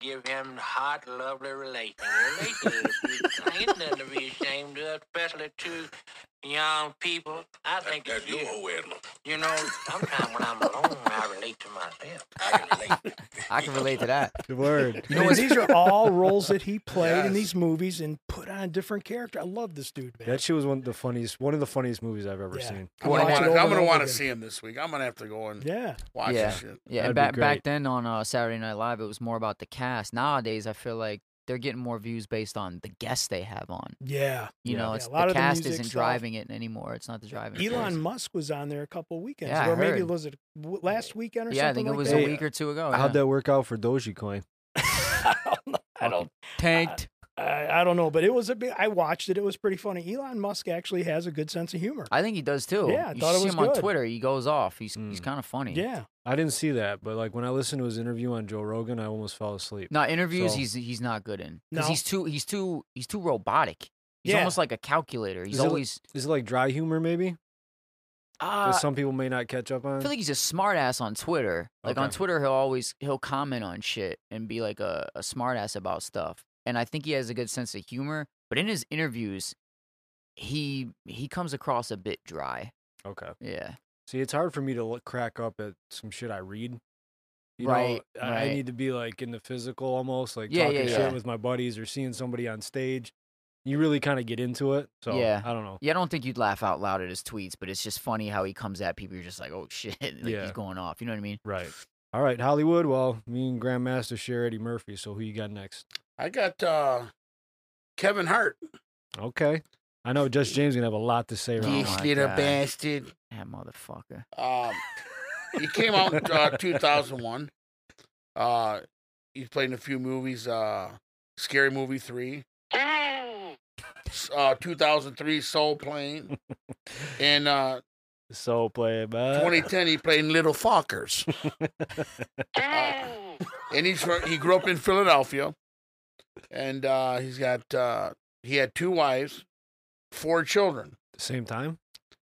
Speaker 5: give him hot, lovely relation. Relationship ain't nothing to be ashamed of, especially to young people. I
Speaker 10: I think it's you. You know, sometimes when I'm alone, I relate to myself. I relate.
Speaker 2: I can relate to that.
Speaker 1: The word.
Speaker 3: You know, these are all roles that he played in these movies and put on a different character. I love this dude, man.
Speaker 1: That shit was one of the funniest, one of the funniest movies I've ever seen.
Speaker 4: I'm
Speaker 3: Watch
Speaker 4: gonna
Speaker 3: it
Speaker 4: wanna-
Speaker 3: over
Speaker 4: I'm
Speaker 3: and
Speaker 4: gonna
Speaker 3: over
Speaker 4: want to
Speaker 3: again.
Speaker 4: see him this week. I'm gonna have to go and
Speaker 3: Yeah.
Speaker 4: watch
Speaker 2: yeah.
Speaker 4: this shit.
Speaker 2: Yeah,
Speaker 1: That'd
Speaker 2: and back
Speaker 1: be
Speaker 2: back
Speaker 1: great.
Speaker 2: then on uh, Saturday Night Live, it was more about the cast. Nowadays, I feel like they're getting more views based on the guests they have on.
Speaker 3: Yeah.
Speaker 2: You
Speaker 1: Yeah.
Speaker 2: know,
Speaker 1: Yeah,
Speaker 2: it's
Speaker 3: a lot
Speaker 2: the
Speaker 3: of the
Speaker 2: cast
Speaker 3: music
Speaker 2: isn't
Speaker 3: stuff.
Speaker 2: driving it anymore. It's not the driving. force.
Speaker 3: Elon Musk was on there a couple weekends,
Speaker 2: Yeah, I
Speaker 3: or maybe
Speaker 2: heard.
Speaker 3: was it w- last weekend or
Speaker 2: Yeah, I
Speaker 3: something
Speaker 2: think it was
Speaker 3: like
Speaker 2: a
Speaker 1: that.
Speaker 2: week or two ago.
Speaker 1: How'd
Speaker 2: Oh, yeah.
Speaker 1: that work out for Dogecoin?
Speaker 3: that. I don't,
Speaker 2: tanked?
Speaker 3: I, I don't know, but it was a bit. I watched it; it was pretty funny. Elon Musk actually has a good sense of humor.
Speaker 2: I think he does too.
Speaker 3: Yeah, I
Speaker 2: you
Speaker 3: thought it
Speaker 2: see
Speaker 3: was
Speaker 2: him on
Speaker 3: good.
Speaker 2: Twitter. He goes off. He's he's
Speaker 1: Mm.
Speaker 2: kind of funny.
Speaker 3: Yeah,
Speaker 1: I didn't see that, but like when I listened to his interview on Joe Rogan, I almost fell asleep.
Speaker 2: No interviews.
Speaker 1: So-
Speaker 2: He's he's not good in
Speaker 3: No.
Speaker 2: because he's too he's too he's too robotic. He's
Speaker 3: Yeah.
Speaker 2: almost like a calculator. He's
Speaker 1: Is it like-
Speaker 2: always.
Speaker 1: Is it like dry humor maybe that
Speaker 2: Uh,
Speaker 3: Ah.
Speaker 1: some people may not catch up
Speaker 2: I
Speaker 1: on?
Speaker 2: feel like he's a smartass on Twitter. Like on
Speaker 1: Okay.
Speaker 2: Twitter, he'll always he'll comment on shit and be like a, a smart about stuff. And I think he has a good sense of humor. But in his interviews, he he comes across a bit dry.
Speaker 1: okay.
Speaker 2: Yeah.
Speaker 1: See, it's hard for me to look, crack up at some shit I read. You
Speaker 2: Right,
Speaker 1: know, I- I
Speaker 2: right.
Speaker 1: need to be like in the physical almost, like
Speaker 2: Yeah,
Speaker 1: talking
Speaker 2: yeah,
Speaker 1: shit
Speaker 2: yeah.
Speaker 1: with my buddies or seeing somebody on stage. You really kind of get into it. So
Speaker 2: Yeah.
Speaker 1: I don't know.
Speaker 2: Yeah, I don't think you'd laugh out loud at his tweets, but it's just funny how he comes at people. You're just like, oh shit, like
Speaker 1: Yeah.
Speaker 2: he's going off. You know what I mean?
Speaker 1: Right. All right, Hollywood. Well, me and Grandmaster share Eddie Murphy. So who you got next?
Speaker 4: I got uh, Kevin Hart.
Speaker 1: Okay. I know Judge James gonna have a lot to say right
Speaker 2: Yeah.
Speaker 1: now.
Speaker 3: Oh
Speaker 2: my God.
Speaker 4: bastard.
Speaker 2: That motherfucker.
Speaker 4: Um, he came out in uh, 2001. Uh, he's played in a few movies. Uh, Scary Movie Three. S- Uh, 2003 Soul Plane. And uh,
Speaker 1: So play it,
Speaker 2: Uh.
Speaker 1: man.
Speaker 4: 2010 he played in Little Fockers. Uh, and he's from, he grew up in Philadelphia, and uh, he's got uh, he had two wives, four children.
Speaker 1: Same time.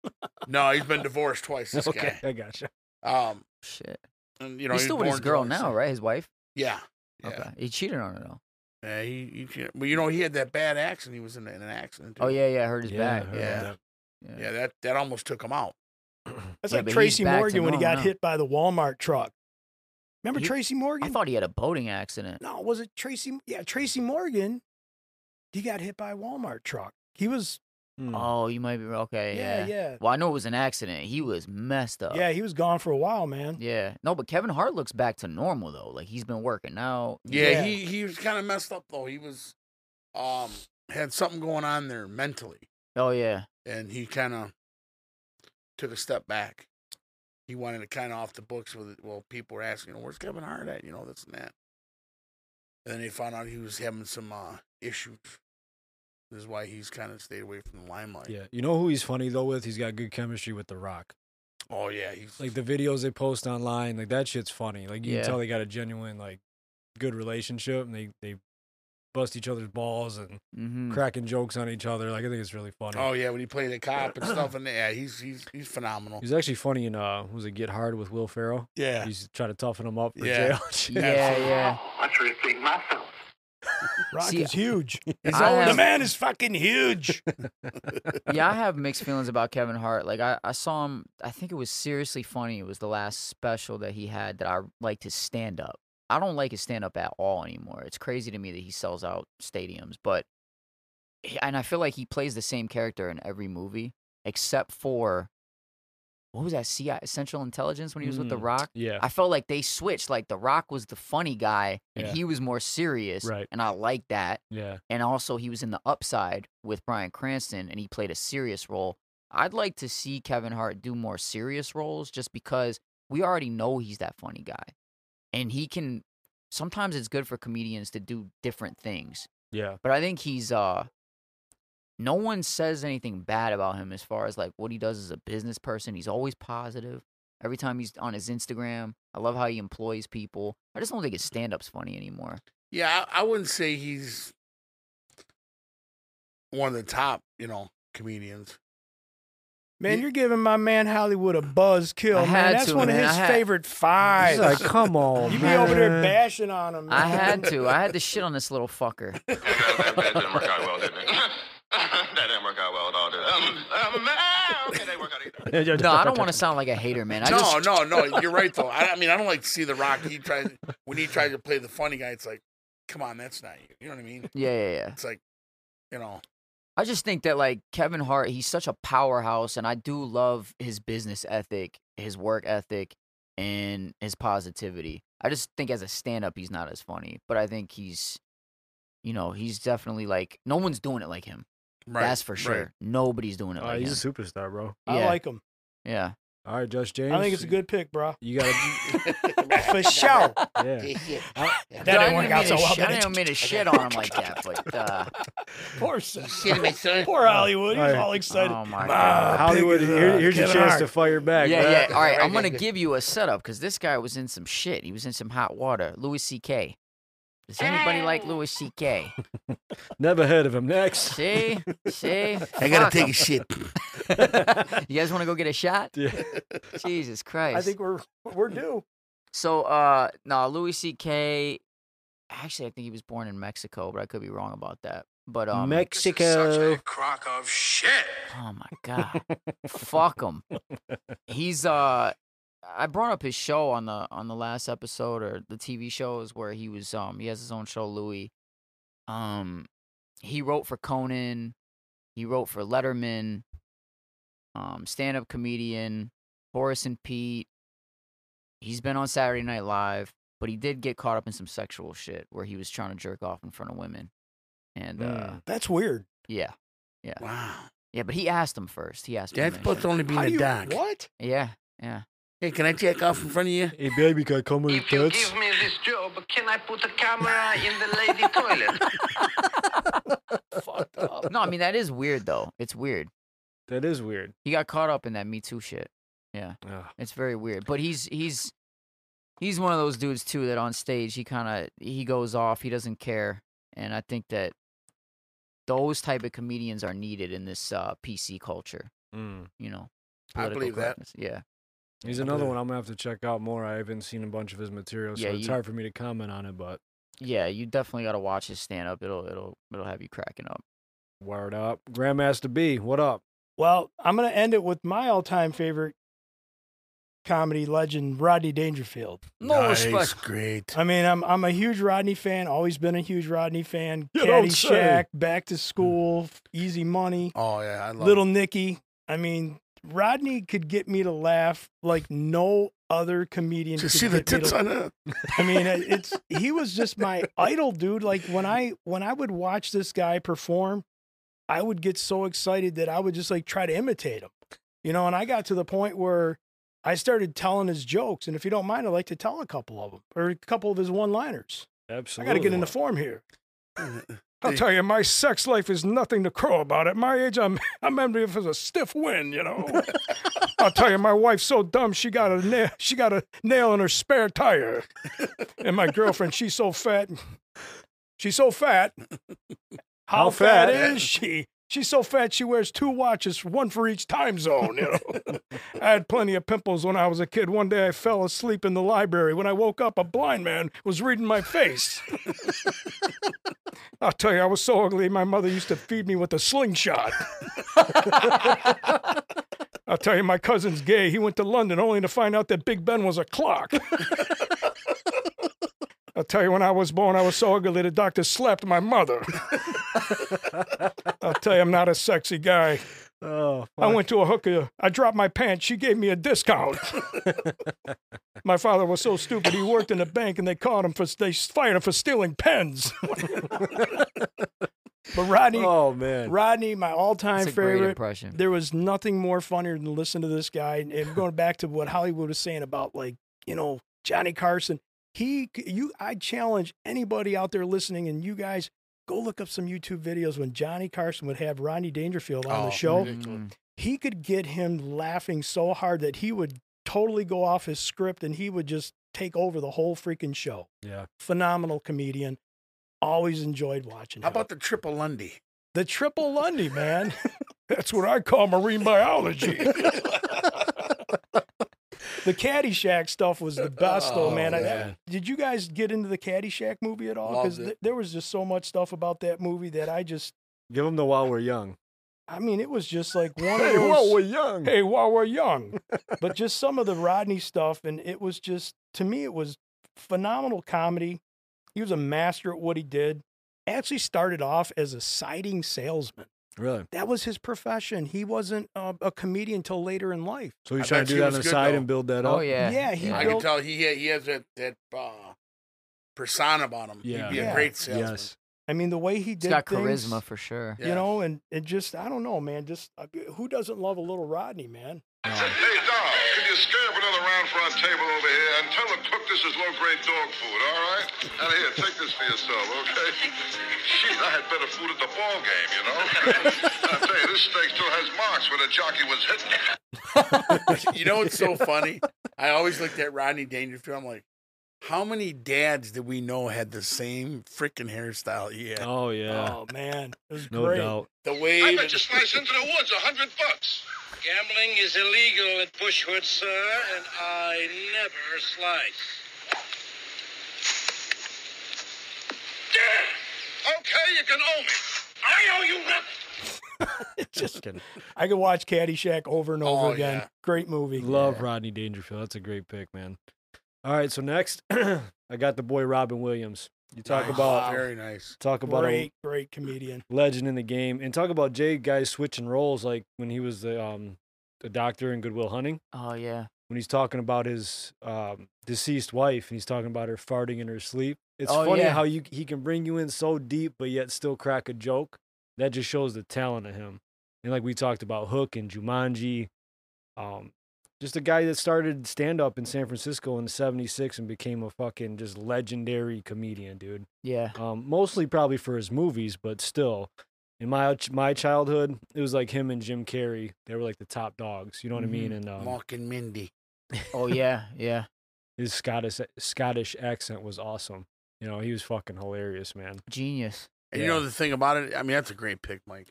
Speaker 4: No, he's been divorced twice. This
Speaker 1: Okay, I gotcha.
Speaker 4: guy. Um,
Speaker 2: Shit.
Speaker 4: and, you know
Speaker 2: he's
Speaker 4: he
Speaker 2: still
Speaker 4: was
Speaker 2: with his
Speaker 4: born
Speaker 2: girl
Speaker 4: twice.
Speaker 2: now, right? His wife.
Speaker 4: Yeah. Yeah.
Speaker 2: Okay. He cheated on her though.
Speaker 4: Yeah, he, he, but you know he had that bad accident. He was in, in an accident.
Speaker 2: Oh
Speaker 4: too.
Speaker 2: yeah, yeah. I Heard his
Speaker 1: I
Speaker 2: back.
Speaker 1: heard
Speaker 4: Yeah.
Speaker 1: about
Speaker 2: Yeah.
Speaker 4: yeah. That that almost took him out.
Speaker 3: that's
Speaker 2: Yeah,
Speaker 3: like
Speaker 2: but he's
Speaker 3: Tracy
Speaker 2: back to
Speaker 3: Morgan when he got
Speaker 2: normal now.
Speaker 3: hit by the Walmart truck. Remember
Speaker 2: He-
Speaker 3: Tracy Morgan?
Speaker 2: I thought he had a boating accident.
Speaker 3: no, was it Tracy? Yeah, Tracy Morgan. He got hit by a Walmart truck. He was
Speaker 1: that. Hmm.
Speaker 2: Oh, you might be okay.
Speaker 3: yeah,
Speaker 2: Yeah,
Speaker 3: yeah,
Speaker 2: Well, I know it was an accident. He was messed up.
Speaker 3: yeah. He was gone for a while, man.
Speaker 2: Yeah. No, but Kevin Hart looks back to normal though. Like he's been working out.
Speaker 4: Yeah,
Speaker 3: Yeah.
Speaker 4: he he was kind of messed up though. He was, um, had something going on there mentally,
Speaker 2: Oh yeah.
Speaker 4: and he kind of took a step back. He wanted to kind of off the books with it. Well, people were asking, "Where's Kevin Hart at?" You know, this and that. And then they found out he was having some uh, issues. This is why he's kind of stayed away from the limelight.
Speaker 1: Yeah. You know who he's funny though with? He's got good chemistry with The Rock.
Speaker 4: Oh yeah, he's
Speaker 1: Like the videos they post online, like that shit's funny. Like you
Speaker 2: Yeah.
Speaker 1: can tell they got a genuine, like, good relationship, and they they bust each other's balls and
Speaker 2: Mm-hmm.
Speaker 1: cracking jokes on each other. Like I think it's really funny.
Speaker 4: Oh yeah, when he played a cop and stuff, and yeah, he's he's he's phenomenal.
Speaker 1: He's actually funny in uh, was it Get Hard with Will Ferrell?
Speaker 4: Yeah,
Speaker 1: He's trying to toughen him up for
Speaker 4: Yeah.
Speaker 1: jail. Shit.
Speaker 2: Yeah, yeah.
Speaker 9: I sure think myself.
Speaker 3: Rock
Speaker 2: See,
Speaker 3: is huge.
Speaker 4: he's
Speaker 2: I
Speaker 4: always
Speaker 3: The
Speaker 2: have-
Speaker 3: man is fucking huge.
Speaker 2: yeah, I have mixed feelings about Kevin Hart. Like I, I saw him. I think it was seriously funny. It was the last special that he had that I liked his stand up. I don't like his stand up at all anymore. It's crazy to me that he sells out stadiums, but he- and I feel like he plays the same character in every movie except for what was that? CI Central Intelligence when he was with The
Speaker 1: Mm,
Speaker 2: Rock.
Speaker 1: Yeah.
Speaker 2: I felt like they switched. Like The Rock was the funny guy, and
Speaker 1: Yeah.
Speaker 2: he was more serious.
Speaker 1: Right.
Speaker 2: And I like that
Speaker 1: yeah.
Speaker 2: and also he was in the upside with Brian Cranston and he played a serious role. I'd like to see Kevin Hart do more serious roles just because we already know he's that funny guy. And he can sometimes it's good for comedians to do different things.
Speaker 1: Yeah.
Speaker 2: But I think he's uh no one says anything bad about him as far as like what he does as a business person. He's always positive. Every time he's on his Instagram, I love how he employs people. I just don't think his stand up's funny anymore.
Speaker 4: yeah. I, I wouldn't say he's one of the top, you know, comedians.
Speaker 3: Man,
Speaker 4: He-
Speaker 3: you're giving my man Hollywood a buzz kill,
Speaker 2: I
Speaker 3: man.
Speaker 2: had
Speaker 3: That's
Speaker 2: to,
Speaker 3: one of
Speaker 2: man.
Speaker 3: his
Speaker 2: I had-
Speaker 3: favorite
Speaker 1: He's
Speaker 3: fives.
Speaker 1: like, come on,
Speaker 3: you be
Speaker 1: man.
Speaker 3: over there bashing on him. Man.
Speaker 2: I had to. I had to shit on this little fucker.
Speaker 7: that, that didn't work out well, did it? that didn't work out well at all, did it? Um, um, ah, okay, that didn't work out either.
Speaker 2: no, I don't want to sound like a hater, man. I
Speaker 4: no,
Speaker 2: just,
Speaker 4: no, no. You're right though. I, I mean, I don't like to see The Rock. He tries when he tries to play the funny guy. It's like, come on, that's not you. You know what I mean?
Speaker 2: Yeah, yeah, yeah.
Speaker 4: It's like, you know,
Speaker 2: I just think that like Kevin Hart, he's such a powerhouse, and I do love his business ethic, his work ethic, and his positivity. I just think as a stand-up, he's not as funny, but I think he's, you know, he's definitely like no one's doing it like him.
Speaker 4: right?
Speaker 2: That's for
Speaker 4: right.
Speaker 2: sure. Nobody's doing it
Speaker 1: Uh,
Speaker 2: like him.
Speaker 1: he's a superstar, bro.
Speaker 3: I
Speaker 2: Yeah.
Speaker 3: like him.
Speaker 2: yeah.
Speaker 1: All right, Josh James.
Speaker 3: I think it's a good pick, bro.
Speaker 1: You gotta,
Speaker 3: For sure.
Speaker 1: yeah.
Speaker 3: That
Speaker 2: Dude, I
Speaker 3: didn't work out
Speaker 2: mean to
Speaker 3: so well.
Speaker 2: sh- I
Speaker 3: did it?
Speaker 2: didn't mean to shit on him like that, but uh,
Speaker 3: Poor,
Speaker 4: Shit, my son.
Speaker 3: poor Hollywood. He was
Speaker 1: All right.
Speaker 3: all excited.
Speaker 2: oh my
Speaker 3: Ah,
Speaker 2: god.
Speaker 3: big
Speaker 1: Hollywood,
Speaker 3: is,
Speaker 1: here-
Speaker 3: uh,
Speaker 1: here's your
Speaker 3: Kevin
Speaker 1: chance
Speaker 3: Hart.
Speaker 1: to fire back.
Speaker 2: Yeah,
Speaker 1: man.
Speaker 2: yeah. All right,
Speaker 4: Right,
Speaker 2: I'm gonna
Speaker 4: yeah, yeah.
Speaker 2: give you a setup because this guy was in some shit. He was in some hot water. Louis C.K. Does anybody like Louis C.K.?
Speaker 1: Never heard of him. Next.
Speaker 2: See, see.
Speaker 4: I gotta
Speaker 2: Fuck
Speaker 4: take
Speaker 2: him.
Speaker 4: a shit.
Speaker 2: You guys want to go get a shot?
Speaker 1: Yeah.
Speaker 2: Jesus Christ.
Speaker 3: I think we're we're due.
Speaker 2: so. Uh, no, Louis C.K. Actually, I think he was born in Mexico, but I could be wrong about that. But um,
Speaker 1: Mexico.
Speaker 5: crock of shit.
Speaker 2: Oh my
Speaker 1: uh,
Speaker 2: god. Fuck him. He's uh I brought up his show on the on the last episode or the TV shows where he was um he has his own show Louis. Um he wrote for Conan, he wrote for Letterman, um stand-up comedian, Horace and Pete. He's been on Saturday Night Live, but he did get caught up in some sexual shit where he was trying to jerk off in front of women. And uh
Speaker 1: Mm.
Speaker 3: That's weird.
Speaker 2: yeah.
Speaker 4: Wow,
Speaker 2: Yeah, but he asked him first. He asked
Speaker 4: that's
Speaker 2: permission.
Speaker 4: supposed to only be
Speaker 3: How do
Speaker 4: a
Speaker 3: you,
Speaker 4: doc.
Speaker 3: what?
Speaker 2: Yeah, yeah.
Speaker 4: Hey, can I check off in front of you?
Speaker 1: Hey, baby, can I come with
Speaker 9: If you give me this job, can I put a camera in the lady toilet?
Speaker 2: No, I mean that is weird though. It's weird.
Speaker 1: That is weird.
Speaker 2: He got caught up in that Me Too shit.
Speaker 1: Ugh.
Speaker 2: It's very weird. But he's he's he's one of those dudes too that on stage he kind of he goes off. He doesn't care, and I think that those type of comedians are needed in this uh, PC culture.
Speaker 1: Mm.
Speaker 2: You know.
Speaker 4: I
Speaker 2: political
Speaker 4: believe that.
Speaker 2: correctness. Yeah.
Speaker 1: He's another one I'm gonna have to check out more. I haven't seen a bunch of his material, so
Speaker 2: Yeah,
Speaker 1: it's
Speaker 2: you-
Speaker 1: hard for me to comment on it. But
Speaker 2: Yeah, you definitely got to watch his stand up. It'll it'll it'll have you cracking up.
Speaker 1: word up, Grandmaster B, what up?
Speaker 3: Well, I'm gonna end it with my all-time favorite comedy legend, Rodney Dangerfield.
Speaker 2: No respect.
Speaker 4: Great.
Speaker 3: I mean, I'm I'm a huge Rodney fan. Always been a huge Rodney fan.
Speaker 1: You don't
Speaker 3: Caddyshack, Back to School, Easy Money,
Speaker 4: Oh yeah, I love
Speaker 3: Little Nicky. I mean, Rodney could get me to laugh like no other comedian.
Speaker 4: To
Speaker 3: could
Speaker 4: see the
Speaker 3: get me to-
Speaker 4: tits on it.
Speaker 3: I mean, it- it's he was just my idol, dude. Like when I when I would watch this guy perform, I would get so excited that I would just like try to imitate him, you know. And I got to the point where I started telling his jokes, and if you don't mind, I'd like to tell a couple of them or a couple of his one-liners. I
Speaker 1: Absolutely.
Speaker 3: got to get into form here. I'll tell you, my sex life is nothing to crow about. At my age, I'm I'm envious as a stiff wind, you know. I'll tell you, my wife's so dumb she got a nail she got a nail in her spare tire, and my girlfriend she's so fat, she's so fat. How,
Speaker 1: How
Speaker 3: fat,
Speaker 1: fat?
Speaker 3: is she? She's so fat she wears two watches, one for each time zone. You know, I had plenty of pimples when I was a kid. One day I fell asleep in the library. When I woke up, a blind man was reading my face. I'll tell you, I was so ugly, my mother used to feed me with a slingshot. I'll tell you, my cousin's gay. He went to London only to find out that Big Ben was a clock. I'll tell you, when I was born, I was so ugly the doctor slapped my mother. I'll tell you, I'm not a sexy guy.
Speaker 1: Oh,
Speaker 3: I
Speaker 1: fuck.
Speaker 3: went to a hooker. I dropped my pants. She gave me a discount. my father was so stupid. He worked in a bank, and they caught him for they fired him for stealing pens. but Rodney,
Speaker 1: Oh man.
Speaker 3: Rodney, my all-time
Speaker 2: That's a great
Speaker 3: favorite.
Speaker 2: impression.
Speaker 3: There was nothing more funnier than listen to this guy. And- And going back to what Hollywood was saying about like you know Johnny Carson, he c- you I challenge anybody out there listening, and you guys go look up some YouTube videos when Johnny Carson would have Rodney Dangerfield on
Speaker 4: Oh,
Speaker 3: the show
Speaker 4: ridiculous.
Speaker 2: Mm.
Speaker 3: he could get him laughing so hard that he would totally go off his script and he would just take over the whole freaking show.
Speaker 1: Yeah.
Speaker 3: Phenomenal comedian. Always enjoyed watching
Speaker 4: How
Speaker 3: him.
Speaker 4: about the triple Lundy?
Speaker 3: the triple Lundy, man? That's what I call marine biology. the Caddyshack stuff was the best, though,
Speaker 4: Oh,
Speaker 3: man. I-
Speaker 4: man.
Speaker 3: did you guys get into the Caddyshack movie at all?
Speaker 4: Loved
Speaker 3: Because
Speaker 4: it.
Speaker 3: there was just so much stuff about that movie that I just
Speaker 1: Give him the while we're young.
Speaker 3: I mean, it was just like one of
Speaker 8: Hey,
Speaker 3: those.
Speaker 8: while we're young.
Speaker 3: Hey, while we're young. but just some of the Rodney stuff, and it was just to me, it was phenomenal comedy. He was a master at what he did. Actually, started off as a siding salesman.
Speaker 1: Really?
Speaker 3: That was his profession. He wasn't uh, a comedian till later in life.
Speaker 1: So you're
Speaker 4: I
Speaker 1: trying
Speaker 4: bet
Speaker 1: to do
Speaker 4: she
Speaker 1: that on
Speaker 4: was
Speaker 1: the
Speaker 4: good,
Speaker 1: side
Speaker 4: though.
Speaker 1: and build that
Speaker 3: Oh,
Speaker 1: up?
Speaker 3: yeah. Yeah, he
Speaker 4: I
Speaker 3: built-
Speaker 4: can tell he he has that that uh, persona about him.
Speaker 1: Yeah.
Speaker 4: He'd be
Speaker 3: Yeah.
Speaker 4: a great salesman.
Speaker 3: I mean, the way he
Speaker 2: He's
Speaker 3: did
Speaker 2: got
Speaker 3: things,
Speaker 2: charisma for sure.
Speaker 3: You know, and and just I don't know, man. Just uh, who doesn't love a little Rodney, man?
Speaker 7: Hey, Doc, could you scare up another round for our table over here and tell the cook this is low-grade dog food, all right? Now, here, take this for yourself, okay? Jeez, I had better food at the ball game, you know? I tell you, this steak still has marks where the jockey was hit.
Speaker 4: you know what's so funny? I always looked at Rodney Dangerfield. I'm like, how many dads did we know had the same freaking hairstyle he had?
Speaker 1: Oh yeah.
Speaker 3: Oh man, it was
Speaker 1: no
Speaker 3: great.
Speaker 1: doubt.
Speaker 4: The way that-
Speaker 5: slice into the woods a hundred bucks.
Speaker 10: Gambling is illegal at Bushwood, sir, and I never slice.
Speaker 5: Okay, you can owe me. I owe you nothing.
Speaker 3: just I could watch Caddyshack over and over
Speaker 4: Oh,
Speaker 3: again.
Speaker 4: yeah.
Speaker 3: Great movie.
Speaker 1: Love Rodney Dangerfield. That's a great pick, man. All right, so next I got the boy Robin Williams. You talk
Speaker 4: Nice.
Speaker 1: about
Speaker 4: very nice.
Speaker 1: talk about a
Speaker 3: great, great comedian.
Speaker 1: legend in the game, and talk about Jay guys switching roles, like when he was the um the doctor in Goodwill Hunting,
Speaker 2: Oh yeah.
Speaker 1: when he's talking about his um deceased wife, and he's talking about her farting in her sleep. It's
Speaker 2: Oh,
Speaker 1: funny
Speaker 2: yeah.
Speaker 1: how you he can bring you in so deep, but yet still crack a joke. That just shows the talent of him. And like we talked about Hook and Jumanji, um, just a guy that started stand up in San Francisco in '76 and became a fucking just legendary comedian, dude
Speaker 2: Yeah.
Speaker 1: um, mostly probably for his movies, but still, in my my childhood, it was like him and Jim Carrey. They were like the top dogs. You know what I mean?
Speaker 2: Mm-hmm.
Speaker 1: And um,
Speaker 4: Mark and Mindy.
Speaker 2: Oh yeah. Yeah.
Speaker 1: his Scottish e, Scottish accent was awesome. You know, he was fucking hilarious, man.
Speaker 2: Genius.
Speaker 4: And you know the thing about it? I mean, that's a great pick, Mike.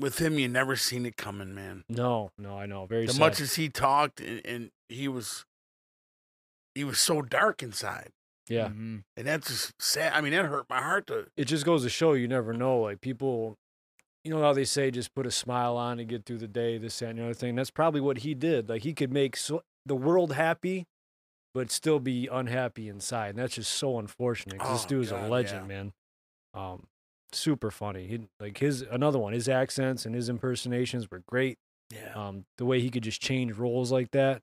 Speaker 4: With him, you never seen it coming, man.
Speaker 1: No, no, I know. Very
Speaker 4: As
Speaker 1: sad.
Speaker 4: much as he talked, and, and he was, he was so dark inside,
Speaker 1: yeah.
Speaker 4: Mm.
Speaker 2: Mhm.
Speaker 4: and that's just sad. I mean, that hurt my heart to
Speaker 1: It just goes to show you never know. Like people, you know how they say just put a smile on and get through the day. This that, and the other thing. That's probably what he did. Like he could make so, the world happy. But still be unhappy inside. And that's just so unfortunate. 'cause this
Speaker 4: Oh,
Speaker 1: dude is
Speaker 4: God,
Speaker 1: a
Speaker 4: yeah.
Speaker 1: legend, man. um, super funny. He, like his another one, his accents and his impersonations were great.
Speaker 4: Yeah.
Speaker 1: Um, the way he could just change roles like that,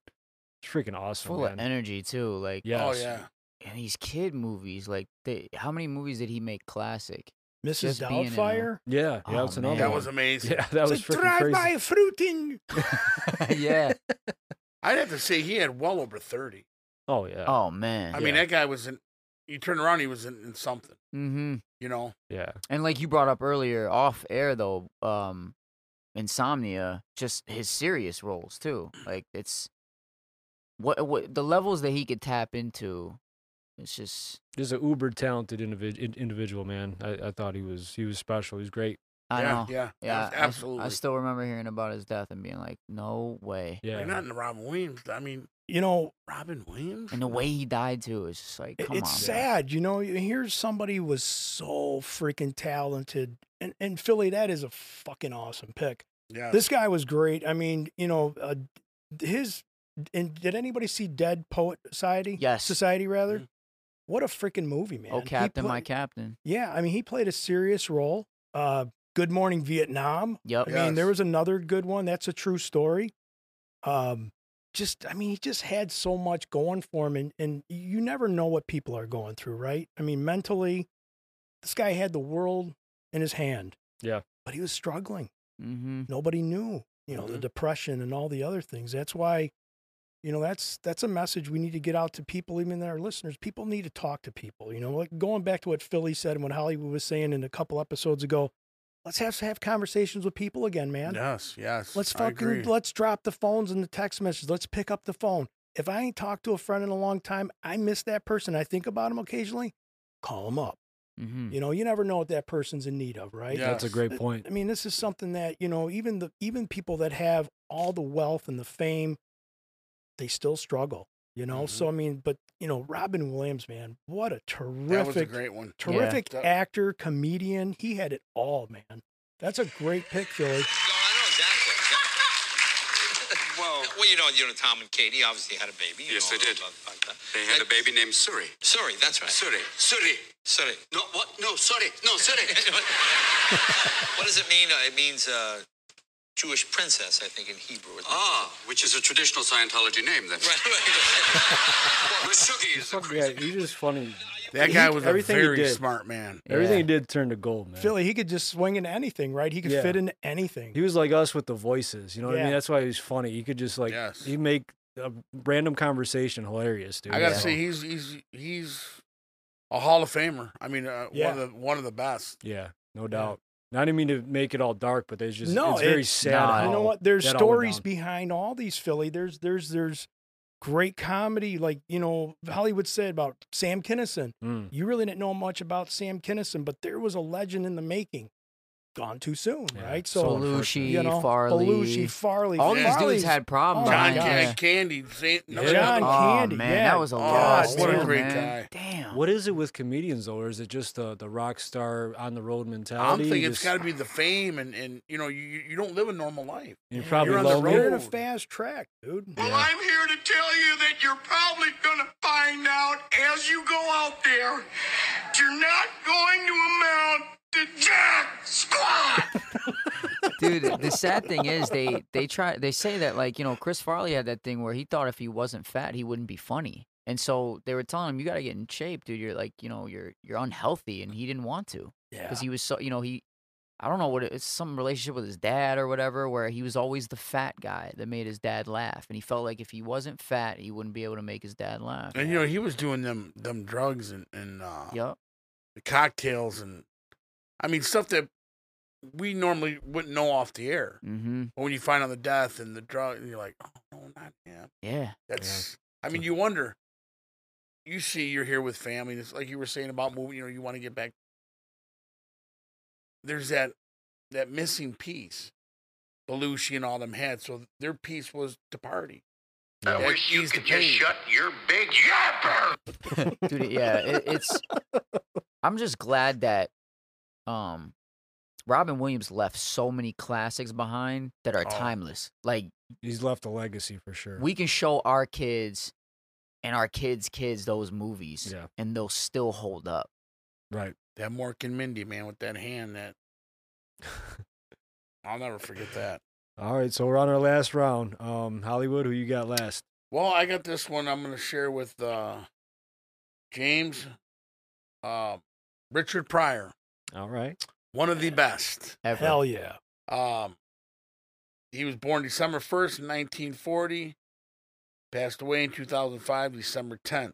Speaker 1: it's freaking awesome,
Speaker 2: Full of
Speaker 1: man.
Speaker 2: energy too. Like
Speaker 1: Yes.
Speaker 4: Oh yeah.
Speaker 2: and these kid movies, like they, how many movies did he make classic?
Speaker 3: Mrs.
Speaker 2: Just being in
Speaker 3: Doubtfire.
Speaker 1: Yeah, yeah,
Speaker 2: Oh,
Speaker 1: that's another
Speaker 2: man.
Speaker 4: That
Speaker 1: one.
Speaker 4: was amazing.
Speaker 1: yeah, that
Speaker 3: It's
Speaker 1: was
Speaker 3: like,
Speaker 1: freaking
Speaker 3: drive
Speaker 1: crazy.
Speaker 3: by fruiting.
Speaker 2: yeah.
Speaker 4: I'd have to say he had well over thirty.
Speaker 1: Oh yeah,
Speaker 2: Oh man.
Speaker 4: I mean,
Speaker 1: Yeah.
Speaker 4: that guy was in. You turn around, he was in, in something.
Speaker 2: mm-hmm.
Speaker 4: You know.
Speaker 1: yeah,
Speaker 2: And like you brought up earlier, off air though, um, insomnia, just his serious roles too. Like it's what what the levels that he could tap into. It's just
Speaker 1: just an uber talented individual. Individual man, I, I thought he was he was special. He was great.
Speaker 2: I
Speaker 4: yeah,
Speaker 2: know.
Speaker 4: Yeah.
Speaker 2: Yeah,
Speaker 4: abs-
Speaker 2: I s-
Speaker 4: Absolutely.
Speaker 2: I, still remember hearing about his death and being like, "No way!"
Speaker 1: Yeah,
Speaker 4: Like, not in the Robin Williams. I mean,
Speaker 3: You know,
Speaker 4: Robin Williams.
Speaker 2: And the way he died too is just like,
Speaker 3: it-
Speaker 2: "Come
Speaker 3: it's
Speaker 2: on!" bro.
Speaker 3: sad. You know, here's somebody who was so freaking talented, and and Philly, that is a fucking awesome pick.
Speaker 4: Yeah.
Speaker 3: This guy was great. I mean, you know, uh, his. And did anybody see Dead Poet Society?
Speaker 2: Yes. Mm-hmm.
Speaker 3: Society rather.
Speaker 4: Mhm.
Speaker 3: What a freaking movie, man!
Speaker 2: Oh,
Speaker 3: He
Speaker 2: Captain, my
Speaker 3: played-
Speaker 2: Captain.
Speaker 3: Yeah, I mean, he played a serious role. Uh, Good Morning Vietnam.
Speaker 2: Yep.
Speaker 3: I mean, there
Speaker 4: Yes.
Speaker 3: was another good one. That's a true story. Um, just, I mean, he just had so much going for him, and and you never know what people are going through, right? I mean, mentally, this guy had the world in his hand.
Speaker 1: Yeah.
Speaker 3: but he was struggling.
Speaker 2: Mm-hmm.
Speaker 3: Nobody knew, you know, the
Speaker 4: Mhm.
Speaker 3: depression and all the other things. That's why, you know, that's that's a message we need to get out to people, even our listeners. People need to talk to people. You know, like going back to what Philly said and what Hollywood was saying in a couple episodes ago. Let's have have conversations with people again, man.
Speaker 4: Yes. Yes.
Speaker 3: Let's
Speaker 4: I
Speaker 3: fucking
Speaker 4: agree.
Speaker 3: let's drop the phones and the text messages. Let's pick up the phone. If I ain't talked to a friend in a long time, I miss that person. I think about him occasionally. Call him up.
Speaker 4: Hmm.
Speaker 2: Mm-hmm.
Speaker 3: You know, you never know what that person's in need of, right?
Speaker 4: Yeah.
Speaker 1: that's a
Speaker 4: Yes.
Speaker 1: great point.
Speaker 3: I mean, this is something that you know, even the even people that have all the wealth and the fame, they still struggle. You
Speaker 1: Mm-hmm.
Speaker 3: know, so I mean, but you know, Robin Williams, man, what a
Speaker 4: That was a
Speaker 3: terrific,
Speaker 4: great one.
Speaker 3: terrific
Speaker 4: That-
Speaker 3: actor, comedian. He had it all, man. That's a great pick, Philly.
Speaker 11: Exactly. exactly. well, you know, you know, Tom and Katie obviously had a baby. you
Speaker 12: Yes,
Speaker 11: know
Speaker 12: they did.
Speaker 11: about- about that.
Speaker 12: They had a baby named Suri.
Speaker 11: Sorry, that's right.
Speaker 12: Suri. Suri.
Speaker 11: Sorry.
Speaker 12: No, what? No, Suri. No, Suri.
Speaker 11: What does it mean? Uh, It means uh, Jewish princess, I think, in Hebrew. isn't it?
Speaker 12: ah, which is a traditional Scientology name, then.
Speaker 11: Right, right.
Speaker 1: Yeah, you're just funny.
Speaker 4: That
Speaker 1: He-
Speaker 4: guy was a
Speaker 1: everything he
Speaker 4: very
Speaker 1: did-
Speaker 4: smart man.
Speaker 1: Everything he did turned to gold, man.
Speaker 3: Philly, he could just swing into anything, right? He could
Speaker 1: Yeah.
Speaker 3: fit into anything.
Speaker 1: He was like us with the voices. You know what I
Speaker 3: Yeah.
Speaker 1: mean? That's why he was funny. He could just like he make a random conversation hilarious, dude.
Speaker 4: I gotta
Speaker 1: Yeah.
Speaker 4: say he's he's he's a Hall of Famer. I mean, uh,
Speaker 1: Yeah.
Speaker 4: one of the one of the best.
Speaker 1: Yeah, no doubt. Not I didn't mean to make it all dark, but there's just
Speaker 3: no,
Speaker 1: it's very sad.
Speaker 3: Nah, you know
Speaker 1: how
Speaker 3: what? There's
Speaker 1: that all went
Speaker 3: stories
Speaker 1: down.
Speaker 3: behind all these Philly. There's there's there's great comedy, like you know Hollywood said about Sam Kinison.
Speaker 1: Mm.
Speaker 3: You really didn't know much about Sam Kinison, but there was a legend in the making. Gone too soon, right?
Speaker 2: Belushi,
Speaker 3: you know,
Speaker 2: Farley.
Speaker 3: Belushi, Farley.
Speaker 2: All these dudes
Speaker 3: Farley's-
Speaker 2: had problems,
Speaker 3: Oh my
Speaker 4: John
Speaker 3: gosh.
Speaker 4: Can- Candy, Saint, no,
Speaker 3: John
Speaker 2: Oh,
Speaker 3: Candy,
Speaker 2: man,
Speaker 3: yeah.
Speaker 2: that was a
Speaker 3: Oh,
Speaker 2: loss.
Speaker 4: what a
Speaker 2: too,
Speaker 4: great
Speaker 2: man.
Speaker 4: guy.
Speaker 2: Damn.
Speaker 1: What is it with comedians though, or is it just the the rock star on the road
Speaker 4: I'm
Speaker 1: mentality?
Speaker 4: thinking it's
Speaker 1: Just-
Speaker 4: got to be the fame, and and you know you you you don't live a normal life.
Speaker 1: You're probably
Speaker 4: on
Speaker 1: lonely.
Speaker 4: the
Speaker 3: You're in a
Speaker 4: road.
Speaker 3: fast track, dude.
Speaker 7: Well, I'm here to tell you that you're probably going to find out as you go out there, you're not going to amount to jack squat.
Speaker 2: dude the sad thing is they they try they say that like you know chris farley had that thing where he thought if he wasn't fat he wouldn't be funny and so they were telling him you got to get in shape dude you're like you know you're you're unhealthy and he didn't want to because he was so you know he i don't know what it, it's some relationship with his dad or whatever where he was always the fat guy that made his dad laugh and he felt like if he wasn't fat he wouldn't be able to make his dad laugh
Speaker 4: And you know he was doing them them drugs and and uh,
Speaker 2: yep
Speaker 4: the cocktails and I mean stuff that we normally wouldn't know off the
Speaker 7: Mm.
Speaker 4: air.
Speaker 2: mm-hmm
Speaker 4: But when you find out the death and the drug, and you're like, oh no, not him.
Speaker 2: yeah
Speaker 4: That's I mean you wonder. You see, you're here with family. It's like you were saying about moving. You know, you want to get back. There's that that missing piece. Belushi and all them had, so their piece was to party.
Speaker 7: I
Speaker 4: That
Speaker 7: wish you
Speaker 4: eased the
Speaker 7: could just
Speaker 4: pain.
Speaker 7: shut your big yapper.
Speaker 2: dude yeah it, it's i'm just glad that um robin williams left so many classics behind that are
Speaker 1: Oh.
Speaker 2: timeless like
Speaker 1: He's left a legacy for sure.
Speaker 2: we can show our kids and our kids kids those movies
Speaker 1: Yeah.
Speaker 2: and they'll still hold up
Speaker 1: right.
Speaker 4: That Mark and Mindy man with that hand that I'll never forget that.
Speaker 1: All right, so we're on our last round. Um, Hollywood, who you got last?
Speaker 4: Well, I got this one I'm going to share with uh, James uh, Richard Pryor,
Speaker 1: All right.
Speaker 4: one of the best.
Speaker 2: ever
Speaker 3: Hell yeah.
Speaker 4: Um, he was born December 1st, 1940, passed away in 2005, December 10th.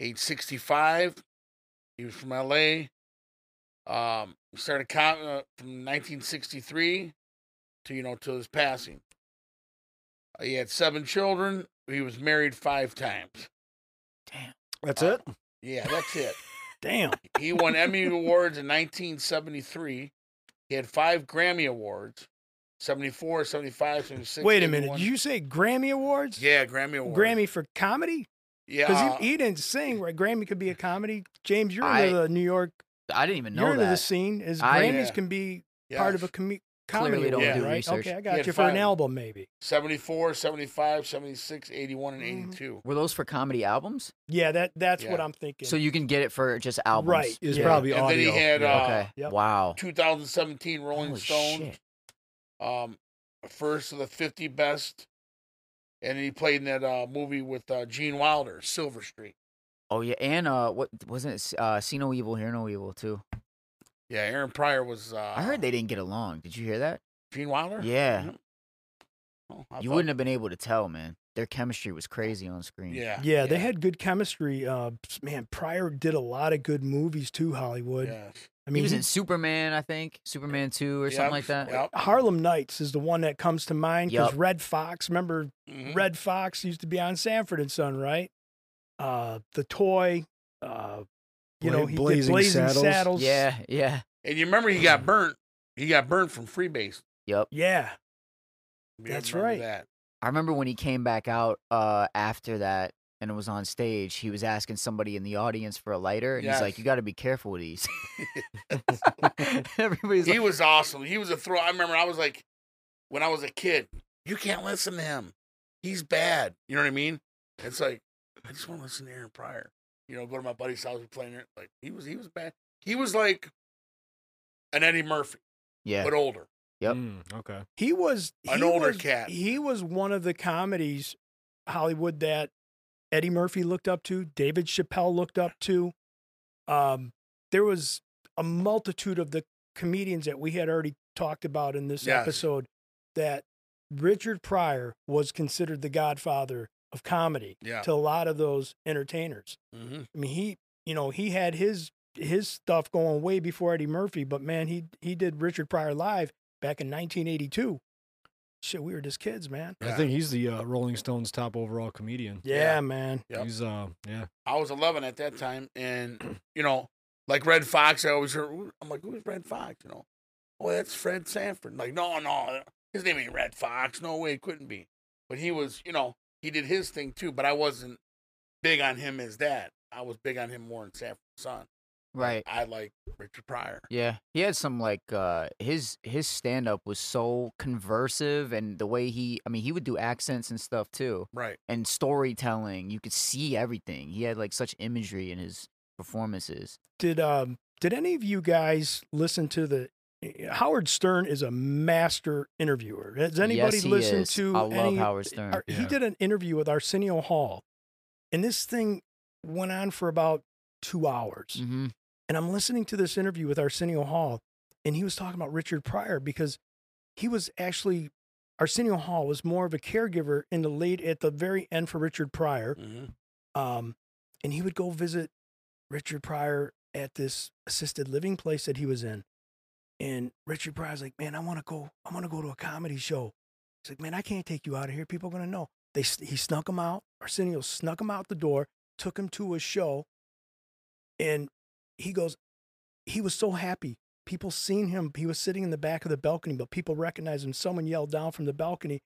Speaker 4: Age 65, he was from LA. Um, he started com- uh, from 1963 to you know to his passing. Uh, He had seven children. He was married five times.
Speaker 1: That's it.
Speaker 4: Yeah, that's it.
Speaker 3: Uh, Damn.
Speaker 4: He won Emmy Awards in 1973. He had five Grammy Awards 74, 75, 76.
Speaker 3: Wait a minute.
Speaker 4: 81.
Speaker 3: Did you say Grammy Awards?
Speaker 4: Yeah, Grammy Awards.
Speaker 3: Grammy for comedy?
Speaker 4: Yeah.
Speaker 3: Because
Speaker 4: uh,
Speaker 3: he, he didn't sing, right? Grammy could be a comedy. James, you're
Speaker 2: I
Speaker 3: into the New York.
Speaker 2: i didn't even know
Speaker 3: You're into the
Speaker 2: that
Speaker 3: scene. Is
Speaker 2: I-
Speaker 3: Grammys
Speaker 4: Yeah.
Speaker 3: can be
Speaker 4: yes.
Speaker 3: part of a com- comedy?
Speaker 2: Clearly don't
Speaker 3: award,
Speaker 4: do
Speaker 3: right?
Speaker 2: research.
Speaker 3: Okay, I
Speaker 4: He
Speaker 3: got
Speaker 4: had
Speaker 3: you for an
Speaker 4: five.
Speaker 3: album, maybe.
Speaker 4: 74, 75, 76, 81, and
Speaker 3: Mm-hmm.
Speaker 4: 82.
Speaker 2: were those for comedy albums
Speaker 3: Yeah, that that's what
Speaker 4: Yeah.
Speaker 3: I'm thinking.
Speaker 2: so you can get it for just albums
Speaker 3: right?
Speaker 1: It's
Speaker 3: yeah.
Speaker 1: probably
Speaker 4: And then
Speaker 1: audio.
Speaker 4: he had
Speaker 1: yeah.
Speaker 4: uh,
Speaker 2: okay
Speaker 3: Yep.
Speaker 2: wow
Speaker 4: 2017 Rolling
Speaker 2: Holy
Speaker 4: Stone,
Speaker 2: shit.
Speaker 4: um, first of the 50 best. And he played in that uh, movie with uh, Gene Wilder, Silver Street.
Speaker 2: oh yeah and uh what wasn't it uh see no evil hear no evil too
Speaker 4: Yeah, Aaron Pryor was. Uh,
Speaker 2: i heard they didn't get along did you hear that
Speaker 4: Gene Wilder?
Speaker 2: Yeah.
Speaker 4: Yep. Oh, I
Speaker 2: you
Speaker 4: thought-
Speaker 2: wouldn't have been able to tell, man. Their chemistry was crazy on screen.
Speaker 4: Yeah.
Speaker 3: Yeah, they had good chemistry. Uh, man, Pryor did a lot of good movies too. Hollywood.
Speaker 4: Yes.
Speaker 3: I mean,
Speaker 2: he was
Speaker 3: he-
Speaker 2: in Superman, I think, Superman Two or something like that.
Speaker 4: Yep.
Speaker 3: Harlem Nights is the one that comes to mind because
Speaker 2: Yep.
Speaker 3: Red Fox. Remember,
Speaker 4: Mhm.
Speaker 3: Red Fox used to be on Sanford and Son, right? Uh, the toy. Uh, you
Speaker 1: Bla-
Speaker 3: know, he
Speaker 1: Blazing
Speaker 3: did Blazing
Speaker 1: Saddles.
Speaker 3: Saddles.
Speaker 2: Yeah, yeah,
Speaker 4: And you remember he got burnt. He got burnt from Freebase.
Speaker 2: yep.
Speaker 3: Yeah.
Speaker 4: You
Speaker 3: That's
Speaker 4: remember
Speaker 3: right.
Speaker 4: That.
Speaker 2: I remember when he came back out uh, after that and was on stage. He was asking somebody in the audience for a lighter, and he's like,
Speaker 4: Yes.
Speaker 2: "You got to be careful with these." Everybody's
Speaker 4: he
Speaker 2: like-
Speaker 4: was awesome. He was a throw. I remember I was like, when I was a kid, you can't listen to him. He's bad. You know what I mean? It's like I just want to listen to Aaron Pryor. You know, go to my buddy's house, we playing it. Like he was, he was bad. He was like an Eddie Murphy,
Speaker 2: Yeah.
Speaker 4: but older.
Speaker 2: Yep.
Speaker 1: Mm, okay.
Speaker 3: He was
Speaker 4: An
Speaker 3: he
Speaker 4: older
Speaker 3: was-
Speaker 4: cat.
Speaker 3: He was one of the comedies Hollywood that Eddie Murphy looked up to, David Chappelle looked up to. Um, there was a multitude of the comedians that we had already talked about in this
Speaker 4: Yes.
Speaker 3: episode that Richard Pryor was considered the godfather of comedy
Speaker 4: Yeah.
Speaker 3: to a lot of those entertainers.
Speaker 4: Mm-hmm.
Speaker 3: I mean, he, you know, he had his his stuff going way before Eddie Murphy, but man, he he did Richard Pryor live back in 1982. Shit, we were just kids, man.
Speaker 1: I think he's the uh, Rolling Stones top overall comedian.
Speaker 3: Yeah, man.
Speaker 4: Yep.
Speaker 1: He's uh, yeah.
Speaker 4: I was 11 at that time, and you know, like Red Fox, I always heard. "Who-" I'm like, who's Red Fox? You know, oh, that's Fred Sanford. Like, no, no, his name ain't Red Fox. No way, it couldn't be. But he was, you know, he did his thing too. But I wasn't big on him as that. I was big on him more in Sanford's son.
Speaker 2: Right.
Speaker 4: I like Richard Pryor.
Speaker 2: Yeah, he had some like uh his his stand up was so conversive and the way he I mean he would do accents and stuff too.
Speaker 4: Right.
Speaker 2: And storytelling, you could see everything. He had like such imagery in his performances.
Speaker 3: Did um did any of you guys listen to the eh, Howard Stern is a master interviewer. Has anybody
Speaker 2: Yes, he
Speaker 3: listened
Speaker 2: is.
Speaker 3: to
Speaker 2: I love
Speaker 3: any-
Speaker 2: Howard Stern.
Speaker 3: or- He
Speaker 2: Yeah.
Speaker 3: did an interview with Arsenio Hall, and this thing went on for about two hours.
Speaker 2: Mm-hmm.
Speaker 3: And I'm listening to this interview with Arsenio Hall, and he was talking about Richard Pryor because he was actually Arsenio Hall was more of a caregiver in the late at the very end for Richard Pryor. Um, and he would go visit Richard Pryor at this assisted living place that he was in. And Richard Pryor's like, man, I want to go. I want to go to a comedy show. He's like, man, I can't take you out of here. People are gonna know. They s- he snuck him out. Arsenio snuck him out the door, took him to a show, and he goes, he was so happy. People seen him. He was sitting in the back of the balcony, but people recognized him. Someone yelled down from the balcony,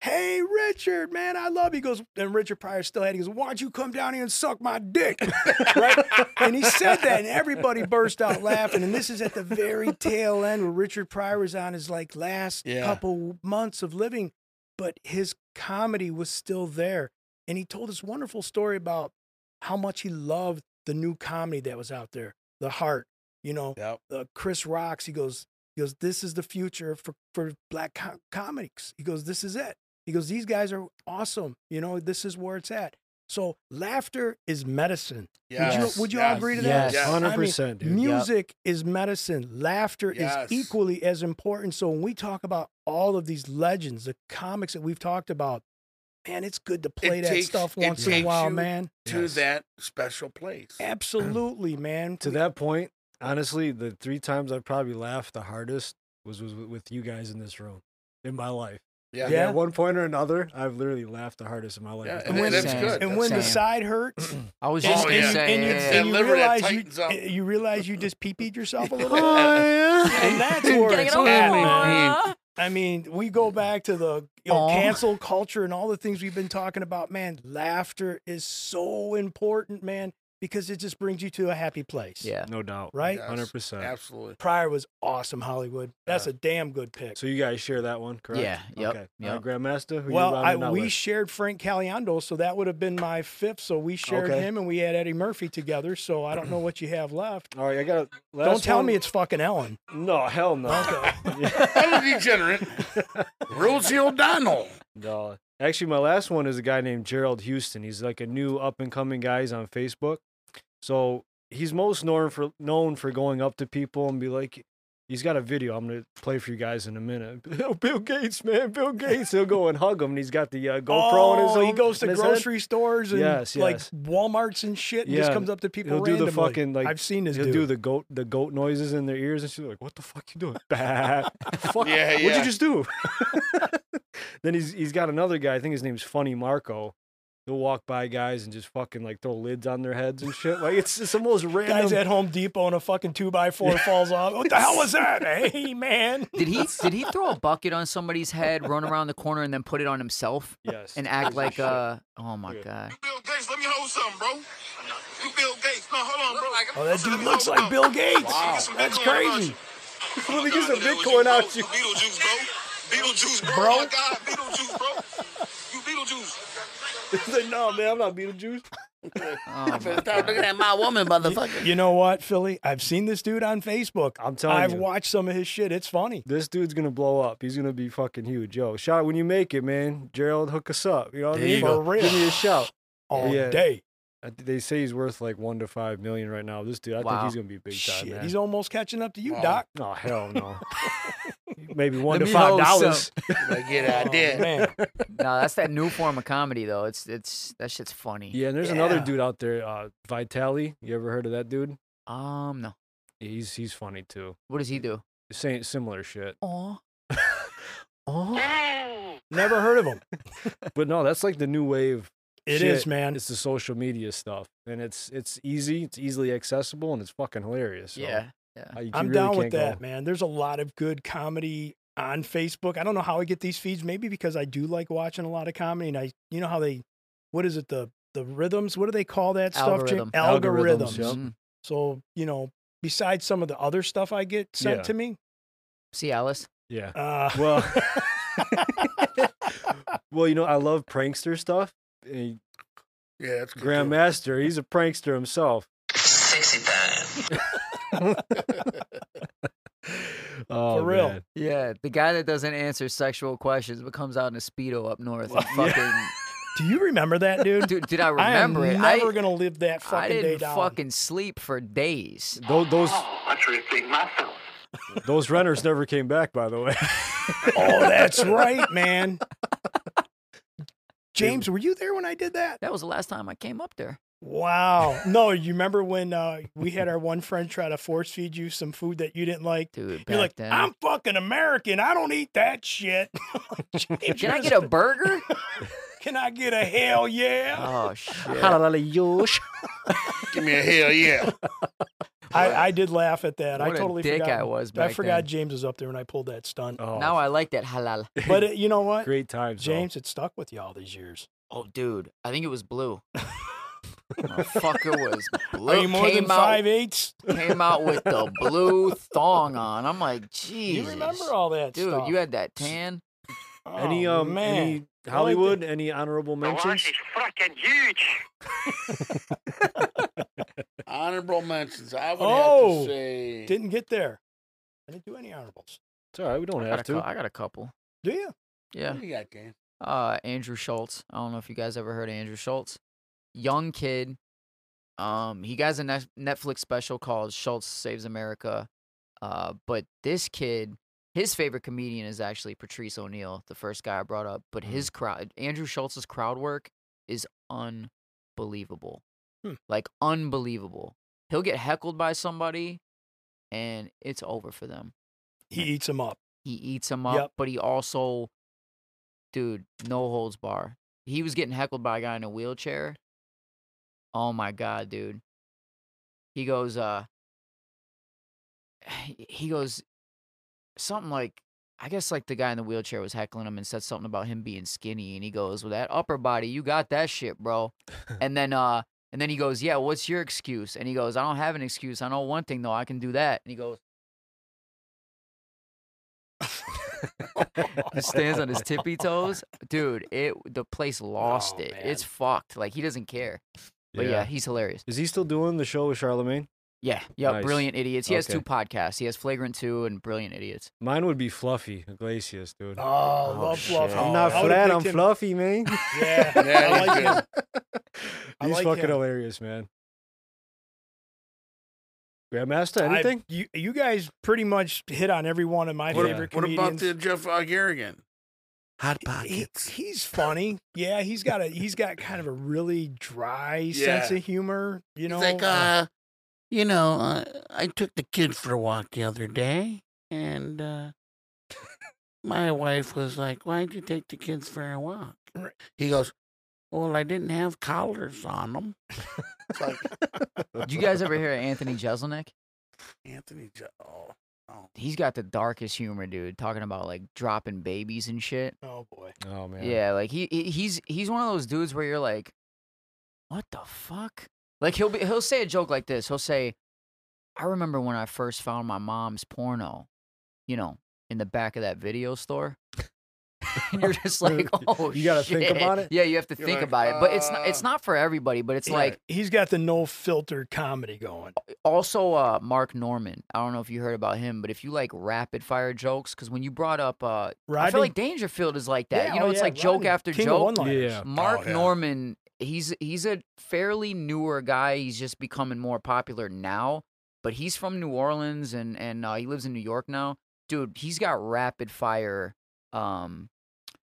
Speaker 3: "Hey, Richard, man, I love." You. He goes, and Richard Pryor still had. He goes, "Why don't you come down here and suck my dick?" right? And he said that, and everybody burst out laughing. And this is at the very tail end where Richard Pryor was on his like last
Speaker 4: Yeah.
Speaker 3: couple months of living, but his comedy was still there. And he told this wonderful story about how much he loved the new comedy that was out there, the heart, you know, uh, Chris Rocks. He goes, he goes, this is the future for, for black co- comics. He goes, this is it. He goes, these guys are awesome. You know, this is where it's at. So laughter is medicine. Would
Speaker 1: Yes,
Speaker 3: you, would you all
Speaker 1: yes,
Speaker 3: agree to
Speaker 1: yes,
Speaker 3: that?
Speaker 1: yes.
Speaker 3: I mean,
Speaker 1: 100%, dude.
Speaker 3: Music is medicine. Laughter
Speaker 4: Yes.
Speaker 3: is equally as important. So when we talk about all of these legends, the comics that we've talked about, man, it's good to play
Speaker 4: It
Speaker 3: that
Speaker 4: takes-
Speaker 3: stuff
Speaker 4: it
Speaker 3: once in a
Speaker 4: takes
Speaker 3: while,
Speaker 4: you
Speaker 3: man.
Speaker 4: To that special place.
Speaker 3: Absolutely, man.
Speaker 1: To that point, honestly, the three times I probably laughed the hardest was, was with you guys in this room in my life.
Speaker 4: Yeah.
Speaker 1: At
Speaker 3: Yeah.
Speaker 1: one point or another, I've literally laughed the hardest in my life.
Speaker 4: Yeah,
Speaker 1: with
Speaker 4: and
Speaker 1: you
Speaker 4: when-
Speaker 1: guys.
Speaker 4: that's Same. good.
Speaker 3: And when the
Speaker 4: Same.
Speaker 3: side hurts,
Speaker 2: I was
Speaker 3: and-
Speaker 2: just
Speaker 3: and,
Speaker 2: gonna
Speaker 3: you-
Speaker 2: say
Speaker 3: and you,
Speaker 2: yeah,
Speaker 3: and you
Speaker 4: That liver that
Speaker 3: realize
Speaker 4: tightens up.
Speaker 3: you, you realize you just pee peed yourself a little.
Speaker 1: Oh, yeah.
Speaker 3: and that's where
Speaker 4: Getting
Speaker 3: it's
Speaker 4: it over
Speaker 3: at,
Speaker 4: with.
Speaker 3: man. I mean, we go back to the you know,
Speaker 2: Aw.
Speaker 3: cancel culture and all the things we've been talking about. Man, laughter is so important, man, because it just brings you to a happy place.
Speaker 2: yeah.
Speaker 1: No doubt.
Speaker 3: Right?
Speaker 4: Yes,
Speaker 1: 100%.
Speaker 4: Absolutely.
Speaker 3: Pryor was awesome, Hollywood. That's a damn good pick.
Speaker 1: So you guys share that one, correct?
Speaker 2: Yeah, yep,
Speaker 1: Okay.
Speaker 2: yep.
Speaker 1: All right, Grandmaster, who
Speaker 3: well,
Speaker 1: you
Speaker 3: I,
Speaker 1: rounding out
Speaker 3: we
Speaker 1: with?
Speaker 3: shared Frank Caliendo, so that would have been my fifth. So we shared
Speaker 1: Okay.
Speaker 3: him, and we had Eddie Murphy together. So I don't know what you have left.
Speaker 1: All right, I got a last
Speaker 3: don't tell
Speaker 1: one.
Speaker 3: me it's fucking Ellen.
Speaker 1: No, hell no.
Speaker 4: I'm a degenerate. Rosie O'Donnell.
Speaker 1: No. Actually, my last one is a guy named Gerald Houston. He's like a new up and coming guy. He's on Facebook. So he's most known for known for going up to people and be like, he's got a video I'm gonna play for you guys in a minute. Oh, Bill Gates, man, Bill Gates. He'll go and hug him, and he's got the uh, GoPro
Speaker 3: oh,
Speaker 1: in his
Speaker 3: he
Speaker 1: own-
Speaker 3: goes to
Speaker 1: in his head.
Speaker 3: grocery stores and
Speaker 1: Yes,
Speaker 3: like
Speaker 1: yes.
Speaker 3: Walmart's and shit, and just comes up to people
Speaker 1: He'll
Speaker 3: randomly.
Speaker 1: do the fucking like
Speaker 3: I've seen this
Speaker 1: He'll
Speaker 3: dude.
Speaker 1: do the goat the goat noises in their ears, and she's like, "What the fuck you doing? Bah. fuck,
Speaker 4: Yeah,
Speaker 1: What'd
Speaker 4: yeah.
Speaker 1: you just do?" then he's he's got another guy. I think his name's Funny Marco. He'll walk by guys and just fucking like throw lids on their heads and shit. Like it's just the most random.
Speaker 3: Guys at Home Depot and a fucking two by four falls off. What the hell was that? Hey man,
Speaker 2: Did he did he throw a bucket on somebody's head, run around the corner, and then put it on himself?
Speaker 1: Yes.
Speaker 2: And act like
Speaker 1: Shit.
Speaker 2: uh oh my god.
Speaker 5: Bill Gates, let me hold something, bro. You Bill Gates. No, hold on, bro.
Speaker 3: oh that dude looks like Bill Gates.
Speaker 5: Wow.
Speaker 3: That's crazy.
Speaker 5: Oh,
Speaker 8: Let me get some Bitcoin out you.
Speaker 5: Beetlejuice, bro. Beetlejuice, bro.
Speaker 8: Bro?
Speaker 5: Oh my God, Beetlejuice, bro. You Beetlejuice.
Speaker 8: It's like, no, man, I'm not Beetlejuice.
Speaker 4: Stop looking at my woman, motherfucker.
Speaker 3: You know what, Philly? I've seen this dude on Facebook. I'm
Speaker 1: telling
Speaker 3: I've
Speaker 1: you.
Speaker 3: watched some of his shit. It's funny.
Speaker 1: This dude's gonna blow up. He's gonna be fucking huge. Yo, shout when you make it, man. Gerald, hook us up. You know what I
Speaker 3: There
Speaker 1: mean?
Speaker 3: you go.
Speaker 1: For real. Give me a shout.
Speaker 3: All day.
Speaker 1: I th- They say he's worth like one to five million right now. This dude, I think
Speaker 3: Wow.
Speaker 1: he's gonna be big time,
Speaker 3: Shit,
Speaker 1: man.
Speaker 3: he's almost catching up to you,
Speaker 1: Oh.
Speaker 3: Doc.
Speaker 1: Oh hell no. Maybe one to
Speaker 2: Let me
Speaker 1: five
Speaker 2: hold
Speaker 1: dollars.
Speaker 2: some.
Speaker 4: Yeah, I did.
Speaker 3: Oh,
Speaker 2: no, that's that new form of comedy though. It's it's that shit's funny.
Speaker 1: Yeah, and there's another
Speaker 2: Yeah.
Speaker 1: dude out there, uh, Vitali. You ever heard of that dude?
Speaker 2: Um, no.
Speaker 1: He's he's funny too.
Speaker 2: What does he do?
Speaker 1: Same similar shit.
Speaker 2: Aw.
Speaker 3: Never heard of him.
Speaker 1: but no, that's like the new wave.
Speaker 3: It
Speaker 1: It is,
Speaker 3: is, man.
Speaker 1: It's the social media stuff, and it's it's easy, it's easily accessible, and it's fucking hilarious. So
Speaker 2: Yeah,
Speaker 3: um,
Speaker 2: yeah.
Speaker 1: I- you
Speaker 3: I'm
Speaker 1: really
Speaker 3: down with
Speaker 1: can't go-
Speaker 3: that, man. There's a lot of good comedy on Facebook. I don't know how I get these feeds. Maybe because I do like watching a lot of comedy, and I, you know how they, what is it the the rhythms? What do they call that stuff? Jim?
Speaker 1: Algorithm.
Speaker 3: Algorithms.
Speaker 1: Algorithms, yep.
Speaker 2: Mm-hmm.
Speaker 1: Mhm.
Speaker 3: So you know, besides some of the other stuff I get sent
Speaker 1: Yeah.
Speaker 3: to me,
Speaker 2: See Alice.
Speaker 1: Yeah.
Speaker 3: Uh,
Speaker 1: well, well, you know, I love prankster stuff. And
Speaker 4: yeah, that's good
Speaker 1: Grandmaster. He's a prankster himself.
Speaker 10: Sexy time.
Speaker 1: Oh,
Speaker 2: For real.
Speaker 1: man.
Speaker 2: Yeah, the guy that doesn't answer sexual questions but comes out in a speedo up north and fucking.
Speaker 3: do you remember that, dude?
Speaker 2: Dude, did I
Speaker 3: am
Speaker 2: remember it? I-
Speaker 3: Never gonna live that
Speaker 2: I
Speaker 3: fucking day
Speaker 2: didn't
Speaker 3: down.
Speaker 2: fucking sleep for days.
Speaker 1: Those those,
Speaker 9: Oh,
Speaker 10: I truly think myself.
Speaker 1: those renters never came back, by the way.
Speaker 3: oh, that's right, man. James, were you there when I did that?
Speaker 2: That was the last time I came up there.
Speaker 3: Wow. No, you remember when uh, we had our one friend try to force feed you some food that you didn't like?
Speaker 2: Dude,
Speaker 3: You're
Speaker 2: back
Speaker 3: like,
Speaker 2: then.
Speaker 3: I'm fucking American. I don't eat that shit.
Speaker 2: Can I get a burger?
Speaker 3: Can I get a hell yeah?
Speaker 2: Oh shit!
Speaker 1: Hallelujah.
Speaker 4: Give me a hell yeah.
Speaker 3: I, I did laugh at that.
Speaker 2: What
Speaker 3: I
Speaker 2: a
Speaker 3: totally
Speaker 2: dick
Speaker 3: forgot.
Speaker 2: I was
Speaker 3: I
Speaker 2: back
Speaker 3: forgot
Speaker 2: then.
Speaker 3: James was up there when I pulled that stunt.
Speaker 1: Oh,
Speaker 2: Now I like that halal.
Speaker 3: But it, you know what?
Speaker 1: great times, though.
Speaker 3: James, it stuck with you all these years.
Speaker 2: Oh, dude, I think it was blue. Motherfucker was blue.
Speaker 3: Are you more
Speaker 2: came
Speaker 3: than
Speaker 2: out,
Speaker 3: five eighths?
Speaker 2: Came out with the blue thong on. I'm like, jeez.
Speaker 3: You remember all that
Speaker 2: dude?
Speaker 3: stuff.
Speaker 2: You had that tan.
Speaker 1: Any
Speaker 3: Oh,
Speaker 1: um,
Speaker 3: man. I like
Speaker 1: any
Speaker 3: that.
Speaker 1: Hollywood? Any honorable mentions?
Speaker 10: fucking huge.
Speaker 4: Honorable mentions. I would have
Speaker 3: Oh,
Speaker 4: to say.
Speaker 3: Didn't get there. I didn't do any honorables.
Speaker 1: It's all right. We don't
Speaker 2: I got,
Speaker 1: have
Speaker 2: a cou-
Speaker 1: to.
Speaker 2: I got a couple.
Speaker 3: Do you?
Speaker 2: Yeah.
Speaker 4: What do you got, Dan?
Speaker 2: uh Andrew Schultz. I don't know if you guys ever heard of Andrew Schultz. Young kid. Um he has a Nef- Netflix special called Schultz Saves America. Uh but this kid his favorite comedian is actually Patrice O'Neill, the first guy I brought up, but his crowd Andrew Schultz's crowd work is unbelievable.
Speaker 3: Hmm.
Speaker 2: Like unbelievable. He'll get heckled by somebody and it's over for them
Speaker 3: He eats them up.
Speaker 2: he eats him up,
Speaker 3: Yep.
Speaker 2: but he also, dude, no holds bar. He was getting heckled by a guy in a wheelchair. Oh my god, dude. He goes, uh, he goes, something like, I guess like the guy in the wheelchair was heckling him and said something about him being skinny, and he goes, "Well, that upper body, you got that shit, bro." and then, uh, and then he goes, "Yeah, what's your excuse?" And he goes, "I don't have an excuse. I know one thing though. I can do that." And he goes. and stands on his tippy toes, dude. It the place lost it. It's fucked. Like he doesn't care. But yeah,
Speaker 1: Yeah.
Speaker 2: he's hilarious.
Speaker 1: Is he still doing the show with Charlemagne?
Speaker 2: Yeah, yeah.
Speaker 1: Nice.
Speaker 2: Brilliant idiots. He has
Speaker 1: Okay.
Speaker 2: two podcasts. He has Flagrant Two and Brilliant Idiots.
Speaker 1: Mine would be Fluffy Iglesias, dude.
Speaker 3: Oh, love
Speaker 2: shit.
Speaker 3: fluffy.
Speaker 1: I'm not
Speaker 3: I would've
Speaker 1: flat.
Speaker 3: picked
Speaker 1: I'm
Speaker 3: him.
Speaker 1: fluffy, man.
Speaker 3: Yeah,
Speaker 4: Yeah,
Speaker 3: I
Speaker 4: he's
Speaker 3: like him. I
Speaker 1: He's
Speaker 3: like
Speaker 1: fucking
Speaker 3: him.
Speaker 1: hilarious, man. Grandmaster,
Speaker 3: I-
Speaker 1: anything?
Speaker 3: you you guys pretty much hit on every one of my
Speaker 4: What,
Speaker 3: favorite
Speaker 4: what about
Speaker 3: comedians.
Speaker 4: the Jeff uh, Garrigan? Hot
Speaker 3: He-
Speaker 4: pockets.
Speaker 3: he's funny. Yeah, he's got a he's got kind of a really dry sense
Speaker 4: Yeah.
Speaker 3: of humor. You know,
Speaker 4: He's like, uh, you know, uh, I took the kids for a walk the other day, and uh, my wife was like, "Why'd you take the kids for a walk?"
Speaker 3: Right.
Speaker 4: He goes, "Well, I didn't have collars on them." it's like
Speaker 2: Did you guys ever hear of Anthony Jeselnik?
Speaker 4: Anthony. Jo- oh, oh.
Speaker 2: He's got the darkest humor, dude. Talking about like dropping babies and shit.
Speaker 3: oh boy,
Speaker 1: Oh man.
Speaker 2: Yeah, like he he- he's he's one of those dudes where you're like, what the fuck? Like he'll be he'll say a joke like this. He'll say, I remember when I first found my mom's porno. you know, in the back of that video store. and you're just like, oh,
Speaker 3: You gotta think
Speaker 2: shit."
Speaker 3: about it?
Speaker 2: Yeah, you have to
Speaker 3: You're
Speaker 2: think
Speaker 3: like,
Speaker 2: about it. But it's not,
Speaker 3: "Uh."
Speaker 2: it's not for everybody. But it's like
Speaker 3: he's got the no filter comedy going.
Speaker 2: also uh, Mark Norman. I don't know if you heard about him, but if you like rapid fire jokes, because when you brought up, uh, I
Speaker 3: Rodney?
Speaker 2: feel like Dangerfield is like that.
Speaker 3: Yeah,
Speaker 2: you know,
Speaker 3: oh
Speaker 2: it's
Speaker 3: yeah,
Speaker 2: like joke
Speaker 3: Rodney,
Speaker 2: after
Speaker 3: king of
Speaker 2: joke.
Speaker 3: one-liners. Yeah.
Speaker 2: Mark
Speaker 3: Oh, yeah.
Speaker 2: Norman. He's he's a fairly newer guy. He's just becoming more popular now, but he's from New Orleans and and uh, he lives in New York now. Dude, he's got rapid fire um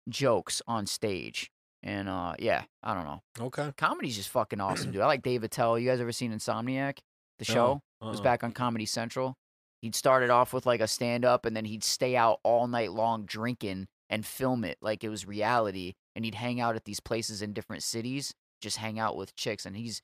Speaker 2: jokes on stage. And uh yeah, I don't know.
Speaker 1: Okay.
Speaker 2: Comedy's just fucking awesome, dude. I like Dave Attell. You guys ever seen Insomniac? The
Speaker 1: No,
Speaker 2: show It was
Speaker 1: uh-uh.
Speaker 2: back on Comedy Central. He'd start it off with like a stand up and then he'd stay out all night long drinking and film it like it was reality and he'd hang out at these places in different cities, just hang out with chicks and he's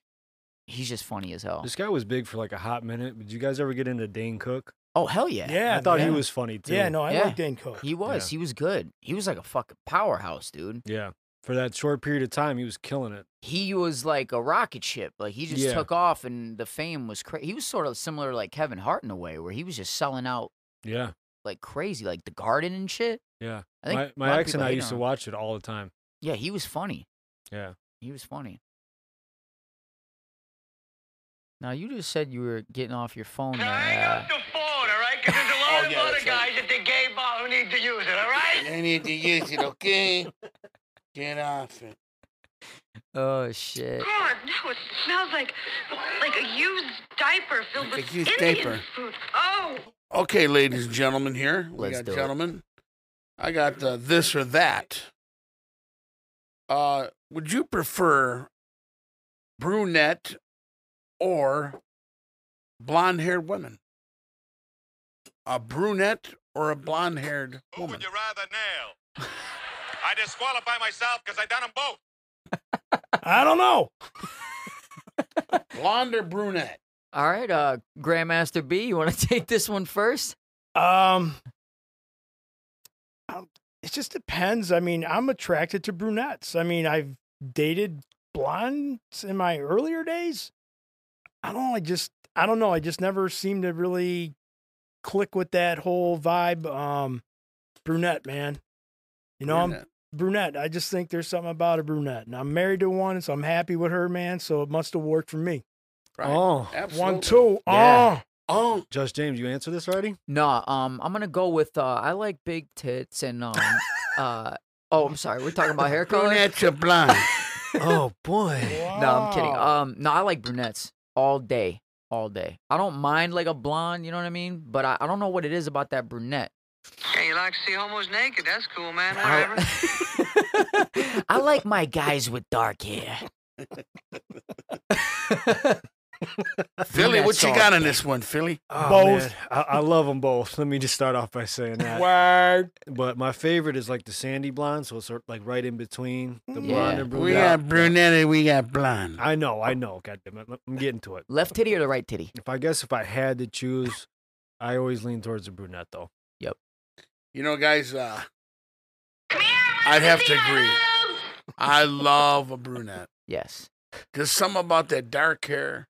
Speaker 2: he's just funny as hell.
Speaker 1: This guy was big for like a hot minute. Did you guys ever get into Dane Cook?
Speaker 2: Oh hell yeah.
Speaker 1: I thought he was funny too.
Speaker 3: Dan Cook.
Speaker 2: He was. He was good. He was like a fucking powerhouse, dude.
Speaker 1: Yeah. For that short period of time, he was killing it.
Speaker 2: He was like a rocket ship. Like he just
Speaker 1: Yeah.
Speaker 2: took off and the fame was crazy. He was sort of similar to like Kevin Hart in a way where he was just selling out
Speaker 1: Yeah.
Speaker 2: like crazy, like the garden and shit.
Speaker 1: Yeah.
Speaker 2: I think a
Speaker 1: my my
Speaker 2: lot of
Speaker 1: ex and
Speaker 2: people
Speaker 1: I
Speaker 2: hate
Speaker 1: used to
Speaker 2: on him.
Speaker 1: watch it all the time.
Speaker 2: Yeah, he was funny.
Speaker 1: Yeah.
Speaker 2: He was funny. Now you just said you were getting off your phone. There, uh,
Speaker 9: There's a lot
Speaker 2: Oh,
Speaker 9: of
Speaker 2: yeah,
Speaker 9: other
Speaker 2: that's
Speaker 9: guys at the gay bar who need to use it, all right?
Speaker 4: I need to use it, okay? Get off it.
Speaker 2: oh shit!
Speaker 13: God, no, it smells like like a used diaper filled
Speaker 4: Like a
Speaker 13: with
Speaker 4: used
Speaker 13: Indian
Speaker 4: diaper.
Speaker 13: food. Oh,
Speaker 4: Okay, ladies and gentlemen, here we
Speaker 5: Let's do
Speaker 4: got
Speaker 5: it.
Speaker 4: gentlemen. I got uh, this or that. Uh, would you prefer brunette or blonde-haired women? A brunette or a blonde-haired woman?
Speaker 5: I disqualify myself because I done them both.
Speaker 3: I don't know.
Speaker 4: Blonde or brunette?
Speaker 2: All right, uh, Grandmaster B, you want to take this one first?
Speaker 3: Um, um, it just depends. I mean, I'm attracted to brunettes. I mean, I've dated blondes in my earlier days. I don't. know, I just. I don't know. I just never seem to really click with that whole vibe. Um, brunette, man. You know,
Speaker 4: Brunette.
Speaker 3: I'm brunette. I just think there's something about a brunette, and I'm married to one, so I'm happy with her, man. So it must have worked for me.
Speaker 4: Right.
Speaker 1: Oh.
Speaker 3: One, two.
Speaker 2: Yeah.
Speaker 4: Oh.
Speaker 1: Josh James, you answer this already?
Speaker 2: No, um, I'm gonna go with uh, I like big tits and um, uh, oh, I'm sorry, we're talking about hair color.
Speaker 4: Brunette or blonde?
Speaker 1: oh boy.
Speaker 2: No, I'm kidding.
Speaker 3: Oh.
Speaker 2: Um, no, I like brunettes all day, all day. I don't mind like a blonde, you know what I mean? But I, I don't know what it is about that brunette.
Speaker 9: Hey, you like to see homos naked? That's cool, man. Whatever.
Speaker 2: I, I like my guys with dark hair.
Speaker 4: Philly, what
Speaker 1: Brunette's
Speaker 4: you
Speaker 1: all
Speaker 4: got on
Speaker 1: day.
Speaker 4: this one, Philly?
Speaker 1: both. Oh, I, I love them both. Let me just start off by saying
Speaker 2: Uh,
Speaker 1: that.
Speaker 4: Word.
Speaker 1: But my favorite is like the sandy blonde, so it's sort of like right in between the blonde
Speaker 2: Yeah.
Speaker 1: and
Speaker 4: We
Speaker 1: brunette.
Speaker 4: got brunette and we got blonde.
Speaker 1: I know, I know. God damn it, I'm getting to it.
Speaker 2: Left titty or the right titty?
Speaker 1: If I guess if I had to choose, I always lean towards the brunette though.
Speaker 2: Yep.
Speaker 4: You know, guys, uh, I'd have to agree. I love a brunette.
Speaker 2: Yes.
Speaker 4: There's something about that dark hair.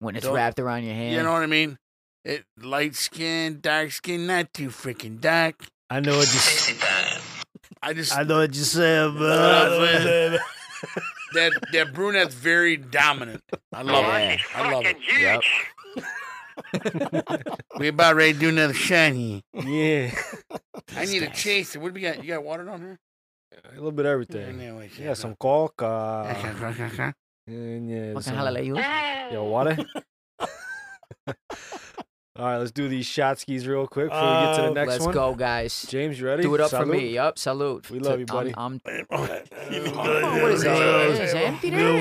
Speaker 2: When it's
Speaker 4: Don't-
Speaker 2: wrapped around your hand.
Speaker 4: You know what I mean? It light skin, dark skin, not too freaking dark.
Speaker 1: I know what you.
Speaker 4: I just
Speaker 1: I know what you said,
Speaker 4: Uh,
Speaker 1: but
Speaker 4: that that brunette's very dominant. I love it. I love it. Yep. we about ready to do another shiny.
Speaker 1: yeah,
Speaker 4: I need a chaser. What do we got? You got water down here?
Speaker 1: a little bit of everything.
Speaker 4: Yeah, wait,
Speaker 1: Yeah, some coke. Uh, and yeah,
Speaker 2: What
Speaker 1: some-
Speaker 2: kind of holiday you
Speaker 13: Oh.
Speaker 2: like?
Speaker 1: Yo, water. All right, let's do these shot skis real quick before we get to the
Speaker 2: Uh,
Speaker 1: next
Speaker 2: Let's
Speaker 1: one.
Speaker 2: go, guys.
Speaker 1: James, you ready?
Speaker 2: Do it up for
Speaker 1: Salute.
Speaker 2: me. Yup, salute.
Speaker 1: We love
Speaker 2: To-
Speaker 1: you, buddy.
Speaker 2: I'm, I'm
Speaker 1: what is
Speaker 2: it? It's empty there.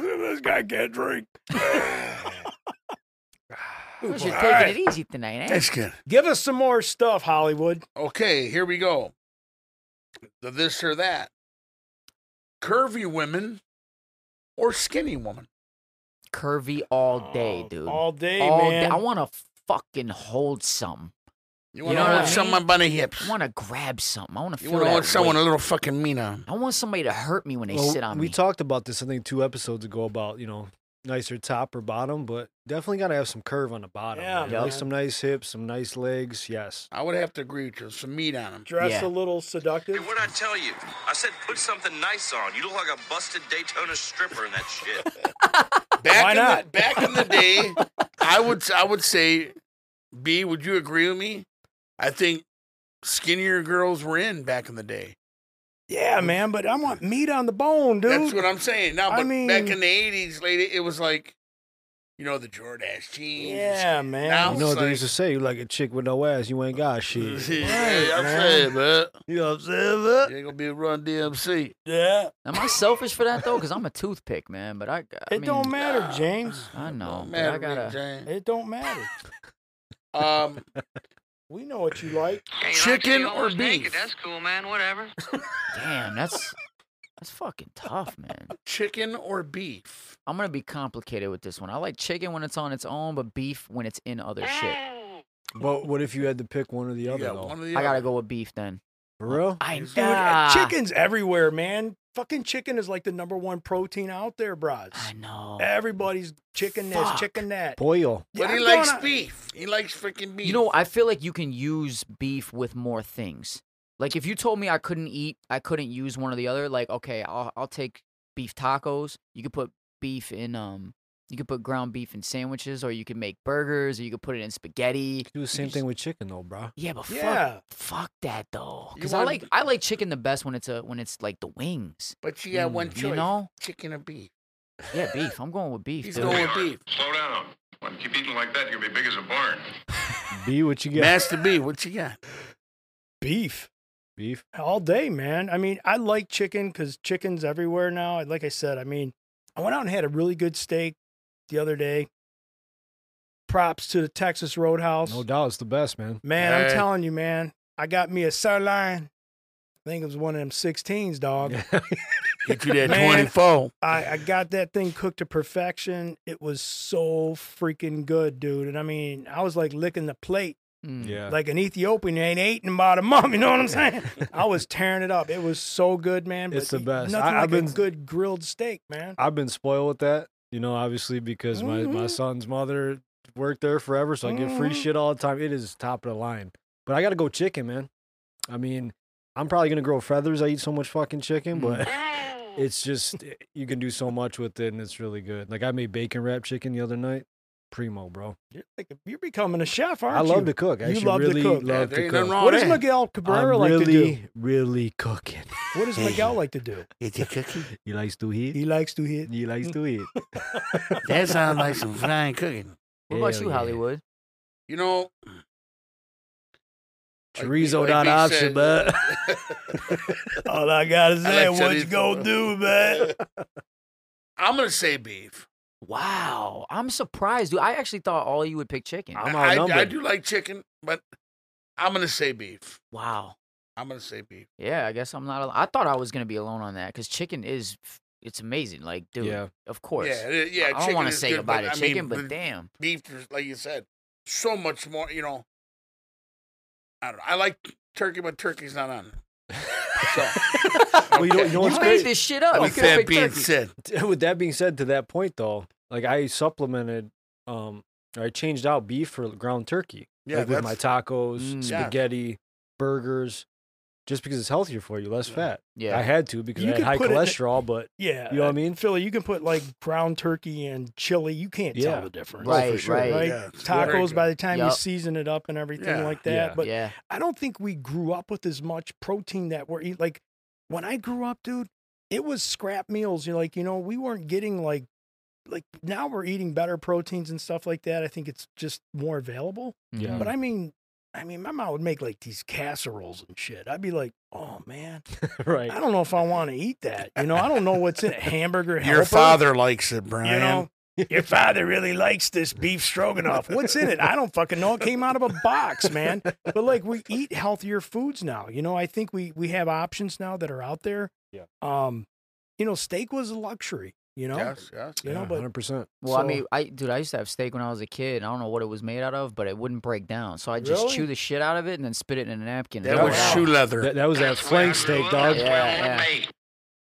Speaker 3: this guy can't drink.
Speaker 2: You're
Speaker 4: All
Speaker 2: taking
Speaker 4: right.
Speaker 2: it easy tonight, eh?
Speaker 4: That's good.
Speaker 3: Give us some more stuff, Hollywood.
Speaker 4: Okay, here we go. The this or that. Curvy women or skinny woman.
Speaker 2: Curvy all day,
Speaker 4: Oh,
Speaker 2: dude.
Speaker 3: all day, man.
Speaker 2: I want to fucking hold some.
Speaker 4: You
Speaker 2: You
Speaker 4: want
Speaker 2: know
Speaker 4: to
Speaker 2: what I
Speaker 4: hold
Speaker 2: mean?
Speaker 4: someone by the hips.
Speaker 2: I want to grab something. I want to
Speaker 4: You
Speaker 2: feel
Speaker 4: want to
Speaker 2: that
Speaker 4: hold someone
Speaker 2: weight.
Speaker 4: a little fucking mean on.
Speaker 2: I want somebody to hurt me when they
Speaker 1: Well,
Speaker 2: sit on
Speaker 1: we
Speaker 2: me.
Speaker 1: talked about this, I think, two episodes ago about you know nicer top or bottom, but definitely got to have some curve on the bottom.
Speaker 3: Yeah,
Speaker 1: man. Like
Speaker 3: man.
Speaker 1: some nice hips, some nice legs. Yes.
Speaker 4: I would have to agree with you. Some meat on them.
Speaker 3: Dress a little seductive.
Speaker 14: What'd I tell you? I said put something nice on. You look like a busted Daytona stripper in that shit.
Speaker 4: Back
Speaker 14: Why
Speaker 4: in The,
Speaker 14: not?
Speaker 4: back in the day, I would I would say, B, would you agree with me? I think skinnier girls were in back in the day.
Speaker 3: Yeah, man, but I want meat on the bone, dude.
Speaker 4: That's what I'm saying. Now,
Speaker 3: I
Speaker 4: but back
Speaker 3: mean-
Speaker 4: in the '80s, lady, it was like, you know, the Jordache jeans.
Speaker 3: Yeah, man.
Speaker 4: Now
Speaker 1: You know what
Speaker 4: it's
Speaker 1: they
Speaker 4: like,
Speaker 1: used to say? You like a chick with no ass, you ain't got shit.
Speaker 4: hey, I'm
Speaker 1: man.
Speaker 4: saying, man.
Speaker 1: You know what I'm saying,
Speaker 4: man? You ain't gonna be a Run DMC.
Speaker 3: Yeah.
Speaker 2: Am I selfish for that though? Because I'm a toothpick, man. But I, I mean,
Speaker 3: It don't matter, James.
Speaker 2: I know. but
Speaker 4: matter,
Speaker 2: I
Speaker 4: Big
Speaker 2: gotta.
Speaker 4: Jane.
Speaker 3: It don't matter.
Speaker 4: Um,
Speaker 3: we know what you like.
Speaker 13: Yeah, you like to be
Speaker 4: chicken or
Speaker 13: almost naked,
Speaker 4: beef?
Speaker 13: That's cool, man. Whatever.
Speaker 2: Damn, that's that's fucking tough, man.
Speaker 4: Chicken or beef?
Speaker 2: I'm gonna be complicated with this one. I like chicken when it's on its own, but beef when it's in other shit.
Speaker 13: Oh.
Speaker 1: But what if you had to pick one or the other?
Speaker 4: got
Speaker 1: though?
Speaker 4: one or the
Speaker 2: I gotta go with beef then.
Speaker 1: For real?
Speaker 2: I
Speaker 3: Dude,
Speaker 2: know.
Speaker 3: chicken's everywhere, man. Fucking chicken is like the number one protein out there, bros.
Speaker 2: I know.
Speaker 3: Everybody's chicken this,
Speaker 2: Fuck.
Speaker 3: chicken that.
Speaker 1: Boil.
Speaker 4: But
Speaker 3: Yeah,
Speaker 4: he
Speaker 3: I'm
Speaker 4: likes
Speaker 3: gonna-
Speaker 4: beef. He likes freaking beef.
Speaker 2: You know, I feel like you can use beef with more things. Like if you told me I couldn't eat, I couldn't use one or the other. Like okay, I'll I'll take beef tacos. You could put beef in um, you could put ground beef in sandwiches, or you could make burgers, or you could put it in spaghetti.
Speaker 1: Do the same thing with chicken though, bro.
Speaker 2: Yeah, but
Speaker 3: Yeah.
Speaker 2: fuck, fuck that though,
Speaker 4: You
Speaker 2: because I
Speaker 4: want-
Speaker 2: like I like chicken the best when it's a when it's like the wings.
Speaker 4: but you got one
Speaker 2: Mm,
Speaker 4: choice:
Speaker 2: You know?
Speaker 4: chicken or beef.
Speaker 2: Yeah, beef. I'm going with beef.
Speaker 4: He's
Speaker 2: dude.
Speaker 4: going with beef.
Speaker 7: Slow down. When you keep eating like that, you're gonna be big as a barn.
Speaker 1: B, what you got?
Speaker 4: Master B, what you got?
Speaker 3: Beef.
Speaker 1: Beef.
Speaker 3: All day, man. I mean, I like chicken because chicken's everywhere now. Like I said, I mean, I went out and had a really good steak the other day. Props to the Texas Roadhouse.
Speaker 1: No doubt, it's the best, man.
Speaker 3: Man, I'm
Speaker 4: Hey.
Speaker 3: telling you, man. I got me a sirloin. I think it was one of them 16s, dog.
Speaker 4: Get you that
Speaker 3: Man.
Speaker 4: twenty-four.
Speaker 3: I, I got that thing cooked to perfection. It was so freaking good, dude. And I mean, I was like licking the plate
Speaker 2: Mm.
Speaker 1: yeah.
Speaker 3: like an Ethiopian ain't eating about a month. You know what I'm saying? I was tearing it up. It was so good, man.
Speaker 1: It's
Speaker 3: but
Speaker 1: the best.
Speaker 3: Nothing
Speaker 1: I-
Speaker 3: like
Speaker 1: I've
Speaker 3: a
Speaker 1: been-
Speaker 3: good grilled steak, man.
Speaker 1: I've been spoiled with that, you know, obviously because my, my
Speaker 3: Mhm.
Speaker 1: son's mother worked there forever, so I get free
Speaker 3: Mhm.
Speaker 1: shit all the time. It is top of the line. But I gotta go chicken, man. I mean, I'm probably gonna grow feathers. I eat so much fucking
Speaker 3: Mm.
Speaker 1: chicken, but
Speaker 13: Oh.
Speaker 1: it's just eh, you can do so much with it and it's really good. Like I made bacon wrap chicken the other night. Primo, bro.
Speaker 3: You're, like, you're becoming a chef, aren't
Speaker 1: I
Speaker 3: you?
Speaker 1: love to cook. I
Speaker 3: You
Speaker 1: actually
Speaker 3: love to
Speaker 1: really
Speaker 3: cook. Eh,
Speaker 4: Yeah,
Speaker 1: love
Speaker 4: there
Speaker 1: to
Speaker 4: ain't nothing
Speaker 1: cook.
Speaker 4: wrong
Speaker 3: What does
Speaker 4: with that.
Speaker 3: Miguel
Speaker 1: I'm
Speaker 3: Cabrera like
Speaker 1: really,
Speaker 3: to do?
Speaker 1: really cooking.
Speaker 3: What does Miguel like to do?
Speaker 4: It's a cookie.
Speaker 1: He likes to eat.
Speaker 3: He likes to hit.
Speaker 1: He likes to eat.
Speaker 4: That sounds like some fine cooking.
Speaker 2: What about
Speaker 1: Hell
Speaker 2: you,
Speaker 1: yeah.
Speaker 2: Hollywood?
Speaker 4: You know, Like we-
Speaker 1: Chorizo
Speaker 4: like
Speaker 1: not
Speaker 4: we
Speaker 1: option,
Speaker 4: said-
Speaker 1: but
Speaker 3: All I gotta
Speaker 4: say, like what you Chinese gonna food.
Speaker 3: do, man?
Speaker 4: I'm gonna say beef.
Speaker 2: Wow, I'm surprised, dude. I actually thought all you would pick chicken.
Speaker 1: I'm
Speaker 4: I, I
Speaker 1: outnumbered.
Speaker 4: do like chicken, but I'm gonna say beef.
Speaker 2: wow.
Speaker 4: I'm gonna say beef.
Speaker 2: Yeah, I guess I'm not. Al- I thought I was gonna be alone on that because chicken is, f- it's amazing. Like, dude,
Speaker 1: Yeah.
Speaker 2: of course.
Speaker 4: Yeah, it- yeah.
Speaker 2: I don't
Speaker 4: chicken
Speaker 2: wanna
Speaker 4: is
Speaker 2: say
Speaker 4: good,
Speaker 2: goodbye
Speaker 4: but,
Speaker 2: to
Speaker 4: I mean,
Speaker 2: chicken, but
Speaker 4: the
Speaker 2: damn,
Speaker 4: beef, there's, like you said, so much more. You know, I don't. know. I like turkey, but turkey's not on. So,
Speaker 1: Well, you know-
Speaker 4: okay.
Speaker 1: you know
Speaker 2: you
Speaker 1: what's
Speaker 2: made
Speaker 1: great?
Speaker 2: this shit up. You
Speaker 4: With
Speaker 2: could have
Speaker 4: that
Speaker 2: picked
Speaker 4: being
Speaker 2: turkey.
Speaker 4: said,
Speaker 1: with that being said, to that point though, like I supplemented, um, or I changed out beef for ground turkey.
Speaker 4: Yeah,
Speaker 1: like with my tacos,
Speaker 2: Mm.
Speaker 4: Yeah.
Speaker 1: spaghetti, burgers, just because it's healthier for you, less fat. I
Speaker 2: Yeah,
Speaker 1: had to because
Speaker 3: You
Speaker 1: I had
Speaker 3: could
Speaker 1: high
Speaker 3: put it uh, in-
Speaker 1: cholesterol, but
Speaker 3: Yeah.
Speaker 1: You know what I mean?
Speaker 3: Philly, you can put like ground turkey and chili. You can't
Speaker 1: Yeah. Oh,
Speaker 3: tell the difference.
Speaker 2: Right, right.
Speaker 3: Right?
Speaker 4: Yeah, it's very
Speaker 3: Tacos
Speaker 4: good.
Speaker 3: by the time you
Speaker 2: Yup.
Speaker 3: season it up and everything
Speaker 4: Yeah.
Speaker 3: like that.
Speaker 1: Yeah.
Speaker 3: But
Speaker 2: yeah.
Speaker 3: I don't think we grew up with as much protein that we're eating. Like when I grew up, dude, it was scrap meals. You're like, you know, we weren't getting like like now we're eating better proteins and stuff like that. I think it's just more available.
Speaker 2: mm-hmm.
Speaker 1: Yeah.
Speaker 4: Mm.
Speaker 3: But I mean, I mean, my mom would make like these casseroles and shit. I'd be like, oh man,
Speaker 1: right.
Speaker 3: I don't know if I want to eat that. You know, I don't know what's in it. Hamburger.
Speaker 4: your
Speaker 3: helper?
Speaker 4: father likes it,
Speaker 3: You
Speaker 4: Brian.
Speaker 3: know, your father really likes this beef stroganoff. What's in it? I don't fucking know. It came out of a box, man. But like, we eat healthier foods now. You know, I think we we have options now that are out there.
Speaker 1: Yeah.
Speaker 3: Um, you know, steak was a luxury. You know.
Speaker 4: Yes, yes.
Speaker 3: You know, but
Speaker 1: hundred percent.
Speaker 2: Well, I
Speaker 3: So-
Speaker 2: mean, I dude, I used to have steak when I was a kid. and I don't know what it was made out of, but it wouldn't break down. So I just
Speaker 3: Really?
Speaker 2: chew the shit out of it and then spit it in a napkin. and
Speaker 4: That
Speaker 2: throw
Speaker 4: was
Speaker 2: it out.
Speaker 4: shoe leather.
Speaker 1: That, that was that flank steak, dog.
Speaker 2: Yeah, yeah.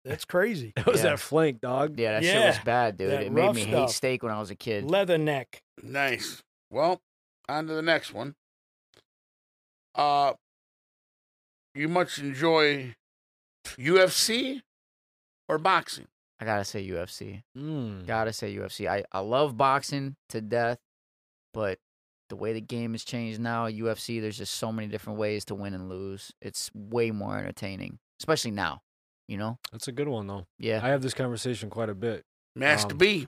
Speaker 3: That's crazy.
Speaker 1: It was
Speaker 2: Yeah.
Speaker 1: that flank, dog.
Speaker 2: Yeah, that shit was bad, dude.
Speaker 3: that
Speaker 2: It made
Speaker 3: rough
Speaker 2: me hate
Speaker 3: stuff.
Speaker 2: steak when I was a kid.
Speaker 3: Leather neck.
Speaker 4: Nice. Well, on to the next one. Uh you much enjoy UFC or boxing?
Speaker 2: I gotta say UFC.
Speaker 1: Mm, Mm-hmm.
Speaker 2: Gotta say UFC. I, I love boxing to death, but the way the game has changed now, UFC, there's just so many different ways to win and lose. It's way more entertaining, especially now. You know?
Speaker 1: That's a good one though.
Speaker 2: Yeah.
Speaker 1: I have this conversation quite a bit.
Speaker 4: Master
Speaker 1: Um,
Speaker 4: B.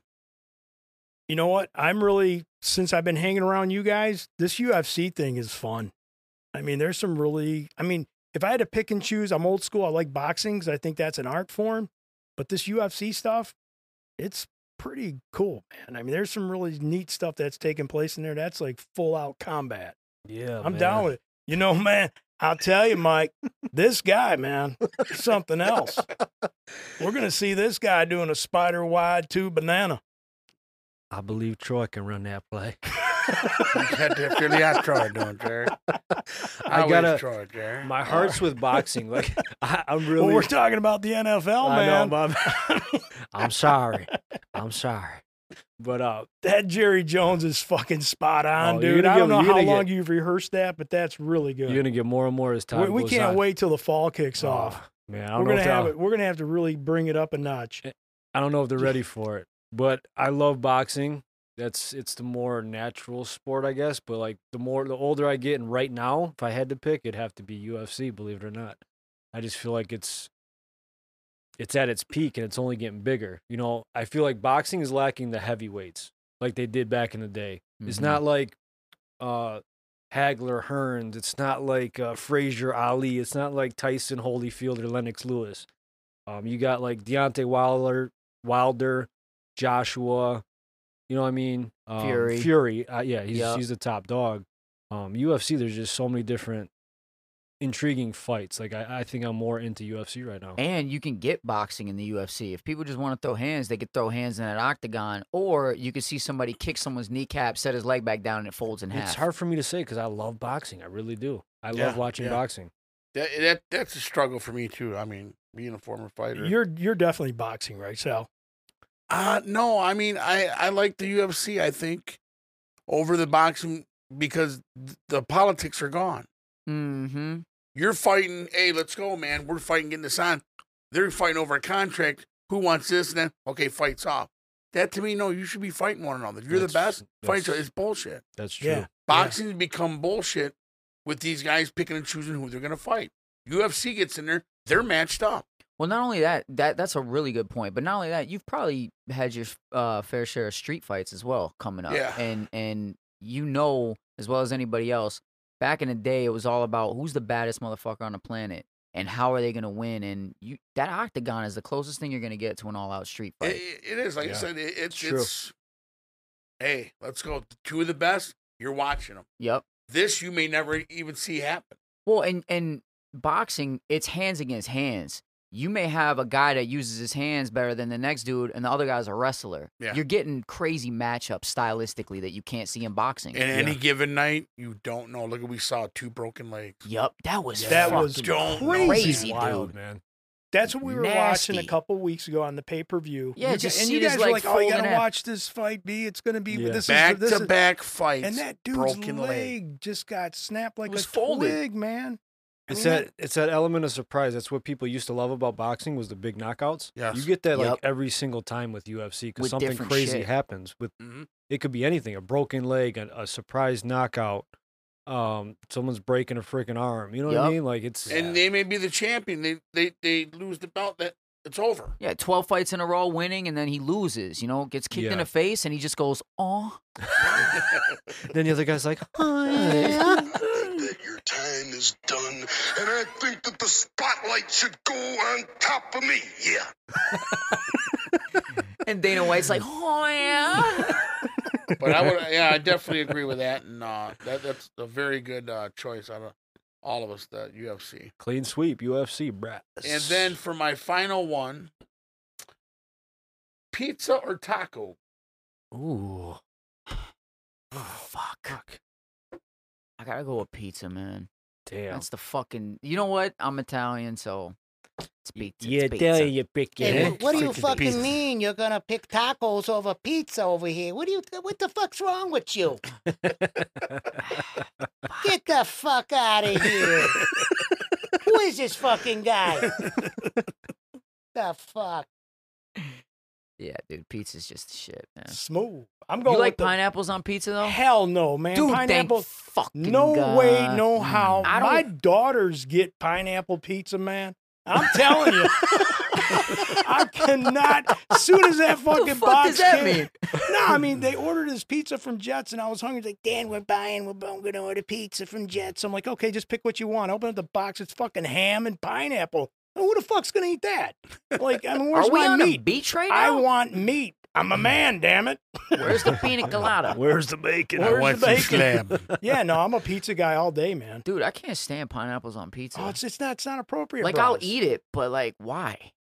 Speaker 3: You know what? I'm really since I've been hanging around you guys, this UFC thing is fun. I mean, there's some really. I mean, if I had to pick and choose, I'm old school. I like boxing 'cause I think that's an art form. But this UFC stuff, it's pretty cool, man. I mean, there's some really neat stuff that's taking place in there. That's like full out combat.
Speaker 1: Yeah,
Speaker 3: I'm down with it. You know, man, I'll tell you, Mike, this guy, man, is something else. We're gonna see this guy doing a spider wide two banana.
Speaker 1: I believe Troy can run that play.
Speaker 4: That definitely I tried doing, Jerry.
Speaker 1: I
Speaker 4: Always
Speaker 1: gotta.
Speaker 4: tried, Jerry.
Speaker 1: My heart's with boxing. Like I, I'm really.
Speaker 3: Well, we're talking about the NFL,
Speaker 1: I know,
Speaker 3: man.
Speaker 1: Bob. I'm sorry. I'm sorry. But uh,
Speaker 3: That Jerry Jones is fucking spot on,
Speaker 1: Oh, you're
Speaker 3: dude.
Speaker 1: gonna
Speaker 3: I don't
Speaker 1: get-
Speaker 3: know
Speaker 1: you're
Speaker 3: how
Speaker 1: gonna
Speaker 3: long
Speaker 1: get-
Speaker 3: you've rehearsed that, but that's really good.
Speaker 1: you're gonna get more and more as time
Speaker 3: we, we
Speaker 1: goes
Speaker 3: can't
Speaker 1: on.
Speaker 3: wait till the fall kicks
Speaker 1: Oh,
Speaker 3: off.
Speaker 1: man. I don't
Speaker 3: We're
Speaker 1: know
Speaker 3: gonna
Speaker 1: if
Speaker 3: have
Speaker 1: I'll-
Speaker 3: it. We're gonna have to really bring it up a notch.
Speaker 1: I don't know if they're ready for it, but I love boxing. That's it's the more natural sport, I guess. But like the more the older I get, and right now, if I had to pick, it'd have to be UFC. Believe it or not, I just feel like it's it's at its peak and it's only getting bigger. You know, I feel like boxing is lacking the heavyweights like they did back in the day. It's
Speaker 2: Mhm.
Speaker 1: not like uh Hagler, Hearns. It's not like uh, Frazier, Ali. It's not like Tyson, Holyfield, or Lennox Lewis. Um, you got like Deontay Wilder, Wilder, Joshua. You know what I mean? Um,
Speaker 2: Fury.
Speaker 1: Fury. Uh, yeah, he's
Speaker 2: Yeah.
Speaker 1: he's the top dog. Um, UFC. There's just so many different intriguing fights. Like I, I think I'm more into UFC right now.
Speaker 2: And you can get boxing in the UFC. If people just want to throw hands, they could throw hands in that octagon, or you could see somebody kick someone's kneecap, set his leg back down, and it folds in half.
Speaker 1: It's hard for me to say because I love boxing. I really do. I
Speaker 4: Yeah,
Speaker 1: love watching
Speaker 4: yeah.
Speaker 1: boxing.
Speaker 4: That, that that's a struggle for me too. I mean, being a former fighter.
Speaker 3: You're you're definitely boxing, right, Sal?
Speaker 4: Uh no, I mean I I like the UFC, I think, over the boxing because th- the politics are gone.
Speaker 2: Mm-hmm.
Speaker 4: You're fighting, hey, let's go, man. We're fighting getting this on. They're fighting over a contract. Who wants this? And then okay, fights off. That to me, no, you should be fighting one another. If You're the
Speaker 1: That's-
Speaker 4: best. Fight each other.
Speaker 1: that's-
Speaker 4: It's bullshit.
Speaker 1: That's true.
Speaker 3: Yeah.
Speaker 4: Boxing's become bullshit with these guys picking and choosing who they're gonna fight. UFC gets in there, they're matched up.
Speaker 2: Well, not only that, that that's a really good point. But not only that, you've probably had your uh, fair share of street fights as well coming up,
Speaker 4: Yeah.
Speaker 2: and and you know as well as anybody else. Back in the day, it was all about who's the baddest motherfucker on the planet and how are they gonna win. And you that octagon is the closest thing you're gonna get to an all-out street
Speaker 4: It-
Speaker 2: fight.
Speaker 4: it is like I
Speaker 1: Yeah.
Speaker 4: said. It, it's
Speaker 1: true.
Speaker 4: it's. Hey, let's go. Two of the best. You're watching them.
Speaker 2: yep.
Speaker 4: This you may never even see happen.
Speaker 2: Well, and and boxing, it's hands against hands. You may have a guy that uses his hands better than the next dude, and the other guy's a wrestler.
Speaker 4: Yeah.
Speaker 2: You're getting crazy matchups stylistically that you can't see in boxing.
Speaker 4: In any given night, you don't know. Look, we saw two broken legs.
Speaker 2: Yup, that was
Speaker 3: That
Speaker 2: fucking
Speaker 3: was
Speaker 4: Don't know.
Speaker 3: crazy,
Speaker 2: crazy,
Speaker 1: Wild
Speaker 2: dude.
Speaker 1: man.
Speaker 3: That's what we were watching a
Speaker 2: Nasty.
Speaker 3: couple weeks ago on the pay per view.
Speaker 2: Yeah, just
Speaker 3: and
Speaker 2: see
Speaker 3: you
Speaker 2: his
Speaker 3: guys
Speaker 2: leg
Speaker 3: were like, "Oh, you
Speaker 2: folding
Speaker 3: gotta
Speaker 2: up."
Speaker 3: watch this fight, B. It's gonna be
Speaker 1: Yeah.
Speaker 3: this
Speaker 4: Back
Speaker 3: is this
Speaker 4: to
Speaker 3: is,
Speaker 4: back fights.
Speaker 3: and that dude's
Speaker 4: broken
Speaker 3: leg,
Speaker 4: leg.
Speaker 3: just got snapped like a
Speaker 4: was folded.
Speaker 3: twig, man. I
Speaker 1: It's
Speaker 3: mean,
Speaker 1: that it's that element of surprise. That's what people used to love about boxing was the big knockouts.
Speaker 4: Yes.
Speaker 1: you get that like
Speaker 2: Yep.
Speaker 1: every single time with UFC because
Speaker 2: With
Speaker 1: something
Speaker 2: different
Speaker 1: crazy
Speaker 2: shit.
Speaker 1: happens. With
Speaker 4: Mhm.
Speaker 1: it could be anything: a broken leg, a, a surprise knockout, um, someone's breaking a freaking arm. You know what I
Speaker 2: Yep.
Speaker 1: mean? Like it's
Speaker 4: And they may be the champion. They they they lose the belt. That it's over.
Speaker 2: Yeah, twelve fights in a row, winning, and then he loses. You know, gets kicked
Speaker 1: Yeah.
Speaker 2: in the face, and he just goes, "Oh,
Speaker 1: then the other guy's like,
Speaker 7: that your time is done, and I think that the spotlight should go on top of me. Yeah.
Speaker 2: And Dana White's like, "Oh yeah."
Speaker 4: But I would. yeah, I definitely agree with that. And uh, that that's a very good uh, choice out of all of us. The UFC.
Speaker 1: clean sweep UFC, brat.
Speaker 4: And then for my final one, pizza or taco?
Speaker 1: ooh,
Speaker 2: Fuck. I gotta go with pizza, man.
Speaker 1: damn,
Speaker 2: That's the fucking. You know what? I'm Italian, so It's pizza.
Speaker 1: Yeah,
Speaker 2: it's
Speaker 1: tell
Speaker 2: pizza.
Speaker 1: you, you pick your
Speaker 15: Hey,
Speaker 1: head.
Speaker 15: wh- what do you
Speaker 1: Pick your
Speaker 15: fucking
Speaker 1: pizza.
Speaker 15: mean you're gonna pick tacos over pizza over here? What do you? What the fuck's wrong with you? Get the fuck out of here! Who is this fucking guy? the fuck?
Speaker 2: Yeah, dude, pizza's just the shit, man.
Speaker 3: Smooth. I'm
Speaker 2: You
Speaker 3: going
Speaker 2: like
Speaker 3: with the-
Speaker 2: pineapples on pizza though?
Speaker 3: Hell no, man.
Speaker 2: Dude, thank
Speaker 3: pineapple.
Speaker 2: fucking
Speaker 3: no way,
Speaker 2: God. Mm.
Speaker 3: no how.
Speaker 2: I
Speaker 3: My
Speaker 2: don't-
Speaker 3: daughters get pineapple pizza, man. I'm telling you. I cannot. As soon as that
Speaker 15: What
Speaker 3: fucking
Speaker 15: the fuck
Speaker 3: box
Speaker 15: does that
Speaker 3: came-
Speaker 15: mean?
Speaker 3: No, I mean they ordered this pizza from Jets, and I was hungry. Like Dan, we're buying. We're bu- gonna order pizza from Jets. I'm like, okay, just pick what you want. Open up the box. It's fucking ham and pineapple. And who the fuck's gonna eat that? Like, I mean, where's
Speaker 2: Are we
Speaker 3: my
Speaker 2: on a
Speaker 3: meat?
Speaker 2: beach right
Speaker 3: I want meat. I'm a man, damn it.
Speaker 2: Where's the pina colada?
Speaker 1: Where's the bacon?
Speaker 3: Where's the bacon?
Speaker 4: slab.
Speaker 3: yeah, no, I'm a pizza guy all day, man.
Speaker 2: Dude, I can't stand pineapples on pizza.
Speaker 3: Oh, it's it's not it's not appropriate.
Speaker 2: like
Speaker 3: bros.
Speaker 2: I'll eat it, but like why?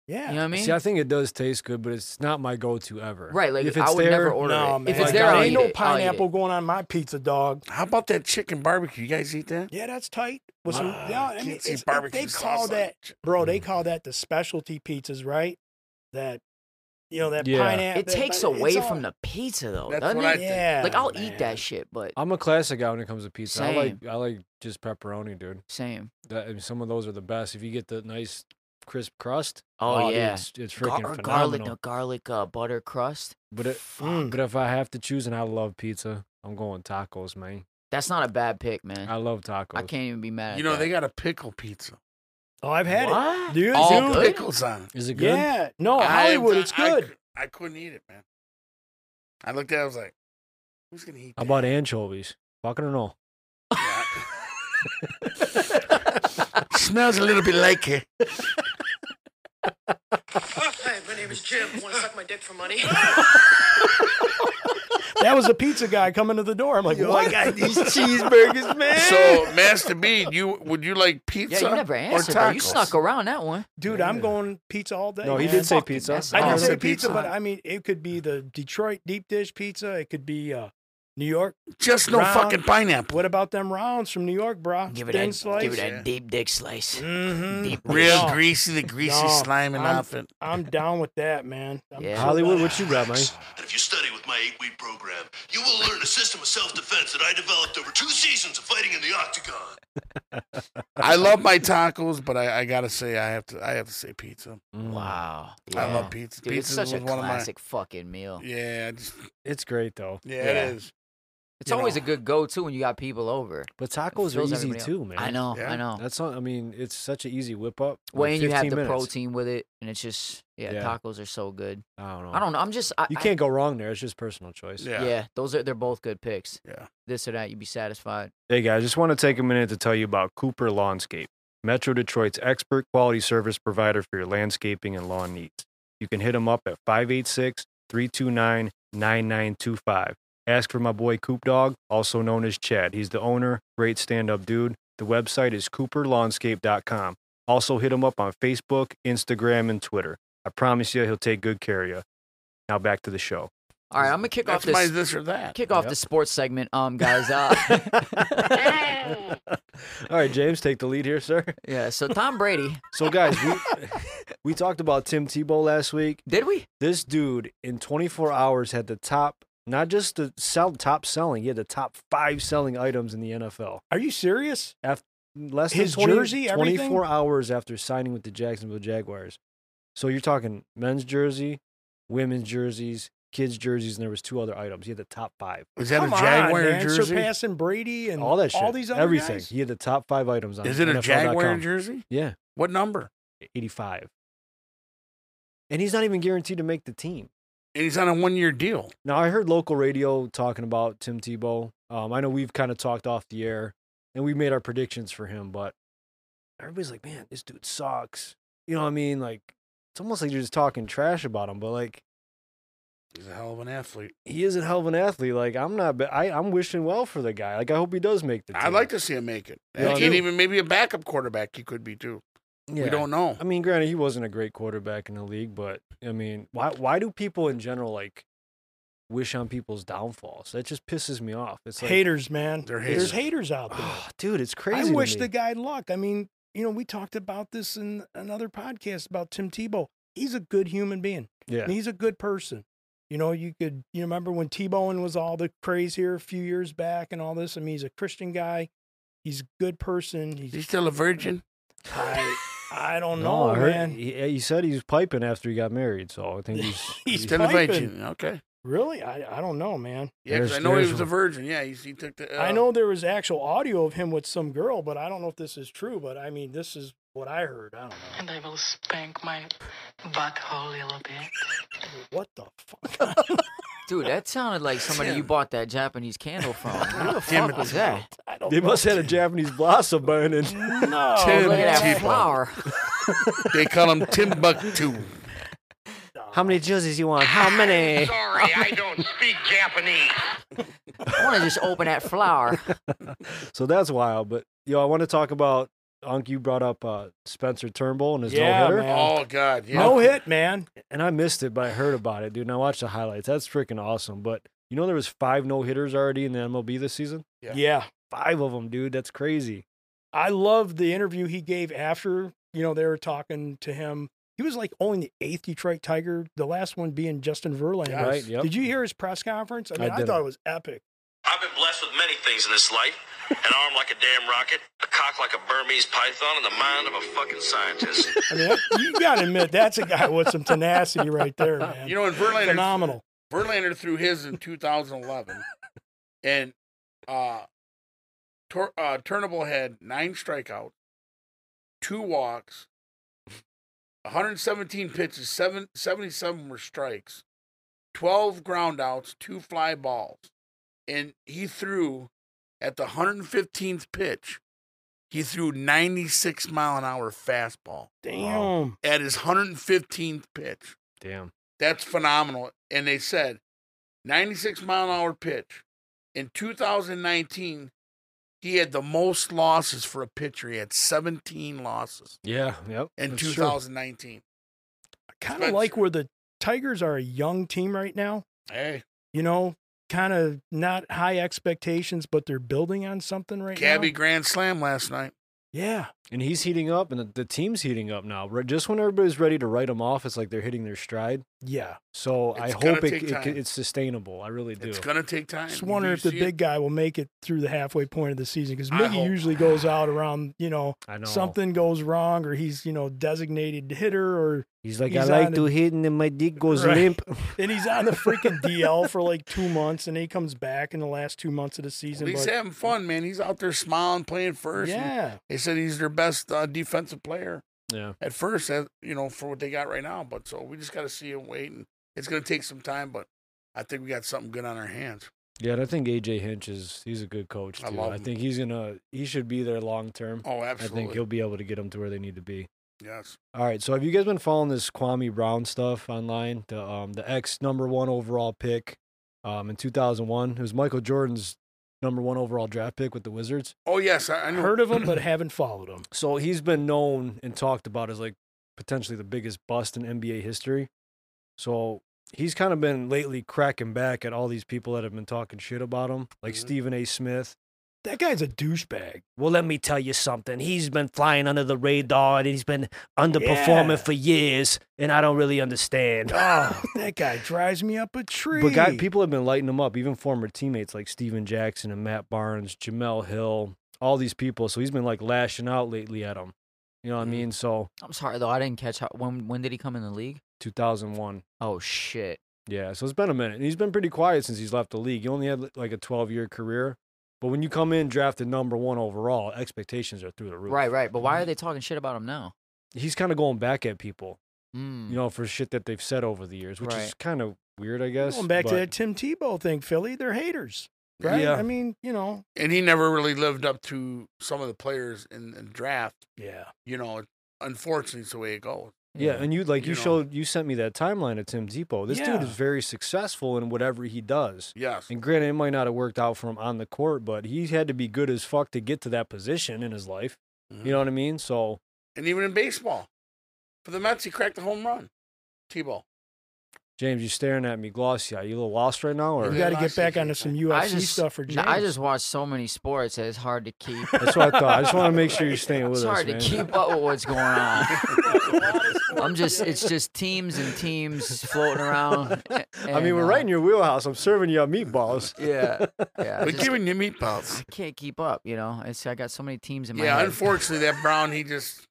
Speaker 3: Yeah.
Speaker 2: You know what I mean?
Speaker 1: See, I think it does taste good, but it's not my go-to ever.
Speaker 2: Right, like,
Speaker 1: if
Speaker 2: I
Speaker 1: it's
Speaker 2: would
Speaker 1: there,
Speaker 2: never order
Speaker 3: No,
Speaker 2: it.
Speaker 3: man.
Speaker 2: If it's
Speaker 1: Like,
Speaker 2: there,
Speaker 1: I
Speaker 2: I'll
Speaker 1: ain't
Speaker 2: eat
Speaker 3: Ain't no
Speaker 2: it. I'll eat it.
Speaker 3: pineapple going on my pizza, dog.
Speaker 4: How about that chicken barbecue? You guys eat that?
Speaker 3: Yeah, that's tight. With some,
Speaker 4: Wow,
Speaker 3: yeah, I mean,
Speaker 4: can't see
Speaker 3: it's- it-
Speaker 4: barbecue
Speaker 3: they
Speaker 4: sauce
Speaker 3: call
Speaker 4: on
Speaker 3: that,
Speaker 4: it.
Speaker 3: bro. They call that the specialty pizzas, right? That you know that
Speaker 1: Yeah.
Speaker 3: pineapple.
Speaker 2: It takes away from the pizza though,
Speaker 4: That's
Speaker 2: doesn't
Speaker 4: what I
Speaker 2: it?
Speaker 4: think.
Speaker 3: Yeah,
Speaker 2: Like I'll
Speaker 3: man. Oh,
Speaker 2: eat that shit, but
Speaker 1: I'm a classic guy when it comes to pizza. I like I like just pepperoni, dude.
Speaker 2: same.
Speaker 1: That, I mean, some of those are the best. If you get the nice crisp crust,
Speaker 2: Oh,
Speaker 1: dude,
Speaker 2: yeah.
Speaker 1: it's, it's
Speaker 2: Gar-
Speaker 1: freaking
Speaker 2: or garlic,
Speaker 1: phenomenal.
Speaker 2: no garlic uh, butter crust.
Speaker 1: But it,
Speaker 3: Mm.
Speaker 1: but if I have to choose, and I love pizza, I'm going tacos, man.
Speaker 2: That's not a bad pick, man.
Speaker 1: I love tacos.
Speaker 2: I can't even be mad. at
Speaker 4: You know
Speaker 2: that. Ah,
Speaker 4: they got a pickle pizza.
Speaker 3: Oh, I've had
Speaker 2: What?
Speaker 3: it, dude.
Speaker 4: All
Speaker 3: dude.
Speaker 4: pickles on it.
Speaker 1: Is it good?
Speaker 3: Yeah, no,
Speaker 4: I-
Speaker 3: Oh, Hollywood,
Speaker 4: I-
Speaker 3: it's good.
Speaker 4: I, I couldn't eat it, man. I looked at. it, I was like, who's gonna eat?
Speaker 1: How
Speaker 4: that?
Speaker 1: about anchovies? Fucking or no?
Speaker 4: Smells a little bit like it.
Speaker 9: Hi, my name is Jim. Want to suck my dick for money?
Speaker 3: that was a pizza guy coming to the door. I'm like, what?
Speaker 2: these cheeseburgers, man.
Speaker 4: So, Master B, you would you like pizza
Speaker 2: yeah, you never
Speaker 4: or
Speaker 2: answered.
Speaker 4: tacos?
Speaker 2: Bro. You snuck around that one.
Speaker 3: Dude, I'm going pizza all day.
Speaker 1: No, he
Speaker 3: man.
Speaker 1: did say
Speaker 2: Fucking
Speaker 1: pizza.
Speaker 2: that's
Speaker 3: I
Speaker 2: Oh,
Speaker 3: didn't
Speaker 2: so
Speaker 3: say pizza, but
Speaker 4: pizza.
Speaker 3: I mean, it could be the Detroit deep dish pizza. It could be uh, New York.
Speaker 4: Just no
Speaker 3: round-
Speaker 4: fucking pineapple.
Speaker 3: What about them rounds from New York, bro?
Speaker 2: Give it
Speaker 3: Thin
Speaker 2: that.
Speaker 3: slice.
Speaker 2: Give it
Speaker 4: Yeah.
Speaker 2: that deep dick slice.
Speaker 3: Mhm.
Speaker 2: Deep
Speaker 4: Mm, Real
Speaker 3: No,
Speaker 4: greasy, the greasy
Speaker 3: no,
Speaker 4: slime and
Speaker 3: I'm-
Speaker 4: outfit.
Speaker 3: I'm down with that, man. I'm
Speaker 2: Yeah.
Speaker 3: so
Speaker 1: Hollywood,
Speaker 3: glad-
Speaker 1: what you got, man?
Speaker 7: And if you study with my eight week program, you will learn a system of self defense that I developed over two seasons of fighting in the octagon.
Speaker 4: I love my tacos, but I, I gotta say I have to I have to say pizza.
Speaker 1: Mm.
Speaker 2: Wow.
Speaker 4: I
Speaker 2: Yeah.
Speaker 4: love pizza.
Speaker 2: Dude, it's
Speaker 4: pizza
Speaker 2: such a
Speaker 4: was one of my
Speaker 2: classic fucking meal.
Speaker 4: yeah, I just,
Speaker 1: It's great though.
Speaker 4: yeah,
Speaker 2: Yeah.
Speaker 4: it is.
Speaker 2: It's
Speaker 4: you
Speaker 2: always
Speaker 4: know.
Speaker 2: a good go-to when you got people over.
Speaker 1: But tacos are
Speaker 2: fills
Speaker 1: easy
Speaker 2: everybody up.
Speaker 1: too, man.
Speaker 2: I know,
Speaker 4: Yeah.
Speaker 2: I know.
Speaker 1: That's not, I mean, it's such an easy whip up. like
Speaker 2: Well, and Oh. you have
Speaker 1: 15
Speaker 2: the
Speaker 1: minutes.
Speaker 2: protein with it, and it's just yeah, Oh.
Speaker 1: Yeah.
Speaker 2: tacos are so good.
Speaker 1: I don't know.
Speaker 2: I don't know. I'm just I,
Speaker 1: You
Speaker 2: I-
Speaker 1: can't go wrong there. It's just personal choice.
Speaker 4: Yeah.
Speaker 2: yeah. those are they're both good picks.
Speaker 4: Yeah.
Speaker 2: This or that, you'd be satisfied.
Speaker 1: Hey guys, just want to take a minute to tell you about Cooper Lawnscape, Metro Detroit's expert quality service provider for your landscaping and lawn needs. You can hit them up at 586 329 9925. Ask for my boy Coop Dog, also known as Chad. He's the owner, great stand up dude. The website is cooperlawnscape.com. Also, hit him up on Facebook, Instagram, and Twitter. I promise you, he'll take good care of you. Now, back to the show.
Speaker 2: All right, I'm gonna kick
Speaker 4: That's
Speaker 2: off
Speaker 4: my
Speaker 2: this
Speaker 4: this or that.
Speaker 2: kick off
Speaker 1: Yep.
Speaker 2: the sports segment, um, guys. Uh,
Speaker 1: All right, James, take the lead here, sir.
Speaker 2: yeah. So Tom Brady,
Speaker 1: So guys, we we talked about Tim Tebow last week.
Speaker 2: did we?
Speaker 1: This dude in 24 hours had the top, not just the sell, top selling, he had the top five selling items in the NFL.
Speaker 3: Are you serious?
Speaker 1: After less
Speaker 3: His
Speaker 1: than 20,
Speaker 3: jersey,
Speaker 1: 24
Speaker 3: everything?
Speaker 1: hours after signing with the Jacksonville Jaguars. So you're talking men's jersey, women's jerseys, kids jerseys, and there was two other items. He had the top five.
Speaker 4: Is that
Speaker 3: Come
Speaker 4: a Jaguar
Speaker 3: on, man.
Speaker 4: jersey?
Speaker 3: Surpassing Brady and
Speaker 1: all that shit,
Speaker 3: All these other
Speaker 1: everything.
Speaker 3: guys.
Speaker 1: He had the top five items on.
Speaker 4: Is it a
Speaker 1: NFL.com.
Speaker 4: Jaguar jersey?
Speaker 1: Yeah.
Speaker 4: What number?
Speaker 1: 85. And he's not even guaranteed to make the team.
Speaker 4: And he's on a one year deal.
Speaker 1: Now, I heard local radio talking about Tim Tebow. Um, I know we've kind of talked off the air and we made our predictions for him, but everybody's like, man, this dude sucks. You know what I mean? Like, it's almost like you're just talking trash about him, but like,
Speaker 4: He's a hell of an athlete.
Speaker 1: he is a hell of an athlete. Like, I'm not, ba- I, I'm wishing well for the guy. Like, I hope he does make the team.
Speaker 4: I'd like to see him make it.
Speaker 1: Yeah,
Speaker 4: and
Speaker 1: I do.
Speaker 4: even maybe a backup quarterback he could be too.
Speaker 1: Yeah.
Speaker 4: We don't know.
Speaker 1: I mean, granted, he wasn't a great quarterback in the league, but I mean, why why do people in general like wish on people's downfalls? That just pisses me off. It's like,
Speaker 3: haters, man.
Speaker 4: They're
Speaker 3: There's
Speaker 4: haters.
Speaker 3: haters out there.
Speaker 1: oh, dude, it's crazy.
Speaker 3: I
Speaker 1: to
Speaker 3: wish
Speaker 1: me.
Speaker 3: the guy luck. I mean, you know, we talked about this in another podcast about Tim Tebow. He's a good human being.
Speaker 1: Yeah.
Speaker 3: And he's a good person. You know, you could you remember when Tebowing was all the craze here a few years back and all this. I mean, he's a Christian guy. He's a good person. He's,
Speaker 4: he's still a virgin.
Speaker 3: I, I don't
Speaker 1: No,
Speaker 3: know,
Speaker 1: I heard
Speaker 3: Oh, man.
Speaker 1: He, he said he was piping after he got married, so I think he's
Speaker 3: He's
Speaker 4: Still a
Speaker 3: piping.
Speaker 4: virgin. Okay.
Speaker 3: Really? I, I don't know, man.
Speaker 4: Yeah, because I
Speaker 1: There's-
Speaker 4: know he
Speaker 1: there's
Speaker 4: was a
Speaker 1: one.
Speaker 4: virgin. Yeah, he's, he took the. Uh,
Speaker 3: I know there was actual audio of him with some girl, but I don't know if this is true. But I mean, this is what I heard. I don't know.
Speaker 13: And I will spank my butthole a little bit.
Speaker 3: What the fuck?
Speaker 2: Dude, that sounded like somebody you bought that Japanese candle from. Who the
Speaker 1: Damn
Speaker 2: fuck
Speaker 1: it.
Speaker 2: was that?
Speaker 1: They must have had a Japanese blossom burning.
Speaker 2: No, look at that flower.
Speaker 4: They call him Timbuktu.
Speaker 1: How many jerseys you want? How many?
Speaker 9: Sorry, I don't speak Japanese.
Speaker 2: I want to just open that flower.
Speaker 1: so that's wild. But yo, I want to talk about Unc. You brought up uh, Spencer Turnbull and his
Speaker 3: Yeah,
Speaker 1: no hitter.
Speaker 3: man.
Speaker 4: Oh God, yeah.
Speaker 3: No hit, man.
Speaker 1: and I missed it, but I heard about it, dude. And I watched the highlights. That's freaking awesome. But you know, there was five no hitters already in the MLB this season.
Speaker 4: Yeah.
Speaker 3: Yeah.
Speaker 1: Five of them, dude. That's crazy.
Speaker 3: I love the interview he gave after, you know, they were talking to him. He was like only the eighth Detroit Tiger, the last one being Justin Verlander.
Speaker 1: Yes. Right, yep.
Speaker 3: Did you hear his press conference? I
Speaker 1: I
Speaker 3: mean, I,
Speaker 1: didn't.
Speaker 3: thought it was epic.
Speaker 14: I've been blessed with many things in this life an arm like a damn rocket, a cock like a Burmese python, and the mind of a fucking scientist.
Speaker 3: I mean, that- you got to admit, that's a guy with some tenacity right there, man.
Speaker 4: You know, and Verlander
Speaker 3: Phenomenal.
Speaker 4: Verlander threw his in 2011, and uh, Tur- uh, Turnbull had nine strikeouts, two walks, 117 pitches, seven, 77 were strikes, 12 groundouts, two fly balls, and he threw at the 115th pitch. He threw 96 mile an hour fastball
Speaker 3: Damn.
Speaker 4: at his 115th pitch.
Speaker 1: Damn.
Speaker 4: That's phenomenal. And they said 96 mile an hour pitch. In 2019, he had the most losses for a pitcher. He had 17 losses
Speaker 1: Yeah. Yep.
Speaker 4: in
Speaker 1: that's true.
Speaker 4: 2019.
Speaker 3: Kind of like where the Tigers are a young team right now.
Speaker 4: Hey,
Speaker 3: You know, kind of not high expectations, but they're building on something right
Speaker 4: Gabby
Speaker 3: now.
Speaker 4: grand slam last night.
Speaker 3: Yeah.
Speaker 1: And he's heating up, and the, the team's heating up now. Right- Just when everybody's ready to write them off, it's like they're hitting their stride.
Speaker 3: Yeah.
Speaker 1: So I
Speaker 4: It's gonna
Speaker 1: hope it,
Speaker 4: take
Speaker 1: it,
Speaker 4: time.
Speaker 1: it's sustainable. I really do.
Speaker 4: It's gonna take time.
Speaker 3: Just wondering
Speaker 4: You
Speaker 3: if the
Speaker 4: see it?
Speaker 3: big guy will make it through the halfway point of the season because
Speaker 4: I
Speaker 3: Miggy
Speaker 4: hope-
Speaker 3: usually goes out around, you know,
Speaker 1: I know.
Speaker 3: something goes wrong or he's, you know, designated hitter or
Speaker 1: He's like,
Speaker 3: he's
Speaker 1: I
Speaker 3: on
Speaker 1: like
Speaker 3: the-
Speaker 1: to hit, and then my dick goes
Speaker 3: Right.
Speaker 1: limp.
Speaker 3: then he's on the freaking DL for like two months and then he comes back in the last two months of the
Speaker 4: Well,
Speaker 3: season.
Speaker 4: he's
Speaker 3: but
Speaker 4: having fun, man. He's out there smiling, playing first. and
Speaker 3: Yeah.
Speaker 4: They said he's their best uh, defensive player
Speaker 1: Yeah.
Speaker 4: at first, as, you know, for what they got right now. But so we just got to see and wait. And it's going to take some time, but I think we got something good on our hands.
Speaker 1: Yeah, and I think AJ Hinch is he's a good coach too.
Speaker 4: I
Speaker 1: I,
Speaker 4: love him.
Speaker 1: think he's gonna he should be there long term.
Speaker 4: Oh,
Speaker 1: I
Speaker 4: absolutely.
Speaker 1: think he'll be able to get them to where they need to be.
Speaker 4: Yes.
Speaker 1: All right, so have you guys been following this Kwame Brown stuff online? The um the ex number one overall pick, um in two thousand one. It was Michael Jordan's number one overall draft pick with the Wizards.
Speaker 4: Oh, yes. I, I know.
Speaker 3: heard of him, but haven't followed him.
Speaker 1: So he's been known and talked about as like potentially the biggest bust in NBA history. So he's kind of been lately cracking back at all these people that have been talking shit about him, like
Speaker 4: Mhm.
Speaker 1: Stephen A. Smith.
Speaker 3: That guy's a douchebag.
Speaker 1: Well, let me tell you something. He's been flying under the radar and he's been underperforming
Speaker 3: Yeah.
Speaker 1: for years, and I don't really understand.
Speaker 4: Ah.
Speaker 3: Oh, that guy drives me up a tree.
Speaker 1: But guy, people have been lighting him up, even former teammates like Steven Jackson and Matt Barnes, Jamel Hill, all these people. So he's been like lashing out lately at him. You know what I mean? So
Speaker 2: I'm sorry though, I didn't catch how when when did he come in the league?
Speaker 1: 2001.
Speaker 2: Oh shit.
Speaker 1: Yeah, so it's been a minute. And he's been pretty quiet since he's left the league. He only had like a 12 year career. But when you come in drafted number one overall, expectations are through the roof.
Speaker 2: Right, right. But why are they talking shit about him now?
Speaker 1: He's kind of going back at people.
Speaker 2: Mm.
Speaker 1: you know, for shit that they've said over the years, which
Speaker 2: Right.
Speaker 1: is kind of weird, I guess.
Speaker 3: going back to
Speaker 1: but-
Speaker 3: that Tim Tebow thing, Philly, they're haters. Right?
Speaker 1: Yeah.
Speaker 3: I mean, you know.
Speaker 4: And he never really lived up to some of the players in the draft.
Speaker 3: Yeah.
Speaker 4: You know, unfortunately, it's the way it goes.
Speaker 1: yeah, and you like you,
Speaker 4: you know.
Speaker 1: showed you sent me that timeline of Tim Tebow. This dude
Speaker 3: Yeah.
Speaker 1: is very successful in whatever he does.
Speaker 4: Yes.
Speaker 1: And granted, it might not have worked out for him on the court, but he had to be good as fuck to get to that position in his life.
Speaker 4: Mhm.
Speaker 1: You know what I mean? So
Speaker 4: And even in baseball, for the Mets, he cracked a home run. T-ball.
Speaker 1: James, you staring at me glossy. Are you a little lost right now? Or
Speaker 3: We got to get back onto some UFC stuff for James.
Speaker 2: Nah, I just watch so many sports that it's hard to keep.
Speaker 1: That's what I thought. I just want to make sure you're staying with
Speaker 2: It's
Speaker 1: us,
Speaker 2: hard
Speaker 1: man.
Speaker 2: to keep up with what's going on. I'm just, it's just teams and teams floating around.
Speaker 1: I mean, we're right in your wheelhouse. I'm serving you up meatballs.
Speaker 2: Yeah, yeah. I
Speaker 4: We're
Speaker 2: just-
Speaker 4: giving you meatballs.
Speaker 2: I can't keep up. You know, it's I got so many teams in my
Speaker 4: Yeah,
Speaker 2: head.
Speaker 4: unfortunately, that Brown he just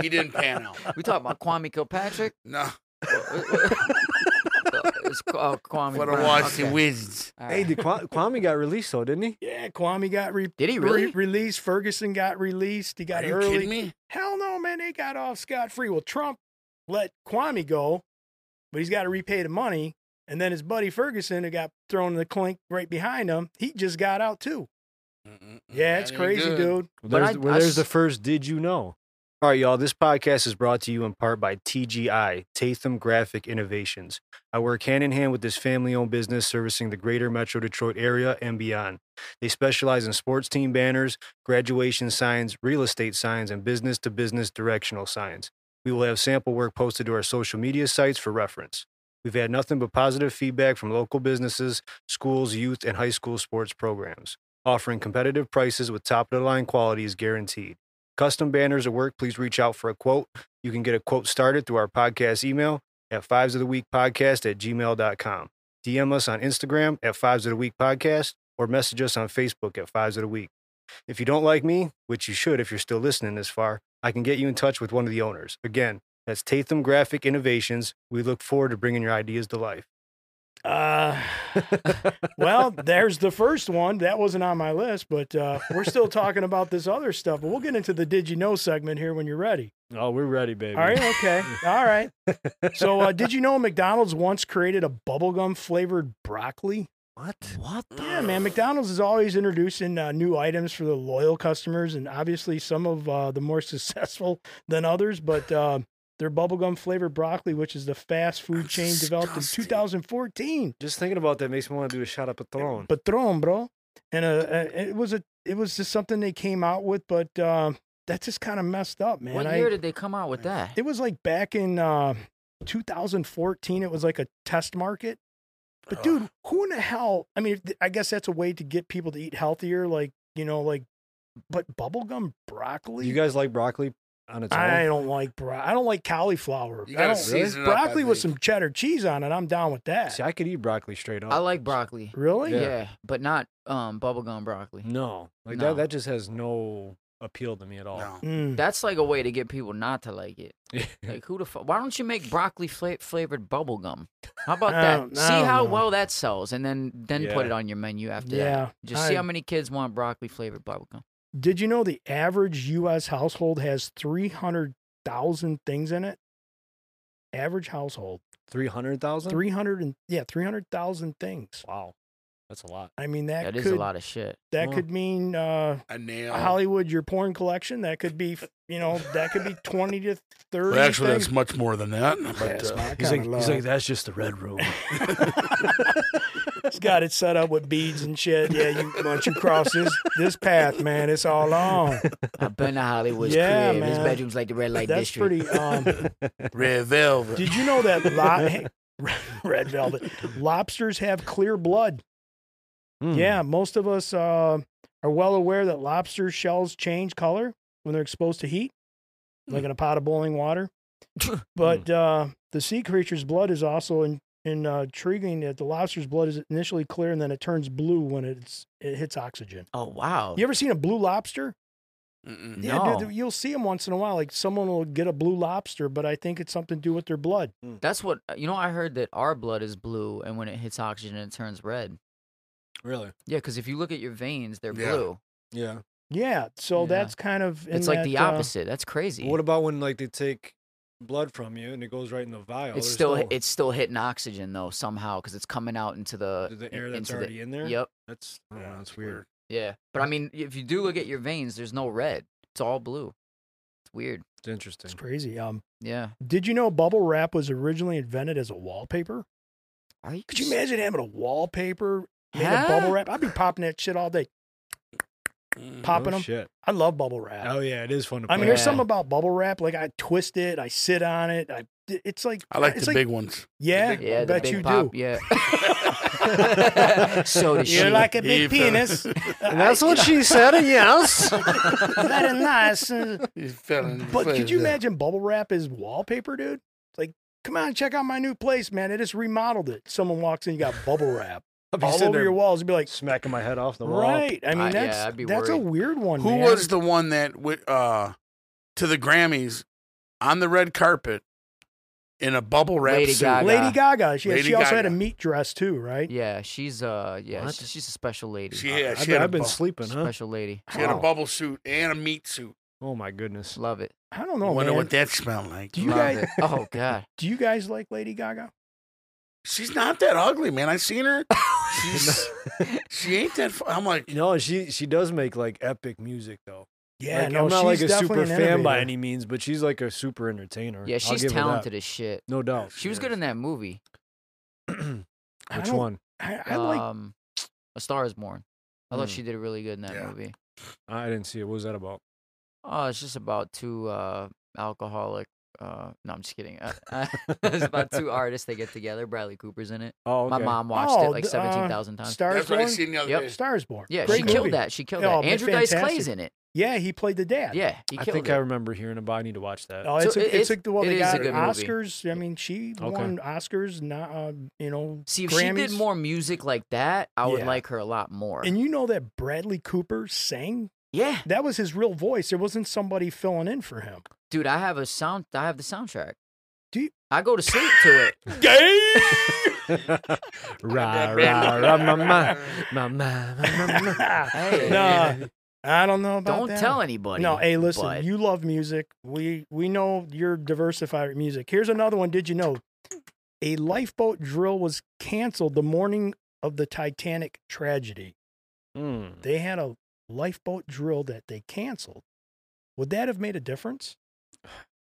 Speaker 4: he didn't pan out.
Speaker 2: we talking about Kwame Kilpatrick?
Speaker 4: No.
Speaker 2: It's Kwa- Kwame
Speaker 4: What a
Speaker 2: Brown,
Speaker 4: watch he
Speaker 2: okay.
Speaker 4: wins.
Speaker 2: All
Speaker 1: Hey,
Speaker 2: right.
Speaker 1: did Kwa- Kwame got released though, didn't he?
Speaker 3: Yeah, Kwame got re-
Speaker 2: Did he
Speaker 3: re-
Speaker 2: really?
Speaker 3: released. Ferguson got released. He got
Speaker 4: Are you
Speaker 3: early.
Speaker 4: kidding me?
Speaker 3: Hell no, man. They got off scot free. Well, Trump let Kwame go, but he's got to repay the money. And then his buddy Ferguson, who got thrown in the clink right behind him, he just got out too. Yeah, it's
Speaker 4: Mm, ain't
Speaker 3: crazy,
Speaker 4: good.
Speaker 3: dude.
Speaker 1: Well,
Speaker 2: But
Speaker 1: there's,
Speaker 2: I-
Speaker 1: well,
Speaker 2: I
Speaker 1: there's the
Speaker 2: s-
Speaker 1: first Did You Know? All right, y'all. This podcast is brought to you in part by TGI, Tatham Graphic Innovations. I work hand in hand with this family owned business servicing the greater Metro Detroit area and beyond. They specialize in sports team banners, graduation signs, real estate signs, and business to business directional signs. We will have sample work posted to our social media sites for reference. We've had nothing but positive feedback from local businesses, schools, youth, and high school sports programs offering competitive prices with top of the line quality is guaranteed. Custom banners at work, please reach out for a quote. You can get a quote started through our podcast email at fives of the week podcast at gmail.com. DM us on Instagram at fives of the week podcast or message us on Facebook at fives of the week. If you don't like me, which you should if you're still listening this far, I can get you in touch with one of the owners. Again, that's Tatham Graphic Innovations. We look forward to bringing your ideas to life.
Speaker 3: Uh, well, there's the first one. That wasn't on my list, but uh, we're still talking about this other stuff. But we'll get into the Did You Know segment here when you're ready.
Speaker 1: Oh, we're ready, baby.
Speaker 3: All right, okay. All right. So, uh, did you know McDonald's once created a bubblegum flavored broccoli?
Speaker 1: What?
Speaker 2: What? The?
Speaker 3: Yeah, man. McDonald's is always introducing uh, new items for the loyal customers, and obviously some of uh, the more successful than others. But uh, their bubblegum flavored broccoli, which is the fast food chain developed in 2014.
Speaker 1: Just thinking about that makes me want to do a shot up a throne.
Speaker 3: Patron, bro. And uh, uh, it was a it was just something they came out with, but uh, that just kind of messed up, man.
Speaker 2: what
Speaker 3: I-
Speaker 2: year did they come out with that?
Speaker 3: it was like back in uh, 2014. It was like a test market. But dude, who in the hell? I mean, if- I guess that's a way to get people to eat healthier, like you know, like. But bubblegum broccoli.
Speaker 1: You guys like broccoli on its own?
Speaker 3: I don't like bro. I don't like cauliflower. I
Speaker 4: You gotta
Speaker 3: don't-
Speaker 4: season it up, I
Speaker 3: broccoli with
Speaker 4: think.
Speaker 3: some cheddar cheese on it. I'm down with that.
Speaker 1: See, I could eat broccoli straight up.
Speaker 2: I like broccoli.
Speaker 3: really?
Speaker 2: Yeah,
Speaker 3: Mm.
Speaker 1: Yeah.
Speaker 2: but not um bubblegum broccoli.
Speaker 1: No, like
Speaker 2: No.
Speaker 1: that. That just has no appeal to me at all.
Speaker 4: No.
Speaker 3: Mm.
Speaker 2: That's like a way to get people not to like it. Like who the fuck? Why don't you make broccoli fla- flavored bubblegum? How about
Speaker 3: I
Speaker 2: that?
Speaker 3: don't-
Speaker 2: See
Speaker 3: I don't
Speaker 2: how
Speaker 3: know.
Speaker 2: well that sells, and then then put
Speaker 1: Yeah.
Speaker 2: it on your menu after
Speaker 3: Yeah,
Speaker 2: that. Just see
Speaker 3: I-
Speaker 2: how many kids want broccoli flavored bubblegum.
Speaker 3: Did you know the average U.S. household has 300,000 things in it? Average household,
Speaker 1: Three hundred thousand.
Speaker 3: 300 and yeah, 300,000 things.
Speaker 1: Wow, that's a lot.
Speaker 3: I mean, that,
Speaker 2: That
Speaker 3: could
Speaker 2: is a lot of shit.
Speaker 3: that
Speaker 1: Wow.
Speaker 3: could mean uh,
Speaker 4: A nail.
Speaker 3: Hollywood your porn collection. That could be you know that could be 20 to 30.
Speaker 4: Well, actually,
Speaker 3: things.
Speaker 4: that's much more than that. But
Speaker 3: That's
Speaker 4: uh,
Speaker 3: my
Speaker 1: He's
Speaker 3: kinda
Speaker 1: like, he's like,
Speaker 3: love.
Speaker 1: that's just the red room.
Speaker 3: it's got it set up with beads and shit. Yeah, you once you cross this this path, man, it's all on.
Speaker 2: I've been to Hollywood's
Speaker 3: Yeah,
Speaker 2: crib. His
Speaker 3: man.
Speaker 2: bedroom's like the red light
Speaker 3: That's
Speaker 2: district.
Speaker 3: pretty. Um,
Speaker 4: red velvet.
Speaker 3: Did you know that lo- red velvet lobsters have clear blood?
Speaker 1: Hmm.
Speaker 3: Yeah, most of us uh, are well aware that lobster shells change color when they're exposed to heat,
Speaker 2: Hmm.
Speaker 3: like in a pot of boiling water. but uh, the sea creature's blood is also in, in, uh, intriguing that the lobster's blood is initially clear and then it turns blue when it's it hits oxygen.
Speaker 2: Oh wow.
Speaker 3: You ever seen a blue lobster?
Speaker 4: Mm-mm.
Speaker 3: Yeah,
Speaker 2: No.
Speaker 3: dude, you'll see them once in a while. Like someone will get a blue lobster, but I think it's something to do with their blood.
Speaker 2: That's what you know. I heard that our blood is blue, and when it hits oxygen, it turns red.
Speaker 1: really?
Speaker 2: Yeah, because if you look at your veins, they're
Speaker 4: Yeah.
Speaker 2: blue.
Speaker 1: Yeah.
Speaker 3: Yeah, so
Speaker 2: Yeah.
Speaker 3: that's kind of in
Speaker 2: it's like the
Speaker 3: that, uh,
Speaker 2: opposite. That's crazy.
Speaker 1: What about when like they take blood from you and it goes right in the vial?
Speaker 2: it's
Speaker 1: There's
Speaker 2: still
Speaker 1: no-
Speaker 2: it's still hitting oxygen though somehow because it's coming out into the,
Speaker 1: the, the air
Speaker 2: in-
Speaker 1: that's
Speaker 2: uh, into the-
Speaker 1: already in there.
Speaker 2: Yep.
Speaker 1: That's I don't know, that's weird.
Speaker 2: Yeah. But I mean, if you do look at your veins, there's no red. It's all blue. It's weird.
Speaker 1: It's interesting.
Speaker 3: It's crazy. Um,
Speaker 2: Yeah.
Speaker 3: did you know bubble wrap was originally invented as a wallpaper? Could you
Speaker 2: s-
Speaker 3: imagine having a wallpaper made of
Speaker 2: Huh?
Speaker 3: bubble wrap? I'd be popping that shit all day. Popping
Speaker 1: no
Speaker 3: them.
Speaker 1: Oh, Shit.
Speaker 3: I love bubble wrap.
Speaker 1: Oh yeah, it is fun to. Play.
Speaker 3: I mean, there's
Speaker 2: Yeah.
Speaker 3: something about bubble wrap. Like I twist it, I sit on it, I it's like
Speaker 4: I like
Speaker 3: it's
Speaker 4: the big ones.
Speaker 3: Yeah,
Speaker 4: The big
Speaker 2: Yeah,
Speaker 3: I
Speaker 2: the
Speaker 3: bet
Speaker 2: big
Speaker 3: you
Speaker 2: pop,
Speaker 3: do.
Speaker 2: Yeah. so does
Speaker 15: You're
Speaker 2: she.
Speaker 15: like a big
Speaker 4: Even.
Speaker 15: penis.
Speaker 1: That's what she said, yes.
Speaker 15: Very nice. Uh,
Speaker 4: You fell in
Speaker 3: But could
Speaker 4: place,
Speaker 3: you
Speaker 4: yeah.
Speaker 3: imagine bubble wrap is wallpaper, dude? It's like, come on, check out my new place, man. I just remodeled it. Someone walks in, you got bubble wrap
Speaker 1: I'd be
Speaker 3: all
Speaker 1: sitting
Speaker 3: over
Speaker 1: there
Speaker 3: your walls. You'd be like,
Speaker 1: Smacking my head off the wall.
Speaker 3: right. I mean,
Speaker 2: I- yeah,
Speaker 3: that's
Speaker 2: I'd be
Speaker 3: that's a
Speaker 2: worried.
Speaker 3: weird one.
Speaker 4: Who
Speaker 3: man.
Speaker 4: was the one that wi- uh to the Grammys on the red carpet in a bubble wrap
Speaker 2: Lady
Speaker 4: suit?
Speaker 2: Gaga.
Speaker 3: Lady Gaga? She,
Speaker 4: Lady
Speaker 3: she also had a
Speaker 4: Gaga.
Speaker 3: meat dress too, right?
Speaker 2: Yeah, she's uh, yeah,
Speaker 1: What?
Speaker 2: she, she's a special lady.
Speaker 4: She, yeah,
Speaker 1: I've
Speaker 4: she,
Speaker 1: been,
Speaker 4: had, a
Speaker 1: I've been
Speaker 4: bu-
Speaker 1: sleeping, huh?
Speaker 2: Special lady.
Speaker 4: she had a
Speaker 3: Wow.
Speaker 4: bubble suit and a meat suit.
Speaker 1: Oh my goodness.
Speaker 2: Love it.
Speaker 3: I don't know,
Speaker 4: Wonder
Speaker 3: man.
Speaker 4: what that smelled like.
Speaker 3: do you
Speaker 2: Love
Speaker 3: guys
Speaker 2: it. Oh God.
Speaker 3: do you guys like Lady Gaga?
Speaker 4: She's not that ugly, man. I seen her. She's, she ain't that. Fu- I'm like,
Speaker 1: No, she she does make like epic music though.
Speaker 3: Yeah,
Speaker 1: Like,
Speaker 3: no,
Speaker 1: I'm not like
Speaker 3: she's
Speaker 1: a
Speaker 3: definitely
Speaker 1: super
Speaker 3: an
Speaker 1: fan by
Speaker 3: innovator.
Speaker 1: any means, but she's like a super entertainer.
Speaker 2: Yeah,
Speaker 1: I'll
Speaker 2: she's
Speaker 1: give her that.
Speaker 2: talented as shit.
Speaker 1: No doubt.
Speaker 2: She was good in that movie.
Speaker 3: I
Speaker 1: Which
Speaker 3: don't-
Speaker 1: one?
Speaker 3: I, I like
Speaker 2: um, A Star Is Born. I thought
Speaker 1: Mm.
Speaker 2: she did really good in that
Speaker 4: Yeah.
Speaker 2: movie.
Speaker 1: I didn't see it. What was that about?
Speaker 2: Oh, it's just about two uh, alcoholic. Uh, no, I'm just kidding. Uh, uh, it's about two artists. They get together. Bradley Cooper's in it.
Speaker 1: Oh, okay.
Speaker 2: My mom watched
Speaker 3: Oh,
Speaker 2: it like
Speaker 3: the, uh,
Speaker 2: seventeen thousand times.
Speaker 3: Stars
Speaker 4: that's what I
Speaker 3: Born.
Speaker 4: seen the other
Speaker 2: Yep.
Speaker 4: day.
Speaker 3: Stars Born.
Speaker 2: yeah,
Speaker 3: Great
Speaker 2: she
Speaker 3: movie.
Speaker 2: killed that. She killed
Speaker 3: Oh,
Speaker 2: that.
Speaker 3: man,
Speaker 2: Andrew Dice Clay's
Speaker 3: fantastic.
Speaker 2: in it.
Speaker 3: Yeah, he played the dad.
Speaker 2: Yeah, he
Speaker 1: I
Speaker 2: killed
Speaker 1: think
Speaker 2: it.
Speaker 1: I remember hearing about. it. I need to watch that.
Speaker 3: Oh, it's
Speaker 2: So
Speaker 3: a,
Speaker 2: it-
Speaker 3: it's,
Speaker 2: it's-
Speaker 3: a, well,
Speaker 2: it
Speaker 3: they
Speaker 2: is a
Speaker 3: got
Speaker 2: good movie.
Speaker 3: Oscars. I mean, she
Speaker 1: Okay.
Speaker 3: won Oscars, not uh, you know,
Speaker 2: See, if she
Speaker 3: Grammys.
Speaker 2: did more music like that, I would
Speaker 3: Yeah.
Speaker 2: like her a lot more.
Speaker 3: And you know that Bradley Cooper sang?
Speaker 2: yeah,
Speaker 3: That was his real voice. There wasn't somebody filling in for him.
Speaker 2: dude, I have a sound. I have the soundtrack.
Speaker 3: Do you-
Speaker 2: I go to sleep to it.
Speaker 1: rah, rah, rah, ma, ma, ma, ma, ma, ma, ma.
Speaker 2: Hey,
Speaker 3: Nah, I don't know about
Speaker 2: don't
Speaker 3: that.
Speaker 2: tell anybody.
Speaker 3: No, hey, listen,
Speaker 2: but-
Speaker 3: you love music. We we know you're diversified with music. Here's another one. Did you know a lifeboat drill was canceled the morning of the Titanic tragedy?
Speaker 1: Mm.
Speaker 3: They had a lifeboat drill that they canceled. Would that have made a difference?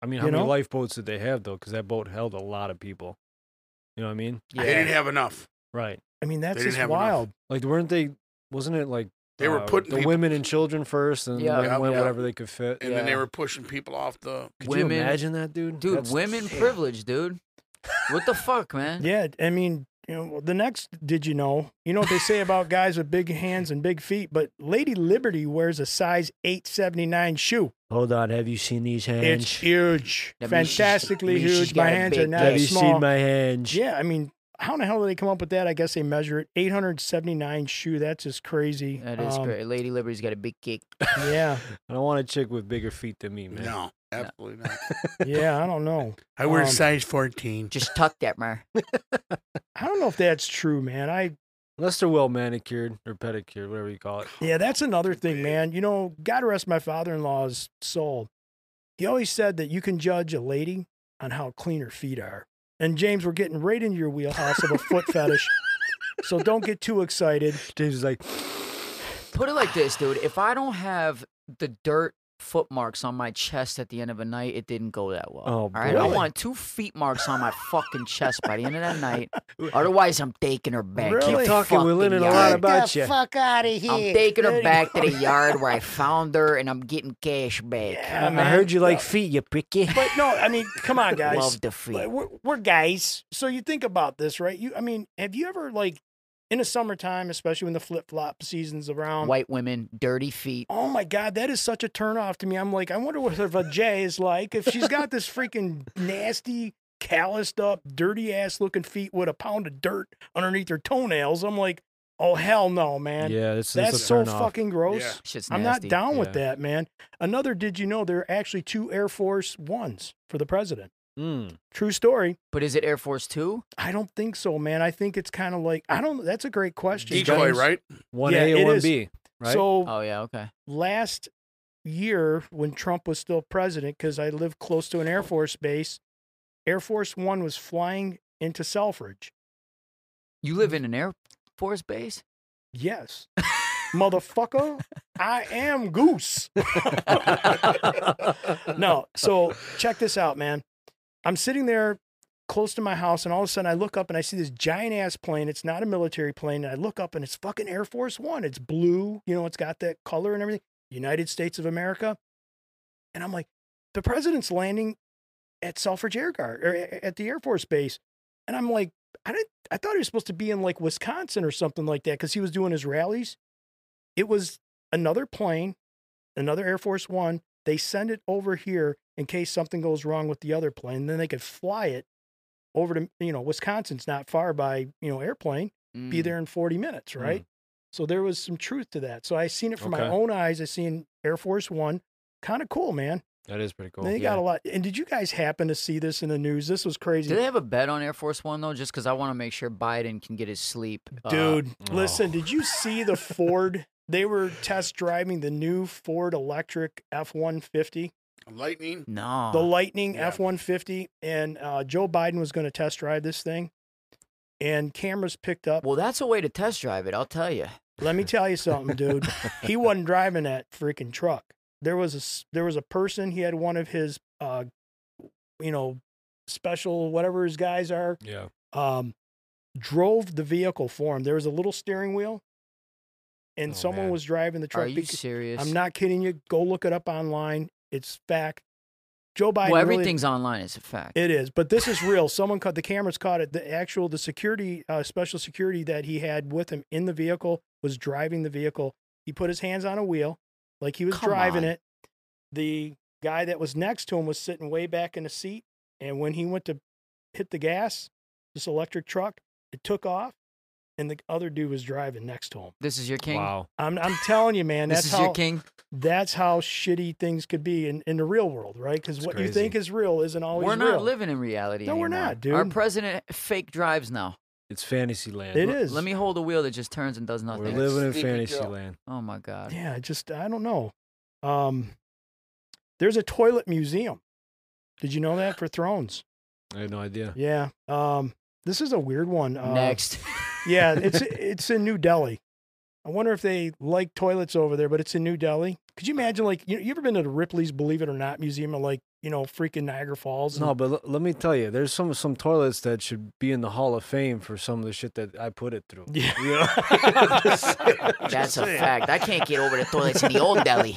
Speaker 1: I mean,
Speaker 3: You
Speaker 1: how many
Speaker 3: know?
Speaker 1: lifeboats did they have though? Because that boat held a lot of people. You know what I mean?
Speaker 4: They didn't have enough.
Speaker 1: Right.
Speaker 3: I mean, that's
Speaker 4: didn't
Speaker 3: just
Speaker 4: have enough.
Speaker 3: wild.
Speaker 1: Like, weren't they? Wasn't it like
Speaker 4: They were
Speaker 1: uh,
Speaker 4: putting
Speaker 1: the
Speaker 4: people-
Speaker 1: women and children first, and
Speaker 2: Yeah.
Speaker 1: then
Speaker 4: Yeah,
Speaker 1: went
Speaker 4: yeah.
Speaker 1: whatever they could fit?
Speaker 4: And then they
Speaker 2: Yeah.
Speaker 4: were pushing people off the.
Speaker 1: Could
Speaker 2: Women-
Speaker 1: you imagine that, dude?
Speaker 2: dude,
Speaker 1: That's-
Speaker 2: women
Speaker 1: Damn.
Speaker 2: privilege, dude. What the fuck,
Speaker 1: Mm.
Speaker 2: man?
Speaker 3: Yeah, I mean, you know, the next did you know? You know what they say about guys with big hands and big feet, but Lady Liberty wears a size 879 shoe.
Speaker 1: Hold on, have you seen these
Speaker 3: It's
Speaker 1: hands?
Speaker 3: huge.
Speaker 2: That means she's-
Speaker 3: Fantastically
Speaker 2: means she's
Speaker 3: huge. My
Speaker 2: got a
Speaker 3: hands are
Speaker 2: big
Speaker 3: not
Speaker 1: have you
Speaker 3: small.
Speaker 1: seen my hands?
Speaker 3: yeah, I mean, how in the hell do they come up with that? I guess they measure it. 879 shoe. That's just crazy.
Speaker 2: That is
Speaker 3: Um,
Speaker 2: great. Lady Liberty's got a big kick.
Speaker 3: Yeah,
Speaker 1: I don't want a chick with bigger feet than me, man.
Speaker 4: No, absolutely not.
Speaker 3: yeah, I don't know.
Speaker 4: I wear
Speaker 3: Um,
Speaker 4: size 14.
Speaker 2: Just tuck that, man.
Speaker 3: I don't know if that's true, man. I
Speaker 1: Unless they're well manicured or pedicured, whatever you call it.
Speaker 3: Yeah, that's another thing, man. You know, God rest my father in law's soul. He always said that you can judge a lady on how clean her feet are. And James, we're getting right into your wheelhouse of a foot fetish. So don't get too excited.
Speaker 1: James is like,
Speaker 2: Put it like this, dude. If I don't have the dirt foot marks on my chest at the end of a night, it didn't go that well.
Speaker 1: Oh,
Speaker 2: All right, I
Speaker 1: boy.
Speaker 2: want two feet marks on my fucking chest by the end of that night. Otherwise, I'm taking her back.
Speaker 3: Really?
Speaker 2: Keep
Speaker 3: Keep
Speaker 1: talking, we're learning a lot
Speaker 15: Get
Speaker 1: about
Speaker 15: the
Speaker 1: ya.
Speaker 15: fuck out of here.
Speaker 2: I'm taking
Speaker 15: There
Speaker 2: her
Speaker 15: you
Speaker 2: back
Speaker 15: go.
Speaker 2: to the yard where I found her, and I'm getting cash back.
Speaker 3: Yeah,
Speaker 1: I
Speaker 3: man.
Speaker 1: heard you like feet, you picky.
Speaker 3: But no, I mean, come on, guys.
Speaker 2: Love the feet.
Speaker 3: Like, We're, we're guys. So you think about this, right? You, I mean, have you ever, like, in the summertime, especially when the flip flop season's around?
Speaker 2: White women, dirty feet.
Speaker 3: Oh my God, that is such a turnoff to me. I'm like, I wonder what her vajay is like if she's got this freaking nasty, calloused up, dirty ass looking feet with a pound of dirt underneath her toenails. I'm like, oh hell no, man.
Speaker 1: yeah, this
Speaker 3: That's
Speaker 1: is a
Speaker 3: so
Speaker 1: turn off.
Speaker 3: fucking gross.
Speaker 4: Yeah.
Speaker 2: Shit's
Speaker 3: I'm not
Speaker 2: nasty.
Speaker 3: down with
Speaker 1: Yeah.
Speaker 3: that, man. Another, did you know there are actually two Air Force Ones for the president?
Speaker 1: Mm.
Speaker 3: True story.
Speaker 2: But is it Air Force Two?
Speaker 3: I don't think so, man. I think it's kind of like I don't. That's a great question.
Speaker 4: Decoy,
Speaker 1: James-
Speaker 4: right?
Speaker 1: One
Speaker 3: Yeah,
Speaker 1: A
Speaker 3: it
Speaker 1: and one
Speaker 3: is.
Speaker 1: B, right?
Speaker 3: So
Speaker 2: Oh yeah, okay.
Speaker 3: last year when Trump was still president, because I lived close to an Air Force base, Air Force One was flying into Selfridge.
Speaker 2: You live in an Air Force base?
Speaker 3: Yes. Motherfucker, I am Goose. no, so check this out, man. I'm sitting there close to my house, and all of a sudden I look up and I see this giant ass plane. It's not a military plane. And I look up and it's fucking Air Force One. It's blue, you know, it's got that color and everything. United States of America. And I'm like, the president's landing at Selfridge Air Guard or a- at the Air Force Base, and I'm like, I didn't. I thought he was supposed to be in like Wisconsin or something like that because he was doing his rallies. It was another plane, another Air Force One. They send it over here in case something goes wrong with the other plane. Then they could fly it over to you know Wisconsin's not far by you know airplane. Be
Speaker 2: Mm.
Speaker 3: there in 40 minutes, right? So there was some truth to that. So I seen it from my
Speaker 1: Mm. Okay.
Speaker 3: own eyes. I seen Air Force One. Kind of cool, man.
Speaker 1: That is pretty cool.
Speaker 3: They got a lot. And did you guys happen to see this in the news? This was crazy.
Speaker 2: Do they have a bet on Air Force One though? Just because I want to make sure Biden can get his sleep. Uh,
Speaker 3: Dude, listen, did you see the Ford? They were test driving the new Ford electric F 150,
Speaker 4: Lightning.
Speaker 2: No.
Speaker 3: the Lightning
Speaker 4: Yeah.
Speaker 3: F 150. And uh, Joe Biden was going to test drive this thing. And cameras picked up.
Speaker 2: Well, that's a way to test drive it. I'll tell you.
Speaker 3: Let me tell you something, dude. he wasn't driving that freaking truck. There was a s- there was a person. He had one of his, uh, you know, special whatever his guys are.
Speaker 1: Yeah.
Speaker 3: Um, drove the vehicle for him. There was a little steering wheel, and
Speaker 2: Oh,
Speaker 3: someone
Speaker 2: man.
Speaker 3: was driving the truck.
Speaker 2: Are you
Speaker 3: Bec-
Speaker 2: serious?
Speaker 3: I'm not kidding you. Go look it up online. It's fact. Joe Biden.
Speaker 2: Well,
Speaker 3: really-
Speaker 2: everything's online. It's a fact.
Speaker 3: it is, but this is real. Someone caught the cameras caught it. The actual the security uh, special security that he had with him in the vehicle was driving the vehicle. He put his hands on a wheel, like he was
Speaker 2: Come
Speaker 3: driving
Speaker 2: on.
Speaker 3: it. The guy that was next to him was sitting way back in the seat, and when he went to hit the gas, this electric truck, it took off, and the other dude was driving next to him.
Speaker 2: This is your king.
Speaker 1: Wow.
Speaker 3: I'm I'm telling you, man,
Speaker 2: this
Speaker 3: that's
Speaker 2: is
Speaker 3: how
Speaker 2: your king.
Speaker 3: that's how shitty things could be in, in the real world, right? Because
Speaker 1: It's
Speaker 3: what you
Speaker 1: crazy.
Speaker 3: think is real isn't always
Speaker 2: We're not
Speaker 3: real.
Speaker 2: living in reality.
Speaker 3: No, we're
Speaker 2: anymore.
Speaker 3: not,
Speaker 2: Our
Speaker 3: dude.
Speaker 2: president fake drives now.
Speaker 1: It's fantasy land.
Speaker 3: It
Speaker 2: L-
Speaker 3: is.
Speaker 2: Let me hold a wheel that just turns and does
Speaker 1: We're
Speaker 2: nothing.
Speaker 1: living in
Speaker 4: Sneaky
Speaker 1: fantasy
Speaker 4: Joe.
Speaker 1: land.
Speaker 2: Oh my god.
Speaker 3: Yeah, just I don't know. Um, there's a toilet museum. Did you know that for Thrones?
Speaker 1: I had no idea.
Speaker 3: Yeah. Um, this is a weird one. Uh,
Speaker 2: Next.
Speaker 3: Yeah, it's it's in New Delhi. I wonder if they like toilets over there, but it's in New Delhi. Could you imagine, like, you, you ever been to the Ripley's Believe It or Not Museum or like, you know, freaking Niagara Falls? and-
Speaker 1: No, but l- let me tell you, there's some some toilets that should be in the Hall of Fame for some of the shit that I put it through.
Speaker 3: Yeah.
Speaker 1: You know? Just saying.
Speaker 2: That's a fact. I can't get over the toilets in the old Delhi.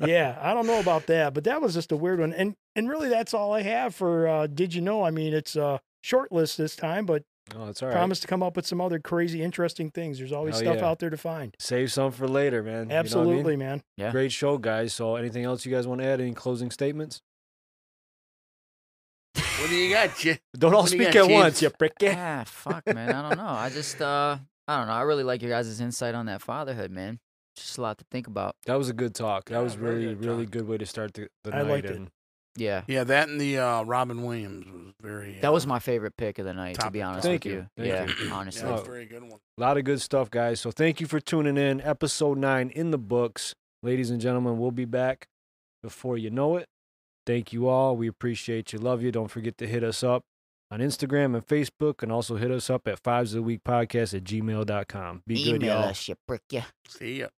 Speaker 3: yeah, I don't know about that, but that was just a weird one. And and really, that's all I have for uh, Did You Know? I mean, it's uh, short list this time, but
Speaker 1: Oh, it's all right.
Speaker 3: promise to come up with some other crazy, interesting things. There's always
Speaker 1: Hell
Speaker 3: stuff
Speaker 1: yeah.
Speaker 3: out there to find.
Speaker 1: Save some for later, man. You know what I mean?
Speaker 3: Absolutely, man.
Speaker 2: Yeah.
Speaker 1: Great show, guys. So, anything else you guys want to add? Any closing statements?
Speaker 4: What do you got, you?
Speaker 1: Don't all
Speaker 4: What do you
Speaker 1: speak
Speaker 4: got,
Speaker 1: at
Speaker 4: Chief?
Speaker 1: once, you prick.
Speaker 2: Yeah, Ah, fuck, man. I don't know. I just, uh, I don't know. I really like your guys' insight on that fatherhood, man. Just a lot to think about.
Speaker 1: That was a good talk. That
Speaker 4: Yeah,
Speaker 1: was
Speaker 4: very
Speaker 1: really,
Speaker 4: good
Speaker 1: really
Speaker 4: talk.
Speaker 1: good way to start the, the
Speaker 3: I
Speaker 1: night.
Speaker 3: liked it.
Speaker 1: and
Speaker 2: Yeah.
Speaker 4: Yeah, that and the uh, Robin Williams was very.
Speaker 2: That
Speaker 4: uh,
Speaker 2: was my favorite pick of the night, to
Speaker 4: Top
Speaker 2: be
Speaker 4: of the
Speaker 2: honest
Speaker 1: Thank
Speaker 2: with
Speaker 1: you.
Speaker 2: you.
Speaker 1: Thank
Speaker 2: yeah,
Speaker 1: you.
Speaker 4: Yeah,
Speaker 2: honestly.
Speaker 4: that was
Speaker 1: Oh.
Speaker 4: a very good one.
Speaker 1: A lot of good stuff, guys. So, thank you for tuning in. Episode nine in the books, ladies and gentlemen. We'll be back before you know it. Thank you all. We appreciate you. Love you. Don't forget to hit us up on Instagram and Facebook, and also hit us up at fives of the week podcast at gmail.com. Be good,
Speaker 2: Email
Speaker 1: y'all.
Speaker 2: us, you prick, yeah.
Speaker 4: See ya.